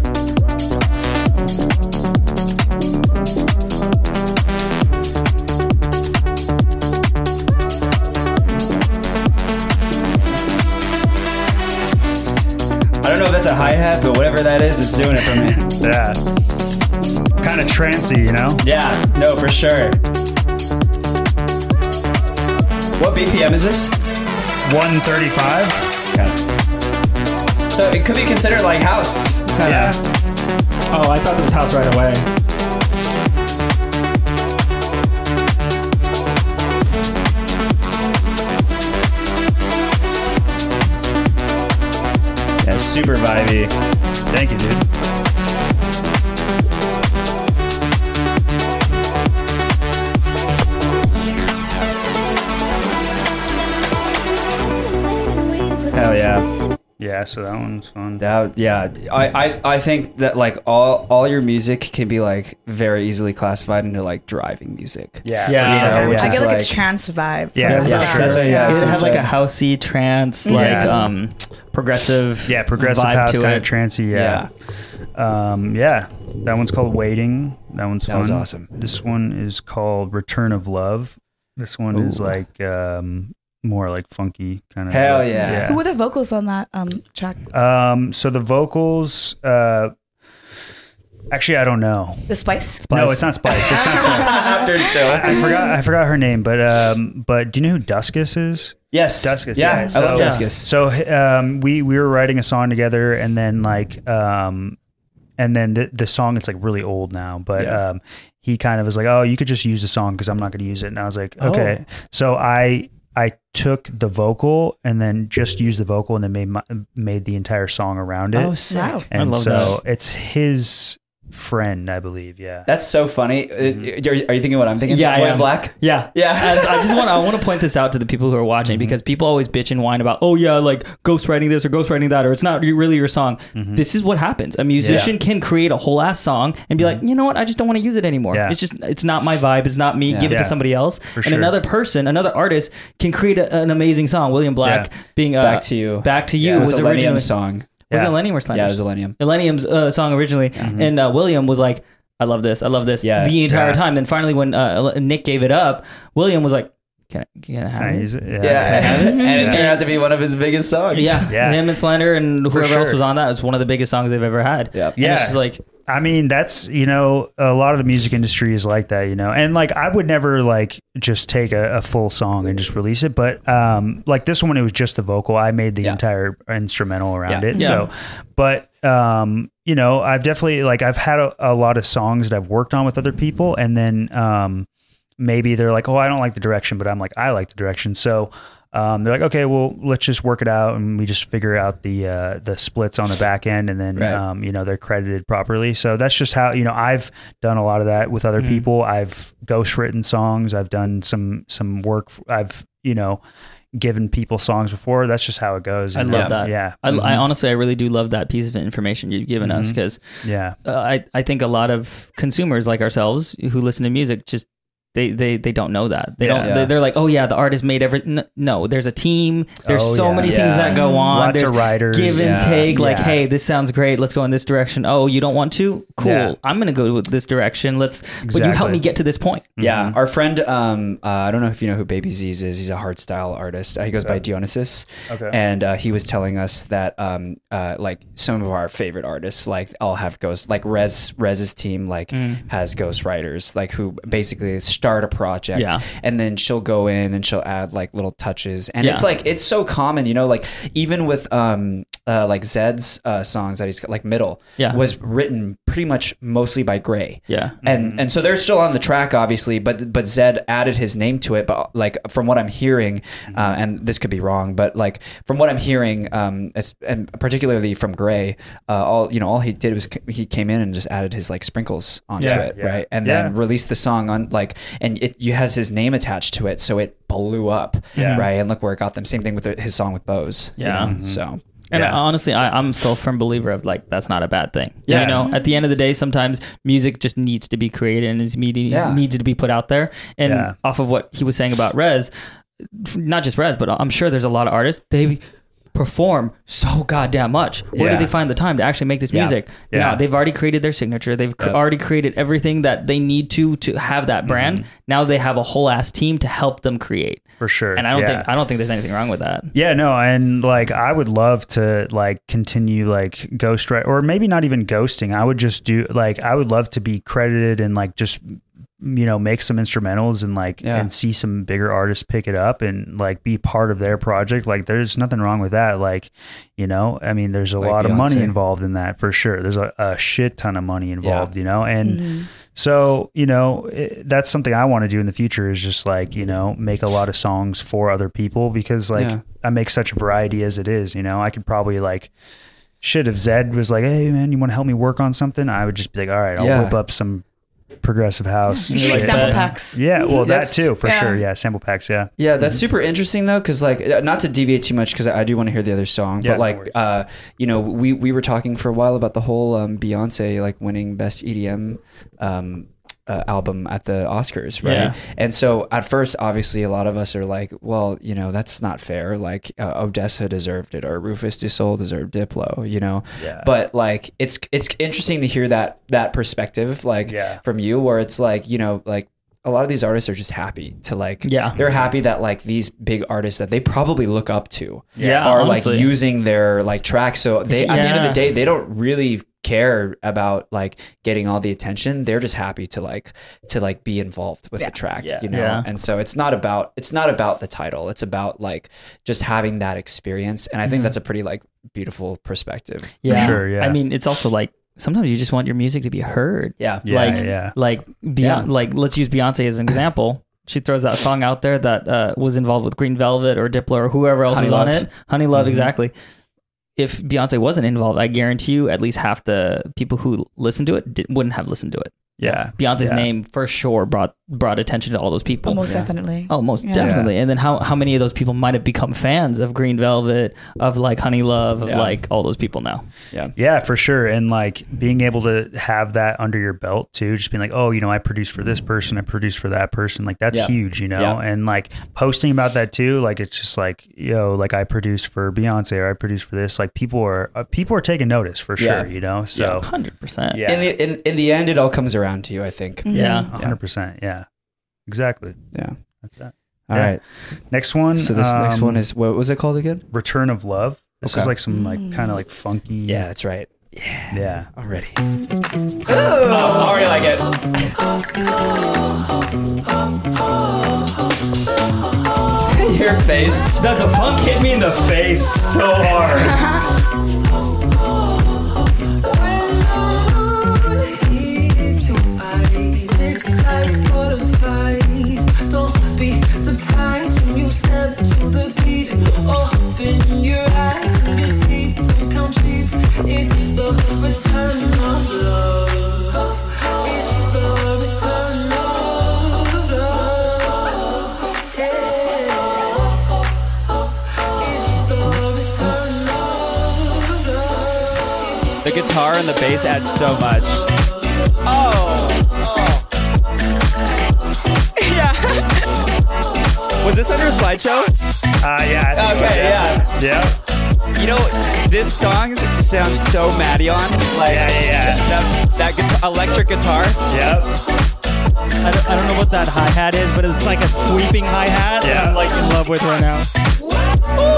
Speaker 1: I don't know if that's a hi hat, but whatever that is, it's doing it for me.
Speaker 3: Yeah. Kind of trancy, you know.
Speaker 1: yeah, no, for sure. What BPM is this?
Speaker 3: One thirty-five.
Speaker 1: So it could be considered like house. Kinda.
Speaker 3: Yeah.
Speaker 4: Oh, I thought it was house right away.
Speaker 3: Yeah. Super vibey. Thank you, dude.
Speaker 1: Hell yeah.
Speaker 3: Yeah. So that one's fun.
Speaker 1: That, yeah, I, I, I think that like all all your music can be like very easily classified into like driving music.
Speaker 3: yeah.
Speaker 4: Yeah.
Speaker 3: for
Speaker 4: Yeah,
Speaker 3: sure,
Speaker 1: which
Speaker 2: I
Speaker 1: is
Speaker 2: get like,
Speaker 1: like-
Speaker 2: a trance vibe.
Speaker 3: Yeah,
Speaker 2: from
Speaker 3: for
Speaker 2: that
Speaker 3: sure.
Speaker 2: song.
Speaker 1: That's what, yeah,
Speaker 4: It
Speaker 1: so
Speaker 4: has
Speaker 1: it's
Speaker 4: like a housey trance, like
Speaker 3: Yeah.
Speaker 4: um, progressive.
Speaker 3: Yeah, progressive
Speaker 4: vibe
Speaker 3: house
Speaker 4: to
Speaker 3: kind of
Speaker 4: it.
Speaker 3: trancy. Yeah. Um, yeah. That one's called Waiting. That one's
Speaker 1: That
Speaker 3: fun.
Speaker 1: was awesome.
Speaker 3: This one is called Return of Love. This one is
Speaker 1: Ooh.
Speaker 3: like um, more like funky kind of.
Speaker 1: Hell yeah.
Speaker 2: Who were the vocals on that um track?
Speaker 3: Um, so the vocals, uh, Actually, I don't know.
Speaker 2: The spice?
Speaker 3: No, it's not Spice. It's not Spice.
Speaker 1: After
Speaker 3: I forgot. I forgot her name, but um, but do you know who Duskus is?
Speaker 1: Yes.
Speaker 3: Duskus,
Speaker 1: Yeah, I
Speaker 3: yeah,
Speaker 1: love
Speaker 3: so- uh,
Speaker 1: Duskus.
Speaker 3: So um, we we were writing a song together, and then like um, and then the the song it's like really old now, but
Speaker 1: Yeah.
Speaker 3: um, he kind of was like, oh, you could just use the song because I'm not going to use it, and I was like, okay. So I I took the vocal and then just used the vocal and then made my, made the entire song around it,
Speaker 1: Oh, sick.
Speaker 2: Wow.
Speaker 3: and
Speaker 4: I love
Speaker 3: so it's his friend, I believe. Yeah.
Speaker 1: That's so funny.
Speaker 3: Mm-hmm.
Speaker 1: Uh, Are, you- are you thinking what I'm thinking?
Speaker 4: Yeah, I
Speaker 1: White
Speaker 4: am.
Speaker 1: black.
Speaker 4: Yeah,
Speaker 1: Yeah. Mm-hmm.
Speaker 4: As- I just want I want to point this out to the people who are watching because people always bitch and whine about, oh yeah, like ghostwriting this or ghostwriting that, or it's not re- really your song.
Speaker 1: Mm-hmm.
Speaker 4: This is what happens. A musician can create a whole ass song and be
Speaker 1: Mm-hmm.
Speaker 4: like, you know what, I just don't want to use it anymore.
Speaker 3: Yeah.
Speaker 4: It's just it's not my vibe. It's not me.
Speaker 1: Yeah.
Speaker 4: Give it to
Speaker 3: Yeah.
Speaker 4: somebody else. and
Speaker 3: sure.
Speaker 4: another person, another artist, can create a, an amazing song. William Black
Speaker 3: Yeah.
Speaker 4: being uh,
Speaker 1: Back to You.
Speaker 4: Back to you
Speaker 1: it was,
Speaker 4: was,
Speaker 1: a Millennium
Speaker 4: originally
Speaker 1: song.
Speaker 4: was
Speaker 3: Yeah.
Speaker 4: it Millennium or Sliders?
Speaker 1: Yeah, it was Millennium.
Speaker 4: Millennium's uh, song originally, and uh, William was like, "I love this, I love this,"
Speaker 1: Yeah.
Speaker 4: the entire
Speaker 3: Mm-hmm. Yeah.
Speaker 4: time. Then finally, when uh, Ele- Nick gave it up, William was like, "Can I, can I
Speaker 3: Can
Speaker 4: have
Speaker 3: I
Speaker 4: it?"
Speaker 3: use it?
Speaker 1: Yeah, and it
Speaker 3: Yeah.
Speaker 1: turned out to be one of his biggest songs.
Speaker 4: Yeah,
Speaker 3: Yeah.
Speaker 4: him and Slender and whoever
Speaker 3: sure.
Speaker 4: else was on that. It's one of the biggest songs they've ever had.
Speaker 1: Yep.
Speaker 4: And
Speaker 3: Yeah.
Speaker 4: it's just like
Speaker 3: I mean, that's you know, a lot of the music industry is like that, you know. And like I would never like just take a, a full song and just release it, but um like this one it was just the vocal. I made the
Speaker 1: Yeah.
Speaker 3: entire instrumental around
Speaker 1: Yeah.
Speaker 3: it.
Speaker 4: Yeah.
Speaker 3: So but um, you know, I've definitely like I've had a, a lot of songs that I've worked on with other people and then um maybe they're like, Oh, I don't like the direction, but I'm like, I like the direction. So um, they're like, okay, well, let's just work it out, and we just figure out the uh, the splits on the back end, and then
Speaker 1: Right.
Speaker 3: um, um, you know they're credited properly so that's just how you know i've done a lot of that with
Speaker 4: Mm-hmm.
Speaker 3: other people i've ghostwritten songs i've done some some work f- i've you know given people songs before that's just how it goes
Speaker 4: I
Speaker 3: you
Speaker 4: love
Speaker 3: know?
Speaker 4: that.
Speaker 3: yeah Mm-hmm.
Speaker 4: I, I honestly, I really do love that piece of information you've given us 'cause us because
Speaker 3: yeah
Speaker 4: uh, I, I think a lot of consumers like ourselves who listen to music just they they, they don't know that they
Speaker 3: Yeah.
Speaker 4: don't they- they're like oh yeah the artist made every n- no there's a team there's
Speaker 3: Oh,
Speaker 4: so
Speaker 3: yeah.
Speaker 4: many things
Speaker 1: Yeah.
Speaker 4: that go on
Speaker 3: lots
Speaker 4: there's
Speaker 3: of writers
Speaker 4: give and
Speaker 1: Yeah.
Speaker 4: take like
Speaker 3: Yeah.
Speaker 4: hey this sounds great let's go in this direction oh you don't want to cool
Speaker 3: Yeah.
Speaker 4: I'm gonna go with this direction let's but you help
Speaker 3: Exactly.
Speaker 4: me get to this point
Speaker 1: Yeah, our friend. Um, uh, I don't know if you know who Baby Z's is. He's a hard style artist. Uh, He goes by Dionysus,
Speaker 3: Okay.
Speaker 1: and uh, he was telling us that um, uh, like some of our favorite artists, like all have ghost, like Rez Rez's team, like
Speaker 4: Mm.
Speaker 1: has ghost writers, like who basically start a project,
Speaker 4: Yeah.
Speaker 1: and then she'll go in and she'll add like little touches, and it's
Speaker 4: Yeah.
Speaker 1: like it's so common, you know, like even with um, uh, like Zed's uh, songs that he's got, like Middle,
Speaker 4: Yeah.
Speaker 1: was written pretty much mostly by Gray,
Speaker 4: yeah
Speaker 1: and
Speaker 3: Mm-hmm.
Speaker 1: and so they're still on the track obviously but but zed added his name to it but like from what i'm hearing uh,
Speaker 3: Mm-hmm.
Speaker 1: and this could be wrong but like from what i'm hearing um as- and particularly from gray uh, all you know all he did was c- he came in and just added his like sprinkles onto
Speaker 3: Yeah,
Speaker 1: it
Speaker 3: yeah.
Speaker 1: right and then
Speaker 3: Yeah.
Speaker 1: released the song on like and it you has his name attached to it so it blew up
Speaker 3: Yeah. Mm-hmm.
Speaker 1: right and look where it got them same thing with his song with Bose. you
Speaker 4: Yeah.
Speaker 1: know? so
Speaker 4: And
Speaker 3: Yeah.
Speaker 4: honestly, I, I'm still a firm believer of like that's not a bad thing.
Speaker 1: Yeah.
Speaker 4: You know, at the end of the day, sometimes music just needs to be created and is media
Speaker 1: Yeah.
Speaker 4: needs to be put out there. And
Speaker 3: Yeah.
Speaker 4: off of what he was saying about Rez, f- not just Rez, but I'm sure there's a lot of artists they perform so goddamn much. Where
Speaker 3: Yeah.
Speaker 4: do they find the time to actually make this
Speaker 1: Yeah.
Speaker 4: music?
Speaker 3: Yeah.
Speaker 4: No, they've already created their signature. They've cr-
Speaker 1: Yep.
Speaker 4: already created everything that they need to to have that
Speaker 3: Mm-hmm.
Speaker 4: brand. Now they have a whole ass team to help them create.
Speaker 3: for sure
Speaker 4: And I don't
Speaker 3: yeah.
Speaker 4: think I don't think there's anything wrong with that.
Speaker 3: Yeah, no, and like I would love to like continue like ghost right or maybe not even ghosting. I would just do like I would love to be credited and like just you know make some instrumentals and like
Speaker 1: Yeah.
Speaker 3: and see some bigger artists pick it up and like be part of their project. Like there's nothing wrong with that. Like you know, I mean, there's a
Speaker 1: Like
Speaker 3: lot of money
Speaker 1: Beyonce.
Speaker 3: involved in that for sure. There's a, a shit ton of money involved. You know, and. So, you know, it, that's something I want to do in the future is just like, you know, make a lot of songs for other people because like
Speaker 1: Yeah.
Speaker 3: I make such a variety as it is, you know, I could probably like, shit, if Zed was like, hey man, you want to help me work on something? I would just be like, all right, I'll
Speaker 1: Yeah.
Speaker 3: whip up some progressive house.
Speaker 2: You should
Speaker 3: shit."
Speaker 2: make sample
Speaker 4: that.
Speaker 2: packs.
Speaker 3: Yeah, well, that
Speaker 1: That's-
Speaker 3: too, for
Speaker 2: yeah.
Speaker 3: sure. Yeah, sample packs. Yeah.
Speaker 1: Yeah, that's
Speaker 3: Mm-hmm.
Speaker 1: super interesting though, because like uh, not to deviate too much, because I I do want to hear the other song,
Speaker 3: Yeah,
Speaker 1: but
Speaker 3: no
Speaker 1: like
Speaker 3: worries.
Speaker 1: uh, you know we we were talking for a while about the whole um, Beyonce like winning best EDM. Um, uh, album at the Oscars, right?
Speaker 4: Yeah.
Speaker 1: And so at first, obviously, a lot of us are like, well, you know, that's not fair. Like uh, Odessa deserved it, or Rufus Du Sol deserved Diplo, you know.
Speaker 3: Yeah.
Speaker 1: But like, it's it's interesting to hear that that perspective, like
Speaker 3: Yeah.
Speaker 1: from you, where it's like, you know, like a lot of these artists are just happy to like
Speaker 4: Yeah.
Speaker 1: they're happy that like these big artists that they probably look up to
Speaker 4: Yeah,
Speaker 1: are
Speaker 4: honestly.
Speaker 1: like using their like tracks so they at the end of the
Speaker 4: Yeah.
Speaker 1: day they don't really care about like getting all the attention they're just happy to like to like be involved with the track
Speaker 4: Yeah.
Speaker 1: you know
Speaker 4: Yeah.
Speaker 1: and so it's not about it's not about the title it's about like just having that experience and i think that's a pretty like beautiful perspective
Speaker 4: yeah.
Speaker 3: sure, yeah.
Speaker 4: I mean, it's also like sometimes you just want your music to be heard.
Speaker 1: yeah
Speaker 3: Yeah,
Speaker 4: like
Speaker 3: yeah.
Speaker 4: like Beyonce, like let's use Beyonce as an example. She throws that song out there that uh, was involved with Green Velvet or Diplo or whoever else
Speaker 1: Honey
Speaker 4: was on
Speaker 1: Love.
Speaker 4: it. Honey Love,
Speaker 1: Mhm.
Speaker 4: exactly. If Beyonce wasn't involved, I guarantee you at least half the people who listened to it di- wouldn't have listened to it.
Speaker 3: yeah,
Speaker 4: Beyonce's
Speaker 3: Yeah.
Speaker 4: name for sure brought brought attention to all those people.
Speaker 2: Almost
Speaker 1: Yeah.
Speaker 2: definitely.
Speaker 4: Oh, most
Speaker 2: Yeah.
Speaker 4: definitely. And then how, how many of those people might have become fans of Green Velvet, of like Honey Love, of
Speaker 1: Yeah.
Speaker 4: like all those people now?
Speaker 1: yeah
Speaker 3: Yeah, for sure. And like being able to have that under your belt too, just being like, oh, you know, I produce for this person, I produce for that person. Like that's
Speaker 1: Yeah.
Speaker 3: huge, you know?
Speaker 1: Yeah.
Speaker 3: And like posting about that too, like it's just like, yo, like I produce for Beyonce or I produce for this. Like people are, uh, people are taking notice for
Speaker 1: Yeah.
Speaker 3: sure, you know? So
Speaker 4: 100%.
Speaker 3: yeah,
Speaker 1: in the in, in the end it all comes around to you i think
Speaker 2: Mhm.
Speaker 4: Yeah.
Speaker 3: 100%. Yeah, exactly.
Speaker 1: yeah
Speaker 3: That's that.
Speaker 1: All
Speaker 3: Yeah.
Speaker 1: right.
Speaker 3: Next one.
Speaker 1: so this next
Speaker 3: um,
Speaker 1: one is what was it called again
Speaker 3: Return of Love. This is
Speaker 1: Okay.
Speaker 3: like some like
Speaker 2: Mm.
Speaker 3: kind of like funky.
Speaker 1: yeah that's right
Speaker 3: Yeah.
Speaker 1: already
Speaker 2: Ooh.
Speaker 3: Oh,
Speaker 1: already like it your face
Speaker 4: That the funk hit me in the face so hard.
Speaker 5: Don't be surprised when you step to the beat. Open your eyes and you'll see. Don't come cheap. It's the return of love. It's the return of love. Hey. It's the return of love. It's
Speaker 1: the guitar and the bass add so much
Speaker 2: Yeah.
Speaker 1: was this under a slideshow
Speaker 3: Uh, yeah. I think-
Speaker 1: Okay, yeah.
Speaker 3: Yeah.
Speaker 1: you know this song sounds so matty on like
Speaker 3: Yeah. Yeah.
Speaker 1: that, that guitar, electric guitar
Speaker 3: Yeah. Yep.
Speaker 4: I don't, I don't know what that hi hat is, but it's like a sweeping hi hat that I'm
Speaker 3: Yeah.
Speaker 4: like in love with right now.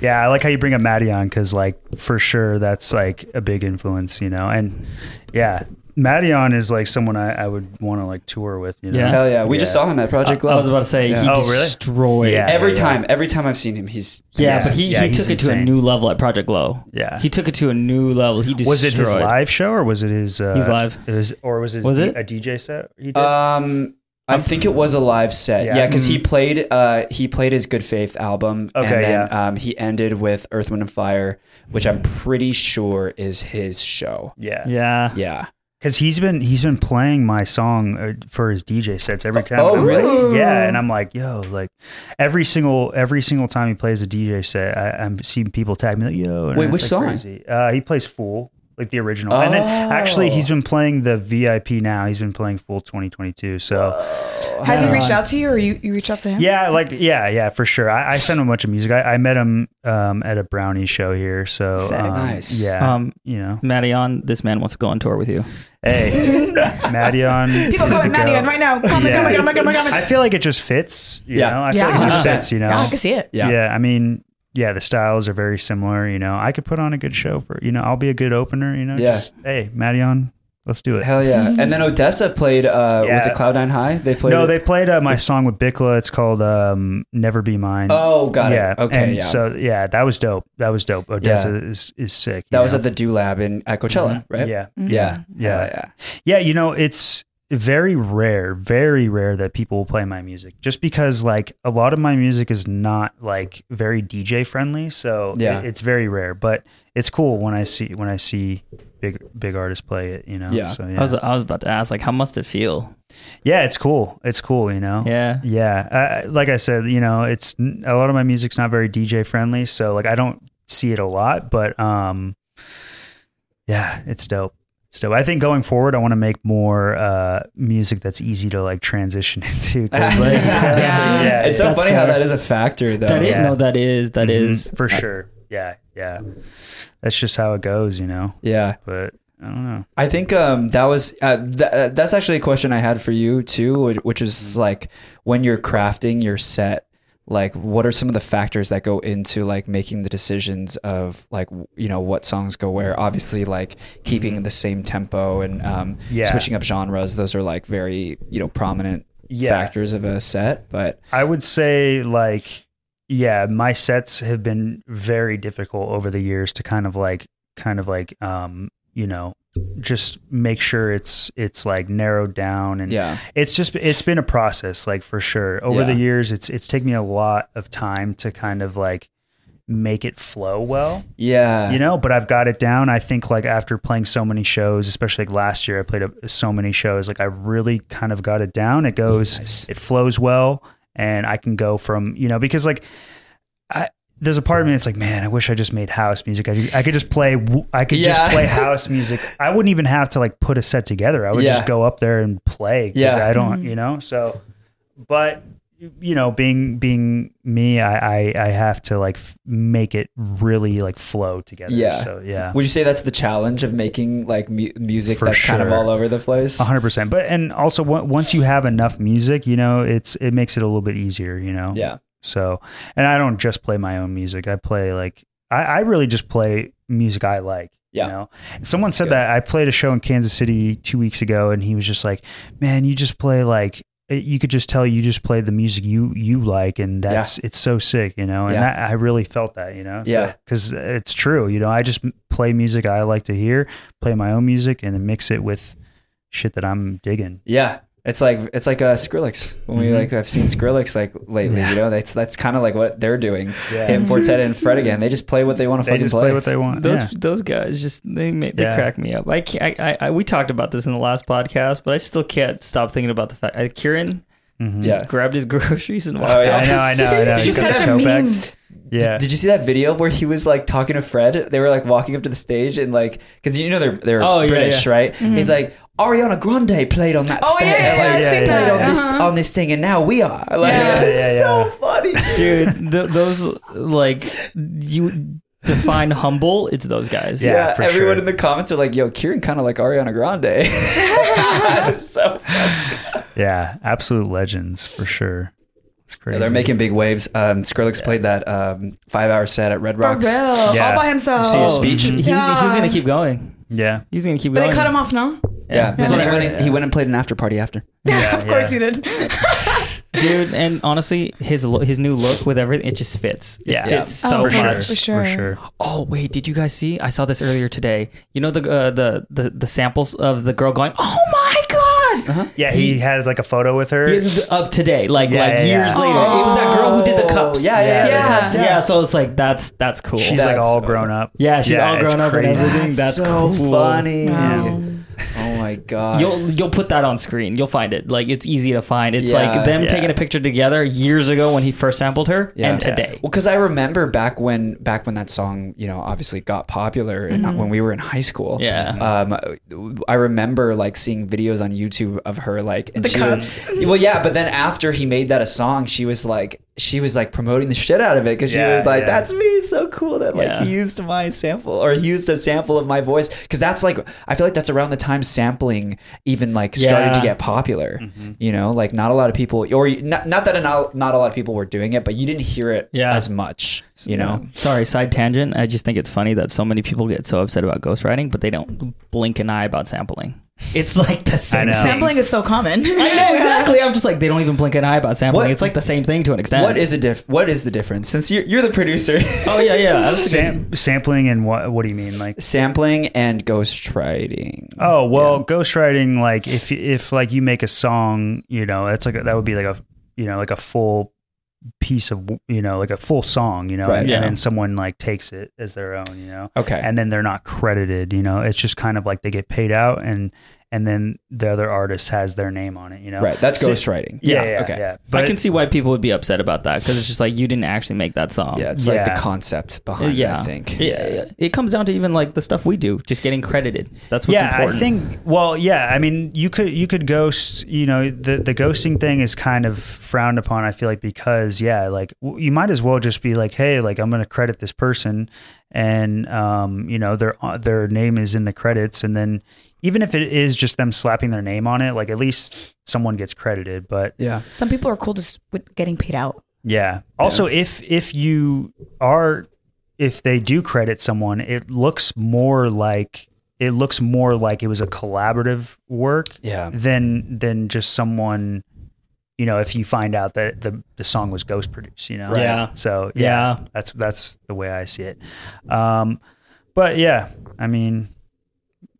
Speaker 3: Yeah, I like how you bring up Maddie on because, like, for sure, that's like a big influence, you know. And yeah, Maddie on is like someone I, I would want to like tour with, you know.
Speaker 4: Yeah.
Speaker 1: hell yeah we just saw him at project
Speaker 4: I
Speaker 1: love
Speaker 4: was about to say he
Speaker 3: Oh, really?
Speaker 4: destroyed.
Speaker 3: Yeah.
Speaker 4: Yeah,
Speaker 1: every
Speaker 3: yeah.
Speaker 1: time every time i've seen him he's
Speaker 4: but he,
Speaker 3: Yeah,
Speaker 4: he
Speaker 3: he's
Speaker 4: took it to a
Speaker 3: insane.
Speaker 4: new level at Project Glow.
Speaker 3: Yeah.
Speaker 4: he took it to a new level. He destroyed.
Speaker 3: Was it his live show or was it his? Uh,
Speaker 4: He's live.
Speaker 3: It was, or was it, was
Speaker 4: Was it?
Speaker 3: a DJ set? He did?
Speaker 1: Um, I think it was a live set.
Speaker 3: Yeah.
Speaker 1: Yeah, because he played. Uh, he played his Good Faith album.
Speaker 3: Okay,
Speaker 1: and then, Um, he ended with Earth, Wind, and Fire, which I'm pretty sure is his show.
Speaker 3: yeah,
Speaker 4: Yeah,
Speaker 1: Yeah.
Speaker 3: Because he's been he's been playing my song uh, for his DJ sets every time.
Speaker 1: oh,
Speaker 3: I'm like,
Speaker 1: really?
Speaker 3: Yeah, and I'm like, yo, like every single every single time he plays a DJ set, I, I'm seeing people tag me like, yo. and
Speaker 1: Wait,
Speaker 3: it's,
Speaker 1: which
Speaker 3: like,
Speaker 1: song?
Speaker 3: Crazy. Uh, he plays Fool, like the original. And then actually,
Speaker 1: Oh.
Speaker 3: he's been playing the VIP now. He's been playing Fool 2022. So
Speaker 2: Has he reached out to you, or you you reached out to him?
Speaker 3: oh, yeah, like yeah, yeah, for sure. I, I sent him a bunch of music. I, I met him um, at a Brownie show here. So
Speaker 2: Sick.
Speaker 3: um,
Speaker 1: Nice.
Speaker 3: Yeah,
Speaker 4: Um,
Speaker 3: you know,
Speaker 4: Matty on this man wants to go on tour with you.
Speaker 3: hey, Maddie on.
Speaker 2: People
Speaker 3: is the
Speaker 2: going Maddie
Speaker 3: goat.
Speaker 2: on right now. Comment,
Speaker 3: Yeah.
Speaker 2: comment, comment, comment,
Speaker 3: I
Speaker 2: comment.
Speaker 3: feel like it just fits. You
Speaker 1: Yeah.
Speaker 3: Know? I
Speaker 2: Yeah.
Speaker 3: feel like it just
Speaker 1: 100%.
Speaker 3: fits, you know?
Speaker 2: Yeah, I can see it.
Speaker 1: Yeah.
Speaker 3: yeah. I mean, yeah, the styles are very similar. You know, I could put on a good show for, you know, I'll be a good opener, you know?
Speaker 1: Yeah.
Speaker 3: Just, hey, Maddie on, let's do it.
Speaker 1: Hell yeah. And then Odessa played. Uh, was
Speaker 3: Yeah.
Speaker 1: it Cloud Nine High? They played.
Speaker 3: no,
Speaker 1: it-
Speaker 3: they played uh, my song with Bikla. It's called um, Never Be Mine.
Speaker 1: Oh, got
Speaker 3: yeah.
Speaker 1: it. Okay.
Speaker 3: and
Speaker 1: yeah.
Speaker 3: So, yeah, that was dope. That was dope. Odessa is, is sick.
Speaker 1: that
Speaker 3: you
Speaker 1: was
Speaker 3: know? Mm-hmm.
Speaker 1: at the Do Lab in at Coachella, right?
Speaker 3: Yeah.
Speaker 1: Yeah.
Speaker 3: Yeah.
Speaker 1: Hell yeah.
Speaker 3: Yeah, you know, it's very rare, very rare that people will play my music just because like a lot of my music is not like very DJ friendly, so
Speaker 1: Yeah.
Speaker 3: it- it's very rare, but it's cool when I see when I see big big artists play it, you know.
Speaker 1: Yeah.
Speaker 3: So
Speaker 4: I
Speaker 3: yeah.
Speaker 4: was I was about to ask like how must it feel?
Speaker 3: yeah, it's cool. It's cool, you know. Oh.
Speaker 4: Yeah,
Speaker 3: Yeah. Uh, like I said, you know, it's n- a lot of my music's not very DJ friendly, so like I don't see it a lot, but um yeah, it's dope. It's dope. I think going forward, I want to make more uh music that's easy to like transition into. 'cause, like,
Speaker 1: Yeah.
Speaker 3: yeah,
Speaker 1: It's so
Speaker 4: That's
Speaker 1: funny how
Speaker 4: fair.
Speaker 1: that is a factor, though.
Speaker 4: that is
Speaker 3: yeah.
Speaker 4: no, that is that
Speaker 3: Mhm,
Speaker 4: is
Speaker 3: for sure. Yeah, yeah, that's just how it goes, you know.
Speaker 1: Yeah.
Speaker 3: But I don't know.
Speaker 1: I think um, that was uh, th- uh, that's actually a question I had for you too, which- which is
Speaker 3: Mm-hmm.
Speaker 1: like when you're crafting your set, like what are some of the factors that go into like making the decisions of like w- you know what songs go where? Obviously, like keeping the same tempo and um,
Speaker 3: Mm-hmm. Yeah.
Speaker 1: switching up genres; those are like very you know prominent
Speaker 3: Yeah.
Speaker 1: factors of a set. But
Speaker 3: I would say like yeah, my sets have been very difficult over the years to kind of like kind of like um, you know, just make sure it's it's like narrowed down and
Speaker 1: yeah,
Speaker 3: it's just it's been a process like for sure. Over the
Speaker 1: Yeah.
Speaker 3: years it's it's taken me a lot of time to kind of like make it flow well
Speaker 1: yeah,
Speaker 3: you know but i've got it down i think like after playing so many shows especially like last year i played a, so many shows like i really kind of got it down it goes
Speaker 1: Nice.
Speaker 3: it flows well and i can go from you know because like i there's a part of me that's like, man, I wish I just made house music. I, ju- I could just play, w- I could
Speaker 1: Yeah.
Speaker 3: just play house music. I wouldn't even have to like put a set together. I would
Speaker 1: Yeah.
Speaker 3: just go up there and play. 'cause
Speaker 1: Yeah.
Speaker 3: I don't, you know. So, but you know, being being me, I I, I have to like f- make it really like flow together.
Speaker 1: Yeah.
Speaker 3: So yeah,
Speaker 1: Would you say that's the challenge of making like mu- music
Speaker 3: For
Speaker 1: that's kind of
Speaker 3: sure.
Speaker 1: all over the place?
Speaker 3: a hundred percent. But and also on- once you have enough music, you know, it's it makes it a little bit easier. You know.
Speaker 1: Yeah,
Speaker 3: So and I don't just play my own music. I play like I, I really just play music I like.
Speaker 1: Yeah.
Speaker 3: You know? Someone said
Speaker 1: good.
Speaker 3: that I played a show in Kansas City two weeks ago and he was just like, Man, you just play like eh, you could just tell you just play the music you you like and that's it's so sick, you know. And
Speaker 1: Yeah.
Speaker 3: that, I really felt that, you know.
Speaker 1: Yeah.
Speaker 3: Because it's true, you know. I just m- play music I like to hear, play my own music, and then mix it with shit that I'm digging.
Speaker 1: Yeah. It's like it's like uh, Skrillex when we
Speaker 3: Mhm.
Speaker 1: like I've seen Skrillex like lately you know that's that's kind of like what they're doing
Speaker 3: Yeah.
Speaker 1: him Fortet and Fred again they just play what they want to
Speaker 3: They
Speaker 1: fucking
Speaker 3: just
Speaker 1: play,
Speaker 3: play what they want.
Speaker 4: Those
Speaker 3: yeah.
Speaker 4: those guys just they make, they
Speaker 3: Yeah.
Speaker 4: crack me up. I, can't, I I I we talked about this in the last podcast, but I still can't stop thinking about the fact uh, Kieran
Speaker 3: Mhm.
Speaker 1: yeah
Speaker 4: grabbed his groceries and walked
Speaker 1: Oh,
Speaker 4: out.
Speaker 1: yeah.
Speaker 3: I know, I know, I know.
Speaker 1: Did you
Speaker 3: He's got
Speaker 1: catch
Speaker 3: his
Speaker 1: a
Speaker 3: toe back.
Speaker 2: meme?
Speaker 3: Yeah.
Speaker 1: did you see that video where he was like talking to Fred they were like walking up to the stage and like because you know they're they're
Speaker 4: Oh, yeah,
Speaker 1: British
Speaker 4: yeah.
Speaker 1: right he's like Ariana Grande played on that
Speaker 2: Mm-hmm. Oh,
Speaker 1: stage
Speaker 2: yeah, yeah,
Speaker 1: like,
Speaker 2: yeah,
Speaker 3: I've seen
Speaker 1: played
Speaker 3: that.
Speaker 1: on this
Speaker 2: Uh-huh.
Speaker 1: on this thing and now we are like
Speaker 2: Yeah.
Speaker 1: it's
Speaker 3: Yeah, yeah,
Speaker 1: so
Speaker 3: yeah.
Speaker 1: funny
Speaker 4: dude th- those like you define humble it's those guys
Speaker 1: yeah,
Speaker 3: Yeah, for
Speaker 1: everyone
Speaker 3: sure.
Speaker 1: in the comments are like yo Kieran kind of like Ariana Grande so funny.
Speaker 3: Yeah, absolute legends for sure. It's crazy.
Speaker 1: Yeah, they're making big waves. Um, Skrillex played that um, five-hour set at Red
Speaker 2: For
Speaker 1: Rocks.
Speaker 2: real, all
Speaker 3: Yeah.
Speaker 2: by himself.
Speaker 1: See his
Speaker 4: Oh,
Speaker 1: speech?
Speaker 4: he, was, he was gonna keep going
Speaker 3: Yeah,
Speaker 4: he was gonna keep
Speaker 2: But
Speaker 4: going
Speaker 2: they cut him off now.
Speaker 1: Yeah,
Speaker 4: Yeah.
Speaker 1: and then he
Speaker 4: Yeah.
Speaker 1: went, and- he went and played an after party after.
Speaker 3: Yeah,
Speaker 2: of course he
Speaker 3: yeah.
Speaker 2: did.
Speaker 4: dude and honestly his lo- his new look with everything it just fits it
Speaker 3: Yeah.
Speaker 4: fits
Speaker 2: Oh,
Speaker 4: so
Speaker 2: for sure.
Speaker 4: much
Speaker 2: For sure.
Speaker 3: for sure.
Speaker 4: oh wait did you guys see i saw this earlier today you know the uh, the, the the samples of the girl going oh my god
Speaker 3: Yeah, he, had like a photo with her.
Speaker 4: of today, like
Speaker 3: Yeah,
Speaker 4: like
Speaker 3: yeah,
Speaker 4: years
Speaker 3: yeah.
Speaker 4: later. It was that girl who did the
Speaker 1: Oh,
Speaker 4: cups.
Speaker 1: yeah, yeah,
Speaker 3: Yeah. yeah,
Speaker 2: the
Speaker 4: yeah.
Speaker 2: cups,
Speaker 1: yeah.
Speaker 4: So it's like that's that's cool.
Speaker 3: she's like
Speaker 1: That's-
Speaker 3: all grown up.
Speaker 4: yeah, she's all
Speaker 3: it's
Speaker 4: grown up and
Speaker 3: crazy.
Speaker 4: everything. That's
Speaker 1: so
Speaker 4: cool.
Speaker 1: funny.
Speaker 2: Wow.
Speaker 1: Oh my god.
Speaker 4: You'll you'll put that on screen. You'll find it. Like it's easy to find. It's
Speaker 1: Yeah.
Speaker 4: like them
Speaker 3: Yeah.
Speaker 4: taking a picture together years ago when he first sampled her
Speaker 1: Yeah.
Speaker 4: and today.
Speaker 1: Well, because I remember back when back when that song, you know, obviously got popular, and
Speaker 2: Mm-hmm.
Speaker 1: when we were in high school.
Speaker 4: Yeah.
Speaker 1: Um, I remember like seeing videos on YouTube of her like and
Speaker 2: The
Speaker 1: she
Speaker 2: cups.
Speaker 1: Would, well, yeah, but then after he made that a song, she was like she was like promoting the shit out of it because she
Speaker 3: Yeah,
Speaker 1: was like,
Speaker 3: yeah.
Speaker 1: "That's me, so cool that like
Speaker 4: Yeah.
Speaker 1: he used my sample or he used a sample of my voice." Because that's like I feel like that's around the time sampling even like started to
Speaker 4: Yeah.
Speaker 1: get popular.
Speaker 3: Mm-hmm.
Speaker 1: You know, like not a lot of people, or you- not, not that a not, not a lot of people were doing it, but you didn't hear it
Speaker 4: Yeah.
Speaker 1: as much. You know,
Speaker 4: Sorry, side tangent. I just think it's funny that so many people get so upset about ghostwriting, but they don't blink an eye about sampling. It's like the same
Speaker 3: know.
Speaker 4: thing.
Speaker 2: Sampling is so common.
Speaker 4: I know exactly. I'm just like they don't even blink an eye about sampling.
Speaker 1: What-
Speaker 4: It's like the same thing to an extent.
Speaker 1: what is a diff? What is the difference? Since you're you're the producer,
Speaker 4: Oh yeah, yeah. I was thinking-
Speaker 3: Sam- sampling and what? What do you mean, like?
Speaker 1: sampling and ghostwriting.
Speaker 3: Oh well, ghostwriting. Like if if like you make a song, you know, that's like a, that would be like a you know like a full piece of you know like a full song, you know,
Speaker 1: Right.
Speaker 3: and,
Speaker 4: Yeah.
Speaker 3: then someone like takes it as their own, you know.
Speaker 1: Okay.
Speaker 3: and then they're not credited you know it's just kind of like they get paid out and and then the other artist has their name on it you know
Speaker 1: right. That's
Speaker 3: So-
Speaker 1: ghostwriting.
Speaker 3: yeah yeah,
Speaker 1: okay.
Speaker 3: yeah.
Speaker 4: I can see why people would be upset about that because it's just like you didn't actually make that song.
Speaker 1: Yeah, it's like
Speaker 3: Yeah.
Speaker 1: the concept
Speaker 4: Uh,
Speaker 1: behind.
Speaker 4: yeah.
Speaker 1: it, I think.
Speaker 4: Yeah, yeah. It comes down to even like the stuff we do, just getting credited. That's what's
Speaker 3: yeah
Speaker 4: important.
Speaker 3: i think well yeah i mean you could you could ghost you know the the ghosting thing is kind of frowned upon i feel like because yeah like w- you might as well just be like hey like i'm gonna credit this person and um, you know their their name is in the credits, and then even if it is just them slapping their name on it, like at least someone gets credited. But
Speaker 1: Yeah.
Speaker 2: Some people are cool just with getting paid out.
Speaker 3: yeah. Also, if if you are if they do credit someone, it looks more like it looks more like it was a collaborative work
Speaker 1: Yeah.
Speaker 3: than than just someone. You know, if you find out that the the song was ghost produced, you know,
Speaker 4: Yeah.
Speaker 3: So yeah,
Speaker 4: Yeah.
Speaker 3: that's that's the way I see it. Um, but yeah, I mean,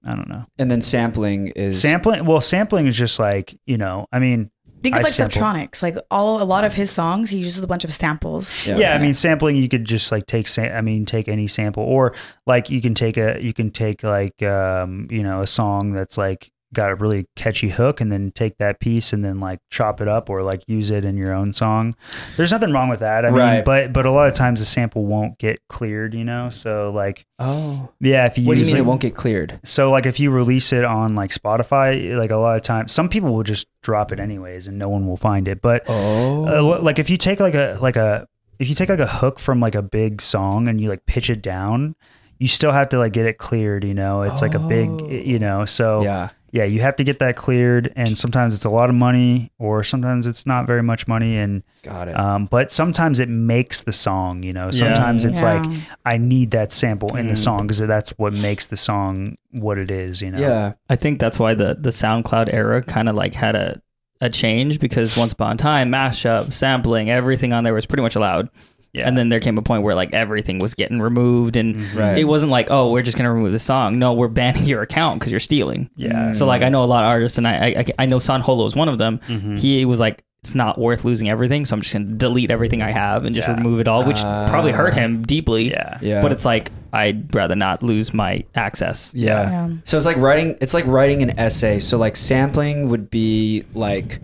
Speaker 3: I don't know.
Speaker 1: And then sampling is
Speaker 3: Sampling, well, sampling is just like you know, I mean,
Speaker 2: Think of
Speaker 3: I
Speaker 2: like
Speaker 3: sample.
Speaker 2: Subtronics. Like all a lot of his songs, he uses a bunch of samples.
Speaker 1: Yeah.
Speaker 3: yeah, I mean sampling you could just like take sa- I mean take any sample or like you can take a you can take like um you know a song that's like got a really catchy hook and then take that piece and then like chop it up or like use it in your own song. There's nothing wrong with that. I mean
Speaker 1: Right.
Speaker 3: but but a lot of times the sample won't get cleared, you know? So like
Speaker 1: Oh.
Speaker 3: yeah, if you
Speaker 1: What do you
Speaker 3: use
Speaker 1: mean
Speaker 3: like-
Speaker 1: it won't get cleared?
Speaker 3: so like if you release it on like Spotify, like a lot of times some people will just drop it anyways and no one will find it. But
Speaker 1: Oh.
Speaker 3: uh, li- like if you take like a like a if you take like a hook from like a big song and you like pitch it down you still have to like get it cleared you know it's like a big
Speaker 1: Oh.
Speaker 3: you know so yeah.
Speaker 1: yeah.
Speaker 3: you have to get that cleared and sometimes it's a lot of money or sometimes it's not very much money and
Speaker 1: Got it.
Speaker 3: um but sometimes it makes the song you know sometimes it's
Speaker 2: Yeah.
Speaker 3: like i need that sample in the
Speaker 4: Mm.
Speaker 3: song because that's what makes the song what it is you know
Speaker 1: yeah.
Speaker 4: I think that's why the the SoundCloud era kind of like had a a change because once upon a time, mashup, sampling, everything on there was pretty much allowed.
Speaker 3: yeah
Speaker 4: And then there came a point where like everything was getting removed, and
Speaker 1: Right.
Speaker 4: it wasn't like, oh, we're just gonna remove the song. No, we're banning your account because you're stealing.
Speaker 3: yeah
Speaker 4: So like, I know a lot of artists, and I I, I know San Holo is one of them. He was like. It's not worth losing everything, so I'm just gonna delete everything I have and just
Speaker 3: Yeah.
Speaker 4: remove it all, which
Speaker 1: Ah.
Speaker 4: probably hurt him deeply.
Speaker 3: yeah
Speaker 1: Yeah.
Speaker 4: But it's like I'd rather not lose my access.
Speaker 1: yeah.
Speaker 2: Yeah.
Speaker 1: So it's like writing it's like writing an essay. So like sampling would be like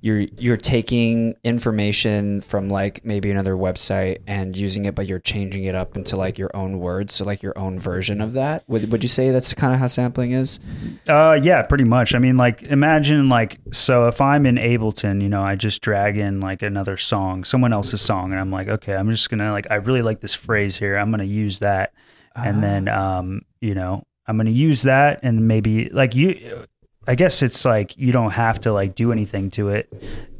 Speaker 1: you're you're taking information from like maybe another website and using it but you're changing it up into like your own words, so like your own version of that. Would would you say that's kind of how sampling is?
Speaker 3: Uh, yeah, pretty much. I mean, like, imagine like, so if I'm in Ableton, you know, I just drag in like another song, someone else's song, and I'm like, okay, I'm just gonna like, I really like this phrase here, I'm gonna use that,
Speaker 1: Ah.
Speaker 3: and then, um, you know, I'm gonna use that, and maybe like you, I guess it's like you don't have to like do anything to it.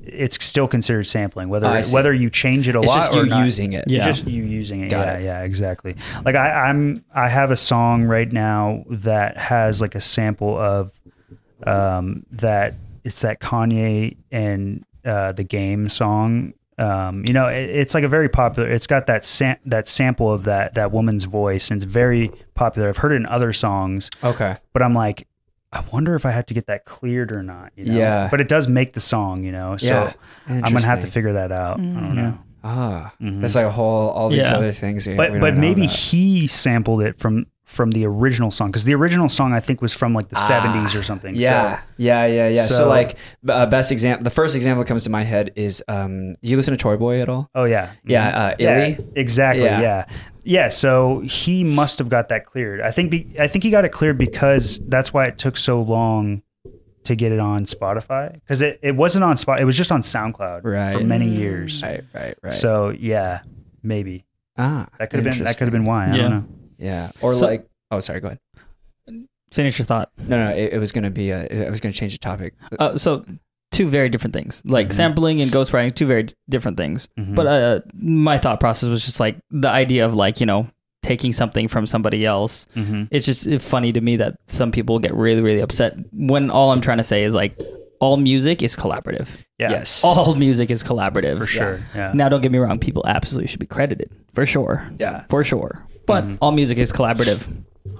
Speaker 3: It's still considered sampling, whether
Speaker 1: Oh, I see.
Speaker 3: whether you change it a
Speaker 1: It's
Speaker 3: lot
Speaker 1: just
Speaker 3: or
Speaker 1: you
Speaker 3: not.
Speaker 1: using it.
Speaker 4: Yeah.
Speaker 3: It's just you using it.
Speaker 1: Got
Speaker 3: yeah,
Speaker 1: it.
Speaker 3: yeah, exactly. Like I, I'm, I have a song right now that has like a sample of um, that. It's that Kanye and uh, the Game song. Um, you know, it, it's like a very popular. It's got that sam- that sample of that that woman's voice, and it's very popular. I've heard it in other songs,
Speaker 1: Okay.
Speaker 3: but I'm like, I wonder if I have to get that cleared or not. You know?
Speaker 1: Yeah.
Speaker 3: But it does make the song. You know, so
Speaker 1: Yeah.
Speaker 3: I'm gonna have to
Speaker 1: Interesting.
Speaker 3: figure that out. I don't know.
Speaker 1: Ah. That's like a whole all these
Speaker 4: Yeah.
Speaker 1: other things. here we
Speaker 3: Mm-hmm. but
Speaker 1: don't
Speaker 3: but
Speaker 1: know
Speaker 3: maybe
Speaker 1: about.
Speaker 3: he sampled it from from the original song because the original song I think was from like the seventies or something.
Speaker 1: Ah, Yeah, yeah, yeah, yeah. So,
Speaker 3: So-
Speaker 1: like, b- uh, best example, the first example that comes to my head is, um, you listen to Toy Boy at all?
Speaker 3: So, oh yeah.
Speaker 1: Yeah, uh,
Speaker 3: Yeah.
Speaker 1: Illy.
Speaker 3: Exactly.
Speaker 1: Yeah.
Speaker 3: Yeah. yeah. So he must have got that cleared. I think. Be, I think he got it cleared because that's why it took so long to get it on Spotify because it, it wasn't on Spot. It was just on SoundCloud for
Speaker 1: Right.
Speaker 3: many years.
Speaker 1: Right, right, right.
Speaker 3: So yeah, maybe
Speaker 1: ah,
Speaker 3: that could have been that could have
Speaker 1: interesting.
Speaker 3: been why. I
Speaker 4: Yeah.
Speaker 3: don't know.
Speaker 1: Yeah, or
Speaker 4: So-
Speaker 1: like, oh, sorry, go ahead.
Speaker 4: Finish your thought.
Speaker 1: No, no, it, it was gonna be. A, I was gonna change the topic.
Speaker 4: Uh, so two very different things. Like
Speaker 3: Mhm.
Speaker 4: sampling and ghostwriting, two very d- different things.
Speaker 3: Mhm.
Speaker 4: But uh, my thought process was just like the idea of like you know taking something from somebody else.
Speaker 3: Mhm.
Speaker 4: It's just uh, funny to me that some people get really really upset when all I'm trying to say is like all music is collaborative.
Speaker 3: yeah,
Speaker 1: Yes.
Speaker 4: All music is collaborative
Speaker 3: for sure. Yeah.
Speaker 4: Now, don't get me wrong. People absolutely should be credited for sure.
Speaker 1: Yeah.
Speaker 4: for sure. But
Speaker 3: Mm-hmm.
Speaker 4: all music is collaborative.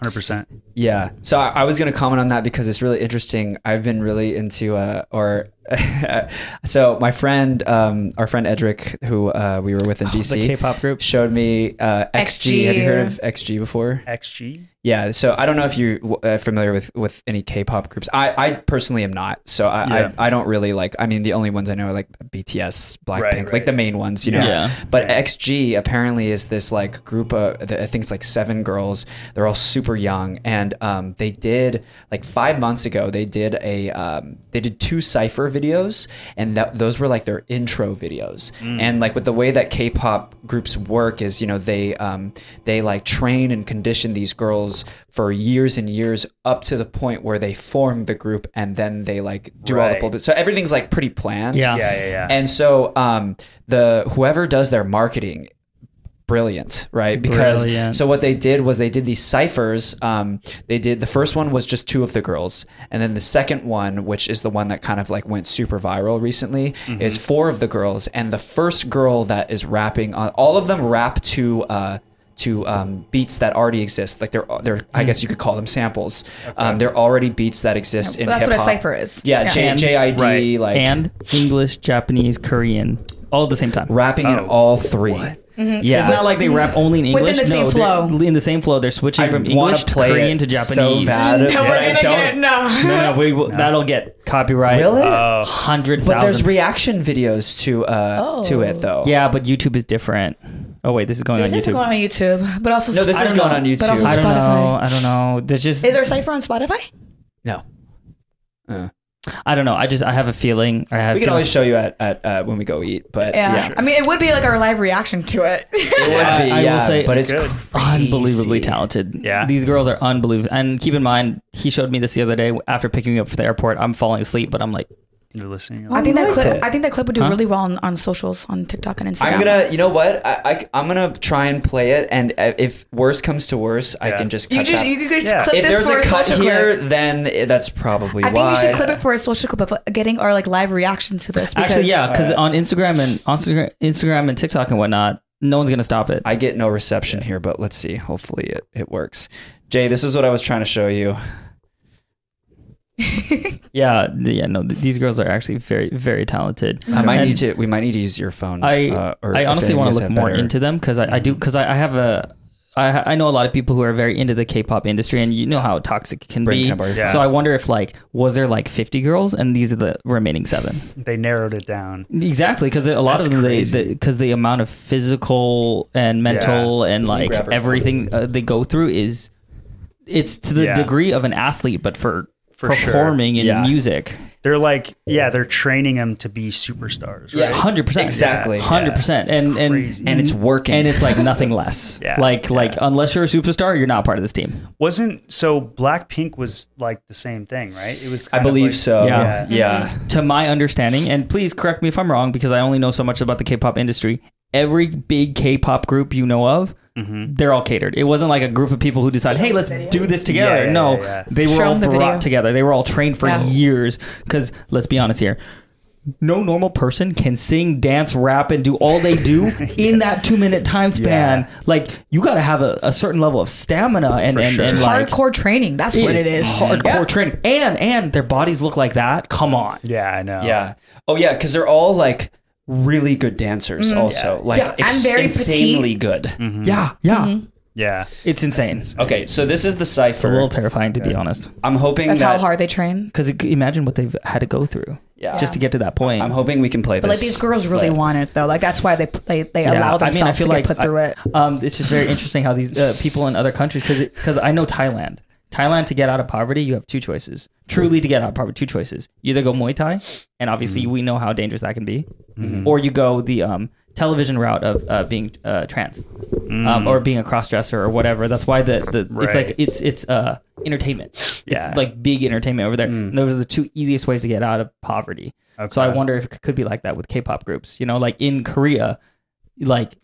Speaker 3: hundred percent.
Speaker 1: Yeah. So I, I was going to comment on that because it's really interesting. I've been really into, uh, or so my friend, um, our friend Edric, who uh, we were with in DC,
Speaker 4: K-pop group.
Speaker 1: showed me uh, XG.
Speaker 2: XG.
Speaker 1: Have you heard of XG before?
Speaker 3: XG.
Speaker 1: Yeah, so I don't know if you're uh, familiar with with any K-pop groups. I, I personally am not, so I,
Speaker 3: Yeah.
Speaker 1: I I don't really like. I mean, the only ones I know are like BTS, Blackpink,
Speaker 3: Right,
Speaker 1: like
Speaker 3: right.
Speaker 1: the main ones, you know.
Speaker 4: Yeah.
Speaker 1: But
Speaker 3: Right.
Speaker 1: XG apparently is this like group of I think it's like seven girls. They're all super young, and um, they did like five months ago. They did a um, they did two cipher videos, and that, those were like their intro videos.
Speaker 4: Mm.
Speaker 1: And like with the way that K-pop groups work is, you know, they um, they like train and condition these girls for years and years up to the point where they form the group, and then they like do all the
Speaker 3: Right.
Speaker 1: public. So everything's like pretty planned.
Speaker 4: Yeah.
Speaker 3: yeah, yeah, yeah.
Speaker 1: And so um, the whoever does their marketing, brilliant, right? Because
Speaker 4: Brilliant.
Speaker 1: so what they did was they did these ciphers. Um, they did the first one was just two of the girls, and then the second one, which is the one that kind of like went super viral recently,
Speaker 4: Mm-hmm.
Speaker 1: is four of the girls, and the first girl that is rapping on all of them rap to. Uh, to um, beats that already exist, like they're, they're
Speaker 4: Mm-hmm.
Speaker 1: I guess you could call them samples. Um, they're already beats that exist in
Speaker 2: That's what a
Speaker 1: hip-hop.
Speaker 2: cipher is.
Speaker 1: Yeah,
Speaker 2: Yeah.
Speaker 1: J-
Speaker 4: And-
Speaker 1: JID,
Speaker 3: Right.
Speaker 1: like
Speaker 4: and English, Japanese, Korean, all at the same time.
Speaker 1: rapping in
Speaker 3: Oh.
Speaker 1: all 3 Yeah,
Speaker 4: It's not like they rap only in English.
Speaker 2: Within the same
Speaker 4: no, they're-
Speaker 2: flow.
Speaker 4: In the same flow, they're switching
Speaker 1: I
Speaker 4: from
Speaker 1: wanna
Speaker 4: English to
Speaker 1: play
Speaker 4: Korean
Speaker 1: it
Speaker 4: to Japanese.
Speaker 1: so bad, No,
Speaker 4: but
Speaker 1: we're
Speaker 4: I
Speaker 1: gonna
Speaker 4: don't.
Speaker 1: get it,
Speaker 2: no.
Speaker 4: no, no, we will, that'll get copyright.
Speaker 1: Will it?
Speaker 3: Oh,
Speaker 4: Hundred
Speaker 1: but there's
Speaker 4: thousand.
Speaker 1: reaction videos to uh to it
Speaker 2: Oh.
Speaker 1: though.
Speaker 4: yeah, but YouTube is different. Oh wait, this is going
Speaker 2: This
Speaker 4: on
Speaker 2: is
Speaker 4: YouTube.
Speaker 2: going on YouTube, but also
Speaker 1: No, this
Speaker 2: I
Speaker 1: is
Speaker 2: don't
Speaker 1: going
Speaker 2: know.
Speaker 1: on
Speaker 2: But
Speaker 1: YouTube.
Speaker 2: also
Speaker 4: I don't know.
Speaker 2: Spotify.
Speaker 4: I don't know. There's just
Speaker 2: Is there a cipher on Spotify?
Speaker 1: No. Uh,
Speaker 4: I don't know. I just I have a feeling. I have.
Speaker 1: we can
Speaker 4: a feeling.
Speaker 1: always show you at, at uh, when we go eat, but
Speaker 2: Yeah.
Speaker 1: yeah,
Speaker 2: I mean, it would be like our live reaction to it.
Speaker 1: it would
Speaker 4: I-
Speaker 1: be.
Speaker 4: I will
Speaker 1: yeah,
Speaker 4: say-
Speaker 1: but it's
Speaker 3: Good.
Speaker 1: crazy.
Speaker 4: unbelievably talented.
Speaker 3: Yeah.
Speaker 4: These girls are unbelievable. And keep in mind, he showed me this the other day after picking me up from the airport. I'm falling asleep, but I'm like,
Speaker 3: You're listening.
Speaker 2: I think that
Speaker 1: liked
Speaker 2: clip.
Speaker 1: it.
Speaker 2: I think that clip would do
Speaker 4: Huh?
Speaker 2: really well on, on socials, on TikTok and Instagram.
Speaker 1: I'm gonna, you know what? I, I am gonna try and play it, and uh, if worse comes to worse, I
Speaker 3: Yeah.
Speaker 1: can just cut
Speaker 2: You just
Speaker 1: that.
Speaker 2: you could just
Speaker 3: Yeah.
Speaker 2: clip
Speaker 1: if
Speaker 2: this
Speaker 1: there's
Speaker 2: for
Speaker 1: a
Speaker 2: a
Speaker 1: cut
Speaker 2: social
Speaker 1: here,
Speaker 2: clip.
Speaker 1: then it- that's probably
Speaker 2: I think
Speaker 1: why.
Speaker 2: you should clip it for a social clip of getting our like live reaction to this. Because
Speaker 4: actually, yeah, because
Speaker 1: Alright.
Speaker 4: on Instagram and on Instagram, Instagram and TikTok and whatnot, no one's gonna stop it.
Speaker 1: I get no reception here, but let's see. Hopefully, it it works. Jay, this is what I was trying to show you.
Speaker 4: yeah, th- yeah. No, th- these girls are actually very, very talented.
Speaker 1: I might
Speaker 4: And
Speaker 1: need to. We might need to use your phone.
Speaker 4: I,
Speaker 1: uh, or
Speaker 4: I
Speaker 1: if any
Speaker 4: honestly
Speaker 1: of you
Speaker 4: want
Speaker 1: guys
Speaker 4: to look
Speaker 1: have
Speaker 4: more
Speaker 1: better- Mm-hmm.
Speaker 4: into them because I, I do because I, I have a. I, I know a lot of people who are very into the K-pop industry, and you know how toxic it can
Speaker 1: Brain
Speaker 4: be.
Speaker 1: can borrow your
Speaker 3: Yeah.
Speaker 4: So I wonder if, like, was there like 50 girls, and these are the remaining seven?
Speaker 3: they narrowed it down.
Speaker 4: Exactly, because a lot
Speaker 1: That's
Speaker 4: of them, they
Speaker 1: crazy.
Speaker 4: because the amount of physical and mental and like
Speaker 1: grab her
Speaker 4: everything uh, they go through is, it's to the
Speaker 3: Yeah.
Speaker 4: degree of an athlete, but for,
Speaker 3: For sure.
Speaker 4: performing in
Speaker 1: Yeah.
Speaker 4: music,
Speaker 3: They're like, yeah, they're training them to be superstars.
Speaker 1: Yeah.
Speaker 3: Right?
Speaker 4: hundred percent,
Speaker 1: Exactly.
Speaker 4: hundred percent, and and
Speaker 3: crazy.
Speaker 1: And it's working.
Speaker 4: and it's like nothing less.
Speaker 3: Yeah.
Speaker 4: Like like unless you're a superstar, you're not part of this team.
Speaker 3: Wasn't so Blackpink was like the same thing, right? It was.
Speaker 1: I
Speaker 3: kind of
Speaker 1: believe
Speaker 3: like-
Speaker 1: so.
Speaker 4: Yeah.
Speaker 1: Yeah.
Speaker 4: To my understanding, and please correct me if I'm wrong because I only know so much about the K-pop industry. Every big K-pop group you know of,
Speaker 3: Mm-hmm.
Speaker 4: they're all catered. It wasn't like a group of people who decide, "Hey, let's do this together."
Speaker 3: Yeah, yeah,
Speaker 4: no,
Speaker 3: yeah, yeah.
Speaker 4: they were
Speaker 2: Show
Speaker 4: all
Speaker 2: 'em the
Speaker 4: brought
Speaker 2: video.
Speaker 4: together. They were all trained for
Speaker 2: Yeah.
Speaker 4: years. Because let's be honest here. No normal person can sing, dance, rap, and do all they do in that two minute time span.
Speaker 3: Yeah.
Speaker 4: Like you got to have a, a certain level of stamina and and,
Speaker 3: sure.
Speaker 4: and like
Speaker 2: hardcore training. That's what it is.
Speaker 4: Hardcore training. And and their bodies look like that. Come on.
Speaker 3: Yeah, I know.
Speaker 1: Yeah. Oh yeah, because they're all like really good dancers.
Speaker 2: Mm,
Speaker 1: also, like
Speaker 4: Yeah,
Speaker 1: ex-
Speaker 2: and very
Speaker 1: insanely good.
Speaker 4: Yeah, yeah.
Speaker 3: yeah.
Speaker 4: It's insane.
Speaker 1: Okay, so this is the
Speaker 4: A
Speaker 1: cipher.
Speaker 4: little terrifying to be honest.
Speaker 1: I'm hoping
Speaker 2: Of
Speaker 1: that
Speaker 2: how hard they train.
Speaker 4: Because imagine what they've had to go through
Speaker 1: Yeah.
Speaker 4: just to get to that point.
Speaker 1: I'm hoping we can play
Speaker 2: But
Speaker 1: this.
Speaker 2: like these girls really
Speaker 1: later.
Speaker 2: want it though. Like that's why they they, they
Speaker 4: Yeah,
Speaker 2: allow
Speaker 4: I mean, I
Speaker 2: themselves
Speaker 4: feel
Speaker 2: to
Speaker 4: like
Speaker 2: get put
Speaker 4: I-
Speaker 2: through it.
Speaker 4: um, it's just very interesting how these uh, people in other countries, because I know Thailand. Thailand to get out of poverty, you have two choices. Truly to get out of poverty, two choices. You either go Muay Thai, and
Speaker 3: Mm-hmm.
Speaker 4: obviously we know how dangerous that can be, or you go the um, television route of uh, being uh, trans, um, or being a cross dresser or whatever. That's why the, the it's
Speaker 3: Mm.
Speaker 4: like
Speaker 3: Right.
Speaker 4: it's it's uh, entertainment.
Speaker 3: Yeah. Mm.
Speaker 4: It's like big entertainment over there. And those are the two easiest ways to get out of poverty. So I
Speaker 3: Okay.
Speaker 4: wonder if it could be like that with K-pop groups. You know, like in Korea, like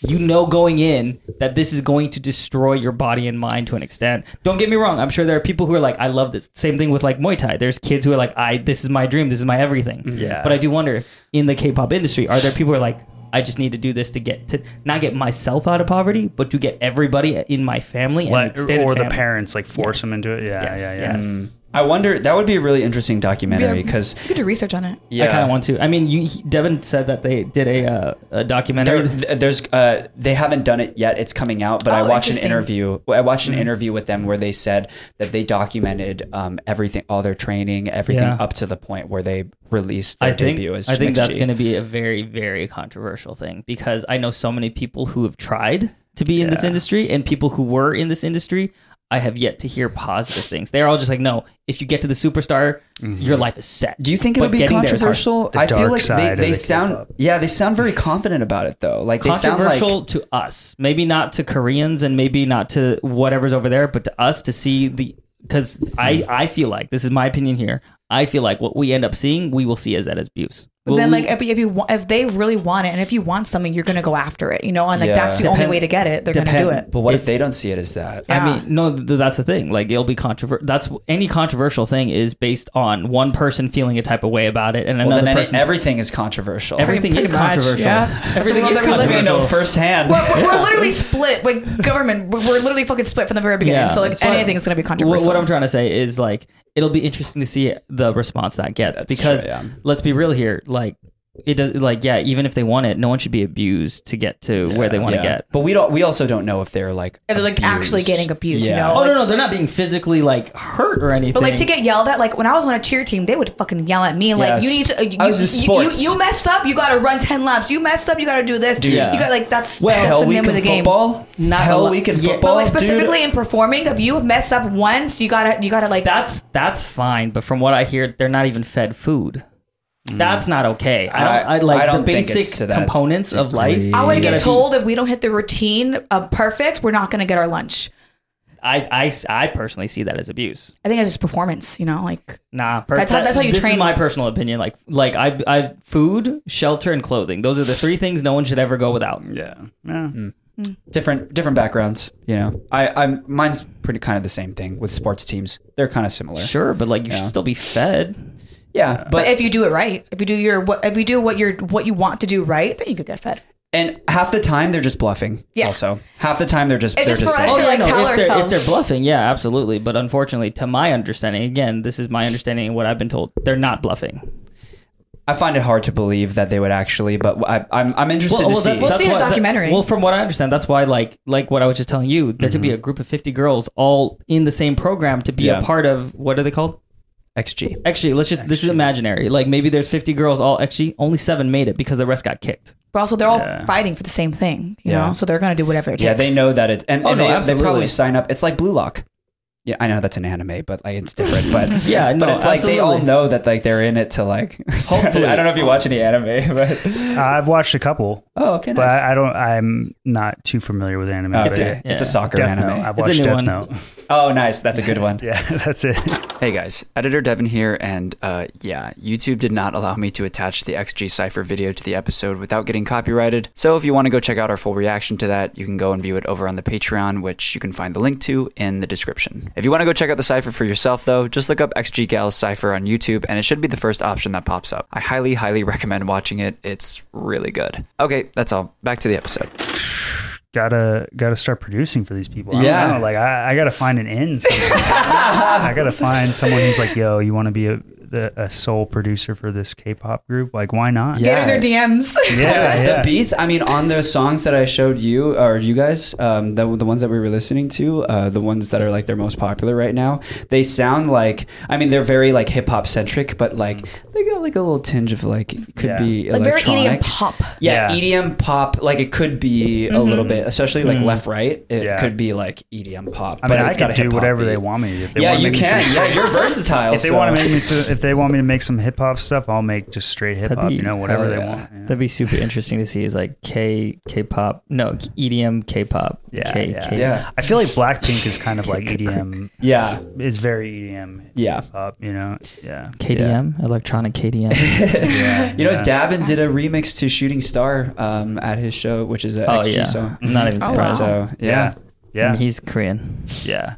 Speaker 4: you know going in that this is going to destroy your body and mind to an extent. Don't get me wrong, I'm sure there are people who are like, I love this. Same thing with like Muay Thai. There's kids who are like, I this is my dream, this is my everything.
Speaker 3: Yeah.
Speaker 4: But I do wonder in the K-pop industry, are there people who are like, I just need to do this to get to not get myself out of poverty, but to get everybody in my family and
Speaker 3: Let,
Speaker 4: extended
Speaker 3: or the
Speaker 4: family.
Speaker 3: parents like force
Speaker 4: Yes.
Speaker 3: them into it. Yeah,
Speaker 4: Yes,
Speaker 3: yeah, yeah.
Speaker 4: yes.
Speaker 1: I wonder. That would be a really interesting documentary because
Speaker 2: You could do research on it.
Speaker 1: yeah,
Speaker 4: I kind of want to. I mean, you, he- Devin said that they did a, uh, a documentary.
Speaker 1: There- there's uh, they haven't done it yet. It's coming out, but I
Speaker 2: Oh,
Speaker 1: watched an
Speaker 2: interesting.
Speaker 1: interview. I watched an interview with them where they said that they documented um, everything, all their training, everything
Speaker 4: Yeah.
Speaker 1: up to the point where they released their
Speaker 4: I think,
Speaker 1: debut as
Speaker 4: I think
Speaker 1: Mix
Speaker 4: that's
Speaker 1: G.
Speaker 4: going to be a very, very controversial thing because I know so many people who have tried to be in this industry and people who were in this industry I have yet to hear positive things. They're all just like, no, if you get to the superstar,
Speaker 1: Mm-hmm.
Speaker 4: your life is set.
Speaker 1: Do you think it'll
Speaker 4: But
Speaker 1: be
Speaker 4: getting there is hard.
Speaker 1: controversial?
Speaker 3: The
Speaker 1: I feel
Speaker 3: dark
Speaker 1: like
Speaker 3: side
Speaker 1: they,
Speaker 3: of
Speaker 1: they
Speaker 3: the
Speaker 1: sound
Speaker 3: K-pop.
Speaker 1: yeah, they sound very confident about it though. Like they sound like
Speaker 4: controversial to us. Maybe not to Koreans and maybe not to whatever's over there, but to us to see the because
Speaker 1: Hmm.
Speaker 4: I I feel like this is my opinion here. I feel like what we end up seeing, we will see as that as abuse.
Speaker 2: But
Speaker 4: Will
Speaker 2: then,
Speaker 4: we-
Speaker 2: like, if, if you want, if they really want it, and if you want something, you're gonna go after it, you know. And like,
Speaker 1: Yeah.
Speaker 2: that's the only
Speaker 1: Depend-
Speaker 2: way to get it. They're gonna do it.
Speaker 1: But what if, they don't see it as that?
Speaker 2: Yeah.
Speaker 4: I mean, no, th- that's the thing. Like, it'll be controversial. That's any controversial thing is based on one person feeling a type of way about it, and
Speaker 1: Well, then
Speaker 4: another
Speaker 1: any-
Speaker 4: person.
Speaker 1: everything is controversial.
Speaker 4: everything
Speaker 2: Pretty
Speaker 4: is
Speaker 2: much,
Speaker 4: controversial.
Speaker 2: yeah. That's the
Speaker 4: Everything
Speaker 2: world
Speaker 4: is
Speaker 2: that we live in.
Speaker 1: I
Speaker 4: controversial.
Speaker 1: know firsthand.
Speaker 2: We're, we're- we're literally split. Like government, we're, we're literally fucking split from the very beginning. so like,
Speaker 4: So
Speaker 2: anything's gonna be
Speaker 4: what-
Speaker 2: controversial.
Speaker 4: What I'm trying to say is like it'll be interesting to see the response that gets because
Speaker 1: true, yeah.
Speaker 4: let's be real here, like it does like yeah, even if they want it, no one should be abused to get to where they want to
Speaker 1: Yeah.
Speaker 4: get.
Speaker 1: But we don't. We also don't know if they're like
Speaker 2: If they're, like, actually getting abused, you know?
Speaker 4: Oh
Speaker 2: Like-
Speaker 4: no, no, they're not being physically like hurt or anything.
Speaker 2: But like to get yelled at, like when I was on a cheer team, they would fucking yell at me. Like
Speaker 1: Yes.
Speaker 2: you need to, uh, you,
Speaker 1: I was in
Speaker 2: you, you,
Speaker 1: sports.
Speaker 2: you messed up, you gotta run ten laps. You messed up, you gotta do this.
Speaker 4: Yeah.
Speaker 2: You got like that's
Speaker 1: Well,
Speaker 2: that's
Speaker 1: hell
Speaker 2: the
Speaker 1: week
Speaker 2: name of
Speaker 1: in
Speaker 2: the game.
Speaker 1: football.
Speaker 4: Not a
Speaker 1: hell
Speaker 4: lot-
Speaker 1: week in
Speaker 4: yeah.
Speaker 1: football.
Speaker 2: But like
Speaker 1: dude.
Speaker 2: specifically in performing, if you mess up once, you gotta you gotta like
Speaker 4: that's that's fine. But from what I hear, they're not even fed food. That's not okay. I don't.
Speaker 1: Mm. I-
Speaker 4: I like
Speaker 1: I don't
Speaker 4: the
Speaker 1: think it's to
Speaker 4: basic
Speaker 1: that
Speaker 4: components of life.
Speaker 2: I would
Speaker 4: You
Speaker 2: get
Speaker 4: gotta be-
Speaker 2: told if we don't hit the routine uh, perfect, we're not gonna get our lunch.
Speaker 4: I, I I personally see that as abuse.
Speaker 2: I think it's just performance, you know, like
Speaker 4: Nah, per-
Speaker 2: That's how- that's how you
Speaker 4: this
Speaker 2: train-
Speaker 4: Is my personal opinion, like like I I food, shelter, and clothing. Those are the three things no one should ever go without.
Speaker 3: Yeah. Yeah.
Speaker 4: Mm.
Speaker 1: different different backgrounds. You know, I I'm mine's pretty kind of the same thing with sports teams. They're kind of similar.
Speaker 4: Sure, but like you
Speaker 1: Yeah.
Speaker 4: should still be fed.
Speaker 1: Yeah, but,
Speaker 2: but if you do it right, if you do your what if you do what you're what you want to do right, then you could get fed.
Speaker 1: and half the time they're just bluffing.
Speaker 2: Yeah.
Speaker 1: Also, half the time they're just
Speaker 2: It's
Speaker 1: they're just
Speaker 2: just for us
Speaker 1: saying,
Speaker 2: to, like,
Speaker 4: no,
Speaker 2: tell
Speaker 4: if they're,
Speaker 2: ourselves.
Speaker 4: if they're bluffing, yeah, absolutely. But unfortunately, to my understanding, again, this is my understanding and what I've been told. They're not bluffing.
Speaker 1: I find it hard to believe that they would actually, but I, I'm I'm interested to see.
Speaker 2: We'll see in
Speaker 4: why-
Speaker 2: the documentary.
Speaker 4: well, from what I understand, that's why like like what I was just telling you, there could be a group of fifty girls all in the same program to be
Speaker 1: Yeah.
Speaker 4: a part of what are they called?
Speaker 1: XG.
Speaker 4: Actually, let's just this is imaginary. Like maybe there's fifty girls all actually only seven made it because the rest got kicked.
Speaker 2: But also they're all
Speaker 3: Yeah.
Speaker 2: fighting for the same thing, you
Speaker 1: Yeah.
Speaker 2: know, so they're gonna do whatever it takes.
Speaker 1: Yeah, they know that it, and,
Speaker 4: Oh,
Speaker 1: and
Speaker 4: no,
Speaker 1: they, they
Speaker 4: absolutely.
Speaker 1: probably sign up. It's like Blue Lock. Yeah, I know that's an anime, but like it's different. But
Speaker 4: Yeah,
Speaker 1: but
Speaker 4: no,
Speaker 1: it's like they all
Speaker 4: absolutely.
Speaker 1: know that like they're in it to like.
Speaker 4: Hopefully.
Speaker 1: I don't know if you watch any anime, but
Speaker 3: Uh, I've watched a couple,
Speaker 1: oh, okay,
Speaker 3: but
Speaker 1: nice.
Speaker 3: I I don't. I'm not too familiar with anime.
Speaker 1: Oh,
Speaker 3: but
Speaker 1: it's, a,
Speaker 4: yeah.
Speaker 1: it's a soccer
Speaker 3: Death Note.
Speaker 1: anime.
Speaker 3: I've
Speaker 4: It's a
Speaker 3: watched
Speaker 4: new
Speaker 3: Death
Speaker 4: one.
Speaker 3: Note.
Speaker 1: Oh, nice. That's a good one.
Speaker 3: Yeah, that's it.
Speaker 6: Hey guys, editor Devin here, and uh, yeah, YouTube did not allow me to attach the XG Cipher video to the episode without getting copyrighted. So if you want to go check out our full reaction to that, you can go and view it over on the Patreon, which you can find the link to in the description. If you want to go check out the cipher for yourself, though, just look up XG Gals Cipher on YouTube, and it should be the first option that pops up. I highly, highly recommend watching it. It's really good. Okay, that's all. Back to the episode.
Speaker 3: gotta gotta start producing for these people. I
Speaker 1: Yeah.
Speaker 3: don't know. like I, I gotta find an end. somewhere. I gotta find someone who's like, yo, you want to be a the, a sole producer for this K-pop group? Like, why not?
Speaker 1: Yeah.
Speaker 2: Get in their DMs.
Speaker 3: yeah,
Speaker 1: The beats, I mean, on the songs that I showed you or you guys, um, the, the ones that we were listening to, uh, the ones that are like their most popular right now, they sound like, I mean, they're very like hip hop centric, but like they got like a little tinge of like, it could
Speaker 3: Yeah.
Speaker 1: be
Speaker 2: like very
Speaker 1: electronic.
Speaker 2: EDM pop. Mm-hmm.
Speaker 1: Yeah,
Speaker 3: Yeah.
Speaker 1: EDM pop, like it could be a little bit, especially like left right, it
Speaker 3: Mm-hmm. Yeah.
Speaker 1: could be like EDM pop.
Speaker 3: I mean, I
Speaker 1: it's got
Speaker 3: can
Speaker 1: a
Speaker 3: do
Speaker 1: hip-hop
Speaker 3: whatever they
Speaker 1: beat.
Speaker 3: want me. to. If they
Speaker 1: Yeah,
Speaker 3: wanna
Speaker 1: you
Speaker 3: make me
Speaker 1: can.
Speaker 3: some-
Speaker 1: Yeah, you're versatile.
Speaker 3: If they
Speaker 1: so-
Speaker 3: want to make me, some, if they want me to make some hip hop stuff, I'll make just straight hip
Speaker 4: That'd
Speaker 3: hop.
Speaker 4: be-
Speaker 3: You know, whatever
Speaker 1: hell
Speaker 3: they
Speaker 1: yeah.
Speaker 3: want. Yeah.
Speaker 4: That'd be super interesting to see. Is like K K-pop, no EDM K-pop.
Speaker 3: Yeah,
Speaker 4: K,
Speaker 3: yeah.
Speaker 4: K.
Speaker 1: yeah,
Speaker 3: I feel like Blackpink is kind of like E EDM.
Speaker 1: yeah,
Speaker 3: It's very E EDM.
Speaker 1: yeah.
Speaker 3: Up, you know. Yeah.
Speaker 4: KDM, electronic KDM.
Speaker 3: Yeah.
Speaker 1: You know,
Speaker 3: yeah.
Speaker 1: Dabin did a remix to Shooting Star um, at his show, which is an
Speaker 4: oh
Speaker 1: XG
Speaker 4: yeah,
Speaker 1: song.
Speaker 4: I'm not even
Speaker 2: Oh,
Speaker 4: surprised.
Speaker 2: wow.
Speaker 1: So mm-hmm. yeah.
Speaker 3: Yeah. Yeah.
Speaker 4: He's Korean.
Speaker 3: yeah.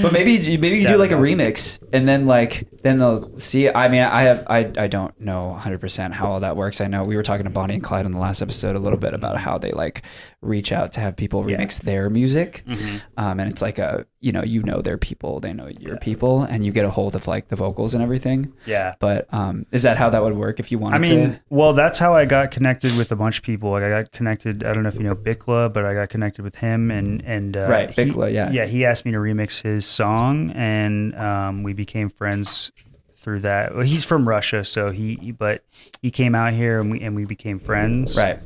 Speaker 1: but maybe you- maybe you do
Speaker 3: Dabin
Speaker 1: like a
Speaker 3: does it.
Speaker 1: remix, and then like then they'll see. I mean, I have I I don't know 100 percent how all that works. I know we were talking to Bonnie and Clyde in the last episode a little bit about how they like reach out to have people
Speaker 3: Yeah. Mm-hmm.
Speaker 1: remix their music, um, and it's like a you know you know their people, they know your people, and you get a hold of like the vocals and everything.
Speaker 3: Yeah.
Speaker 1: But um, is that how that would work if you wanted
Speaker 3: I mean,
Speaker 1: to?
Speaker 3: well, that's how I got connected with a bunch of people. Like I got connected. I don't know if you know Bikla, but I got connected with him and and uh,
Speaker 1: Right,
Speaker 3: he-
Speaker 1: Bikla, yeah.
Speaker 3: yeah. He asked me to remix his song, and um, we became friends through that. Well, he's from Russia, so he but he came out here and we and we became friends.
Speaker 1: Right.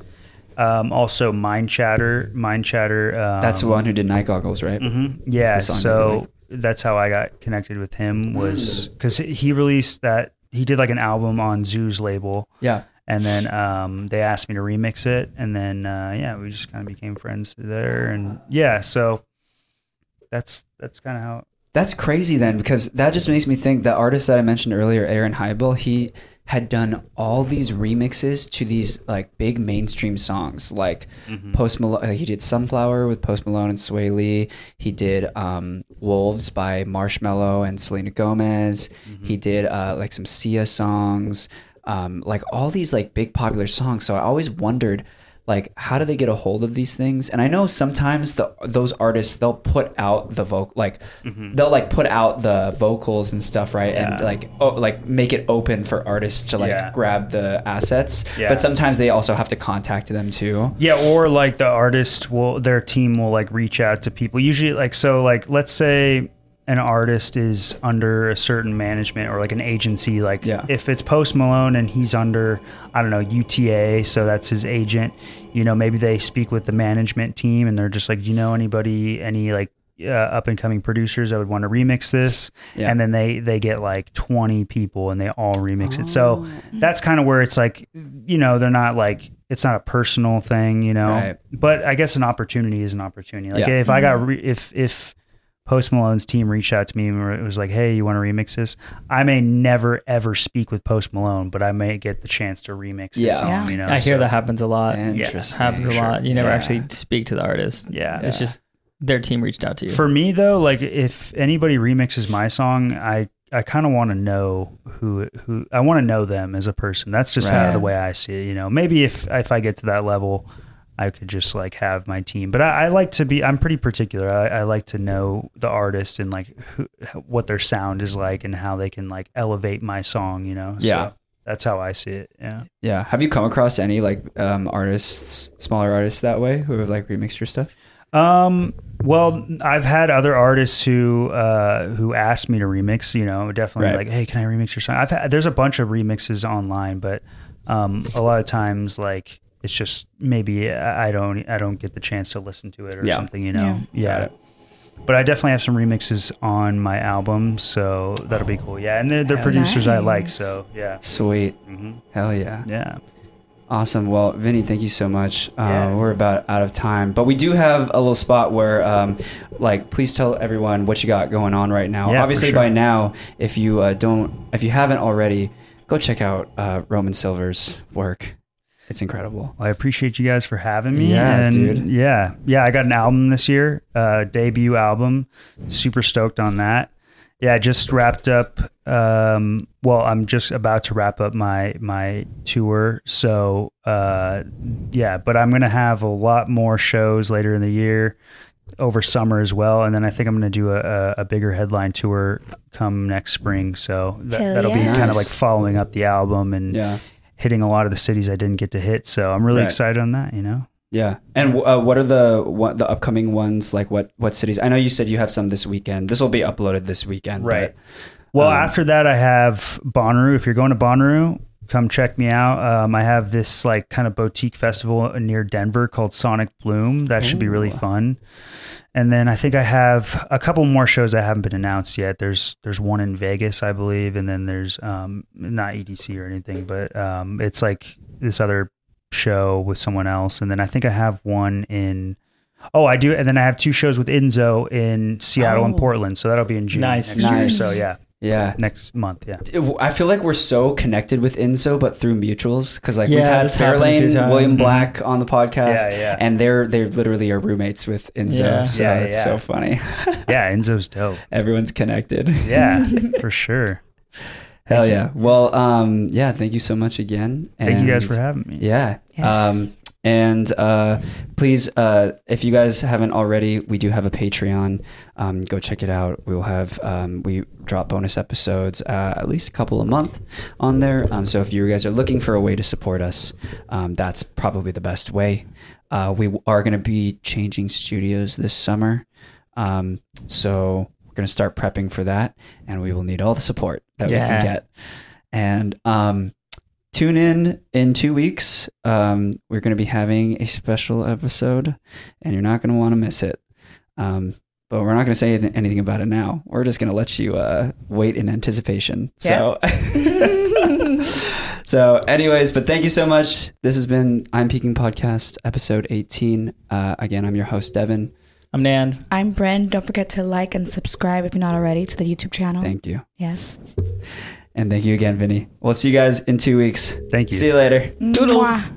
Speaker 3: Um, also, Mind Chatter. Mind Chatter. Um,
Speaker 1: That's the one who did night goggles, right?
Speaker 3: Mhm. Yeah.
Speaker 1: the song
Speaker 3: So that's how I got connected with him was because he released that he did like an album on Zoo's label,
Speaker 1: Yeah.
Speaker 3: and then um, they asked me to remix it, and then uh, yeah, we just kind of became friends there, and yeah, so that's that's kind of how.
Speaker 1: That's crazy then, because that just makes me think the artist that I mentioned earlier, Aaron Heibel, he had done all these remixes to these like big mainstream songs, like Post Malone. He did Sunflower with Post Malone and Sway Lee. He did um, Wolves by Marshmallow and Selena Gomez. He did uh, like some Sia songs, um, like all these like big popular songs. So I always wondered like how do they get a hold of these things and i know sometimes the those artists they'll put out the vocal like they'll like put out the vocals and stuff right and
Speaker 3: Mm-hmm. Yeah.
Speaker 1: like oh like make it open for artists to like
Speaker 3: Yeah.
Speaker 1: grab the assets
Speaker 3: Yeah.
Speaker 1: but sometimes they also have to contact them too
Speaker 3: Yeah, or like the artist will their team will like reach out to people. Usually like so like let's say an artist is under a certain management or like an agency like
Speaker 1: Yeah.
Speaker 3: if it's Post Malone and he's under I don't know UTA, so that's his agent, you know, maybe they speak with the management team and they're just like, "Do you know anybody any like uh, up and coming producers that would want to remix this?"
Speaker 1: Yeah.
Speaker 3: And then they they get like 20 people and they all remix it.
Speaker 1: Oh.
Speaker 3: So that's kind of where it's like, you know, they're not like it's not a personal thing, you know.
Speaker 1: Right.
Speaker 3: But I guess an opportunity is an opportunity. Like
Speaker 1: Yeah. Mm-hmm.
Speaker 3: if I got re- if if Post Malone's team reached out to me and it was like, "Hey, you want to remix this?" I may never ever speak with Post Malone, but I may get the chance to remix. his
Speaker 1: Yeah.
Speaker 3: song,
Speaker 2: Yeah.
Speaker 3: you know.
Speaker 4: I hear
Speaker 3: so-
Speaker 4: that happens a
Speaker 3: Uh,
Speaker 4: lot.
Speaker 1: interesting
Speaker 4: happens a lot. You never
Speaker 1: Yeah.
Speaker 4: actually speak to the artist.
Speaker 3: Yeah.
Speaker 4: It's just their team reached out to you.
Speaker 3: For me though, like if anybody remixes my song, I I kind of want to know who who I want to know them as a person. That's just
Speaker 1: Right.
Speaker 3: how the way I see it. You know, maybe if if I get to that level, I could just like have my team. But I, I like to be. I'm pretty particular. I, I like to know the artist and like who, what their sound is like and how they can like elevate my song. You know.
Speaker 1: Yeah.
Speaker 3: So that's how I see it. Yeah.
Speaker 1: yeah have you come across any like um artists smaller artists that way who have like remixed your stuff
Speaker 3: Um. Well, I've had other artists who uh, who asked me to remix. You know, definitely
Speaker 1: Right.
Speaker 3: like, hey, can I remix your song? I've had, there's a bunch of remixes online, but um, a lot of times like it's just maybe I I don't I don't get the chance to listen to it or
Speaker 1: Yeah.
Speaker 3: something. You know, yeah. But I definitely have some remixes on my album, so that'll be cool. Yeah, and they're, they're
Speaker 1: Hell
Speaker 3: producers I like,
Speaker 2: nice.
Speaker 3: so yeah,
Speaker 1: sweet
Speaker 3: hmm
Speaker 1: hell yeah
Speaker 3: yeah.
Speaker 1: Awesome. Well, Vinny, thank you so much. Uh,
Speaker 3: Yeah.
Speaker 1: We're about out of time, but we do have a little spot where, um, like, please tell everyone what you got going on right now.
Speaker 3: Yeah, for
Speaker 1: Obviously,
Speaker 3: sure.
Speaker 1: by now, if you uh, don't, if you haven't already, go check out uh, Roman Silver's work. It's incredible.
Speaker 3: Well, I appreciate you guys for having me.
Speaker 1: Yeah,
Speaker 3: and
Speaker 1: dude.
Speaker 3: Yeah, yeah. I got an album this year, uh, debut album. Super stoked on that. Yeah, I just wrapped up. Um, well, I'm just about to wrap up my my tour. So uh, yeah, but I'm gonna have a lot more shows later in the year, over summer as well, and then I think I'm gonna do a, a, a bigger headline tour come next spring. So that,
Speaker 2: Hell
Speaker 3: that'll
Speaker 2: yeah.
Speaker 3: be kind
Speaker 1: Nice.
Speaker 3: of like following up the album and
Speaker 1: Yeah,
Speaker 3: hitting a lot of the cities I didn't get to hit. So I'm really
Speaker 1: Right.
Speaker 3: excited on that, you know?
Speaker 1: yeah. And uh, what are the what the upcoming ones? Like, what what cities? I know you said you have some this weekend. This will be uploaded this weekend, but-
Speaker 3: Right. Well,
Speaker 1: Um,
Speaker 3: after that, I have Bonnaroo. If you're going to Bonnaroo, come check me out. Um, I have this like kind of boutique festival near Denver called Sonic Bloom. That should be really fun. And then I think I have a couple more shows that haven't been announced yet. There's there's one in Vegas, I believe, and then there's um, not EDC or anything, but um, it's like this other show with someone else. And then I think I have one in. Oh, I do, and then I have two shows with Enzo in Seattle and
Speaker 4: Oh.
Speaker 3: Portland, so that'll be in June
Speaker 4: Nice.
Speaker 3: next year.
Speaker 1: Nice.
Speaker 3: So yeah,
Speaker 1: yeah.
Speaker 3: next month. Yeah.
Speaker 1: I feel like we're so connected with Inso, but through mutuals, because like
Speaker 4: Yeah,
Speaker 1: we've had
Speaker 4: that's happened a few
Speaker 1: Fairlane,
Speaker 4: times. Mm-hmm.
Speaker 1: William Black on the podcast,
Speaker 3: Yeah, yeah.
Speaker 1: and they're they literally are roommates with Inso.
Speaker 4: Yeah.
Speaker 1: So
Speaker 3: Yeah,
Speaker 1: it's
Speaker 3: yeah.
Speaker 1: so funny.
Speaker 3: Yeah. Enzo's dope.
Speaker 1: Everyone's connected.
Speaker 3: Yeah. for sure.
Speaker 1: Hell yeah. Well, um, yeah. Thank you so much again.
Speaker 3: Thank you guys
Speaker 1: And-
Speaker 3: for having me.
Speaker 1: Yeah.
Speaker 2: Yes.
Speaker 1: Um, and uh, please, uh, if you guys haven't already, we do have a Patreon. Um, go check it out. We will have um, we drop bonus episodes uh, at least a couple a month on there. Um, so if you guys are looking for a way to support us, um, that's probably the best way. Uh, we are going to be changing studios this summer, um, so we're going to start prepping for that, and we will need all the support that we
Speaker 4: Yeah.
Speaker 1: can get. And um, tune in in two weeks. Um, we're going to be having a special episode, and you're not going to want to miss it. Um, but we're not going to say anyth- anything about it now. We're just going to let you uh, wait in anticipation. So, so, anyways, but thank you so much. This has been I'm Peaking Podcast, episode 18. Uh, again, I'm your host, Devin.
Speaker 4: I'm Nan.
Speaker 2: I'm Bren. Don't forget to like and subscribe if you're not already to the YouTube channel.
Speaker 1: Thank you.
Speaker 2: yes.
Speaker 1: And thank you again, Vinny. We'll see you guys in two weeks.
Speaker 3: Thank you.
Speaker 1: See you later.
Speaker 2: Doodles.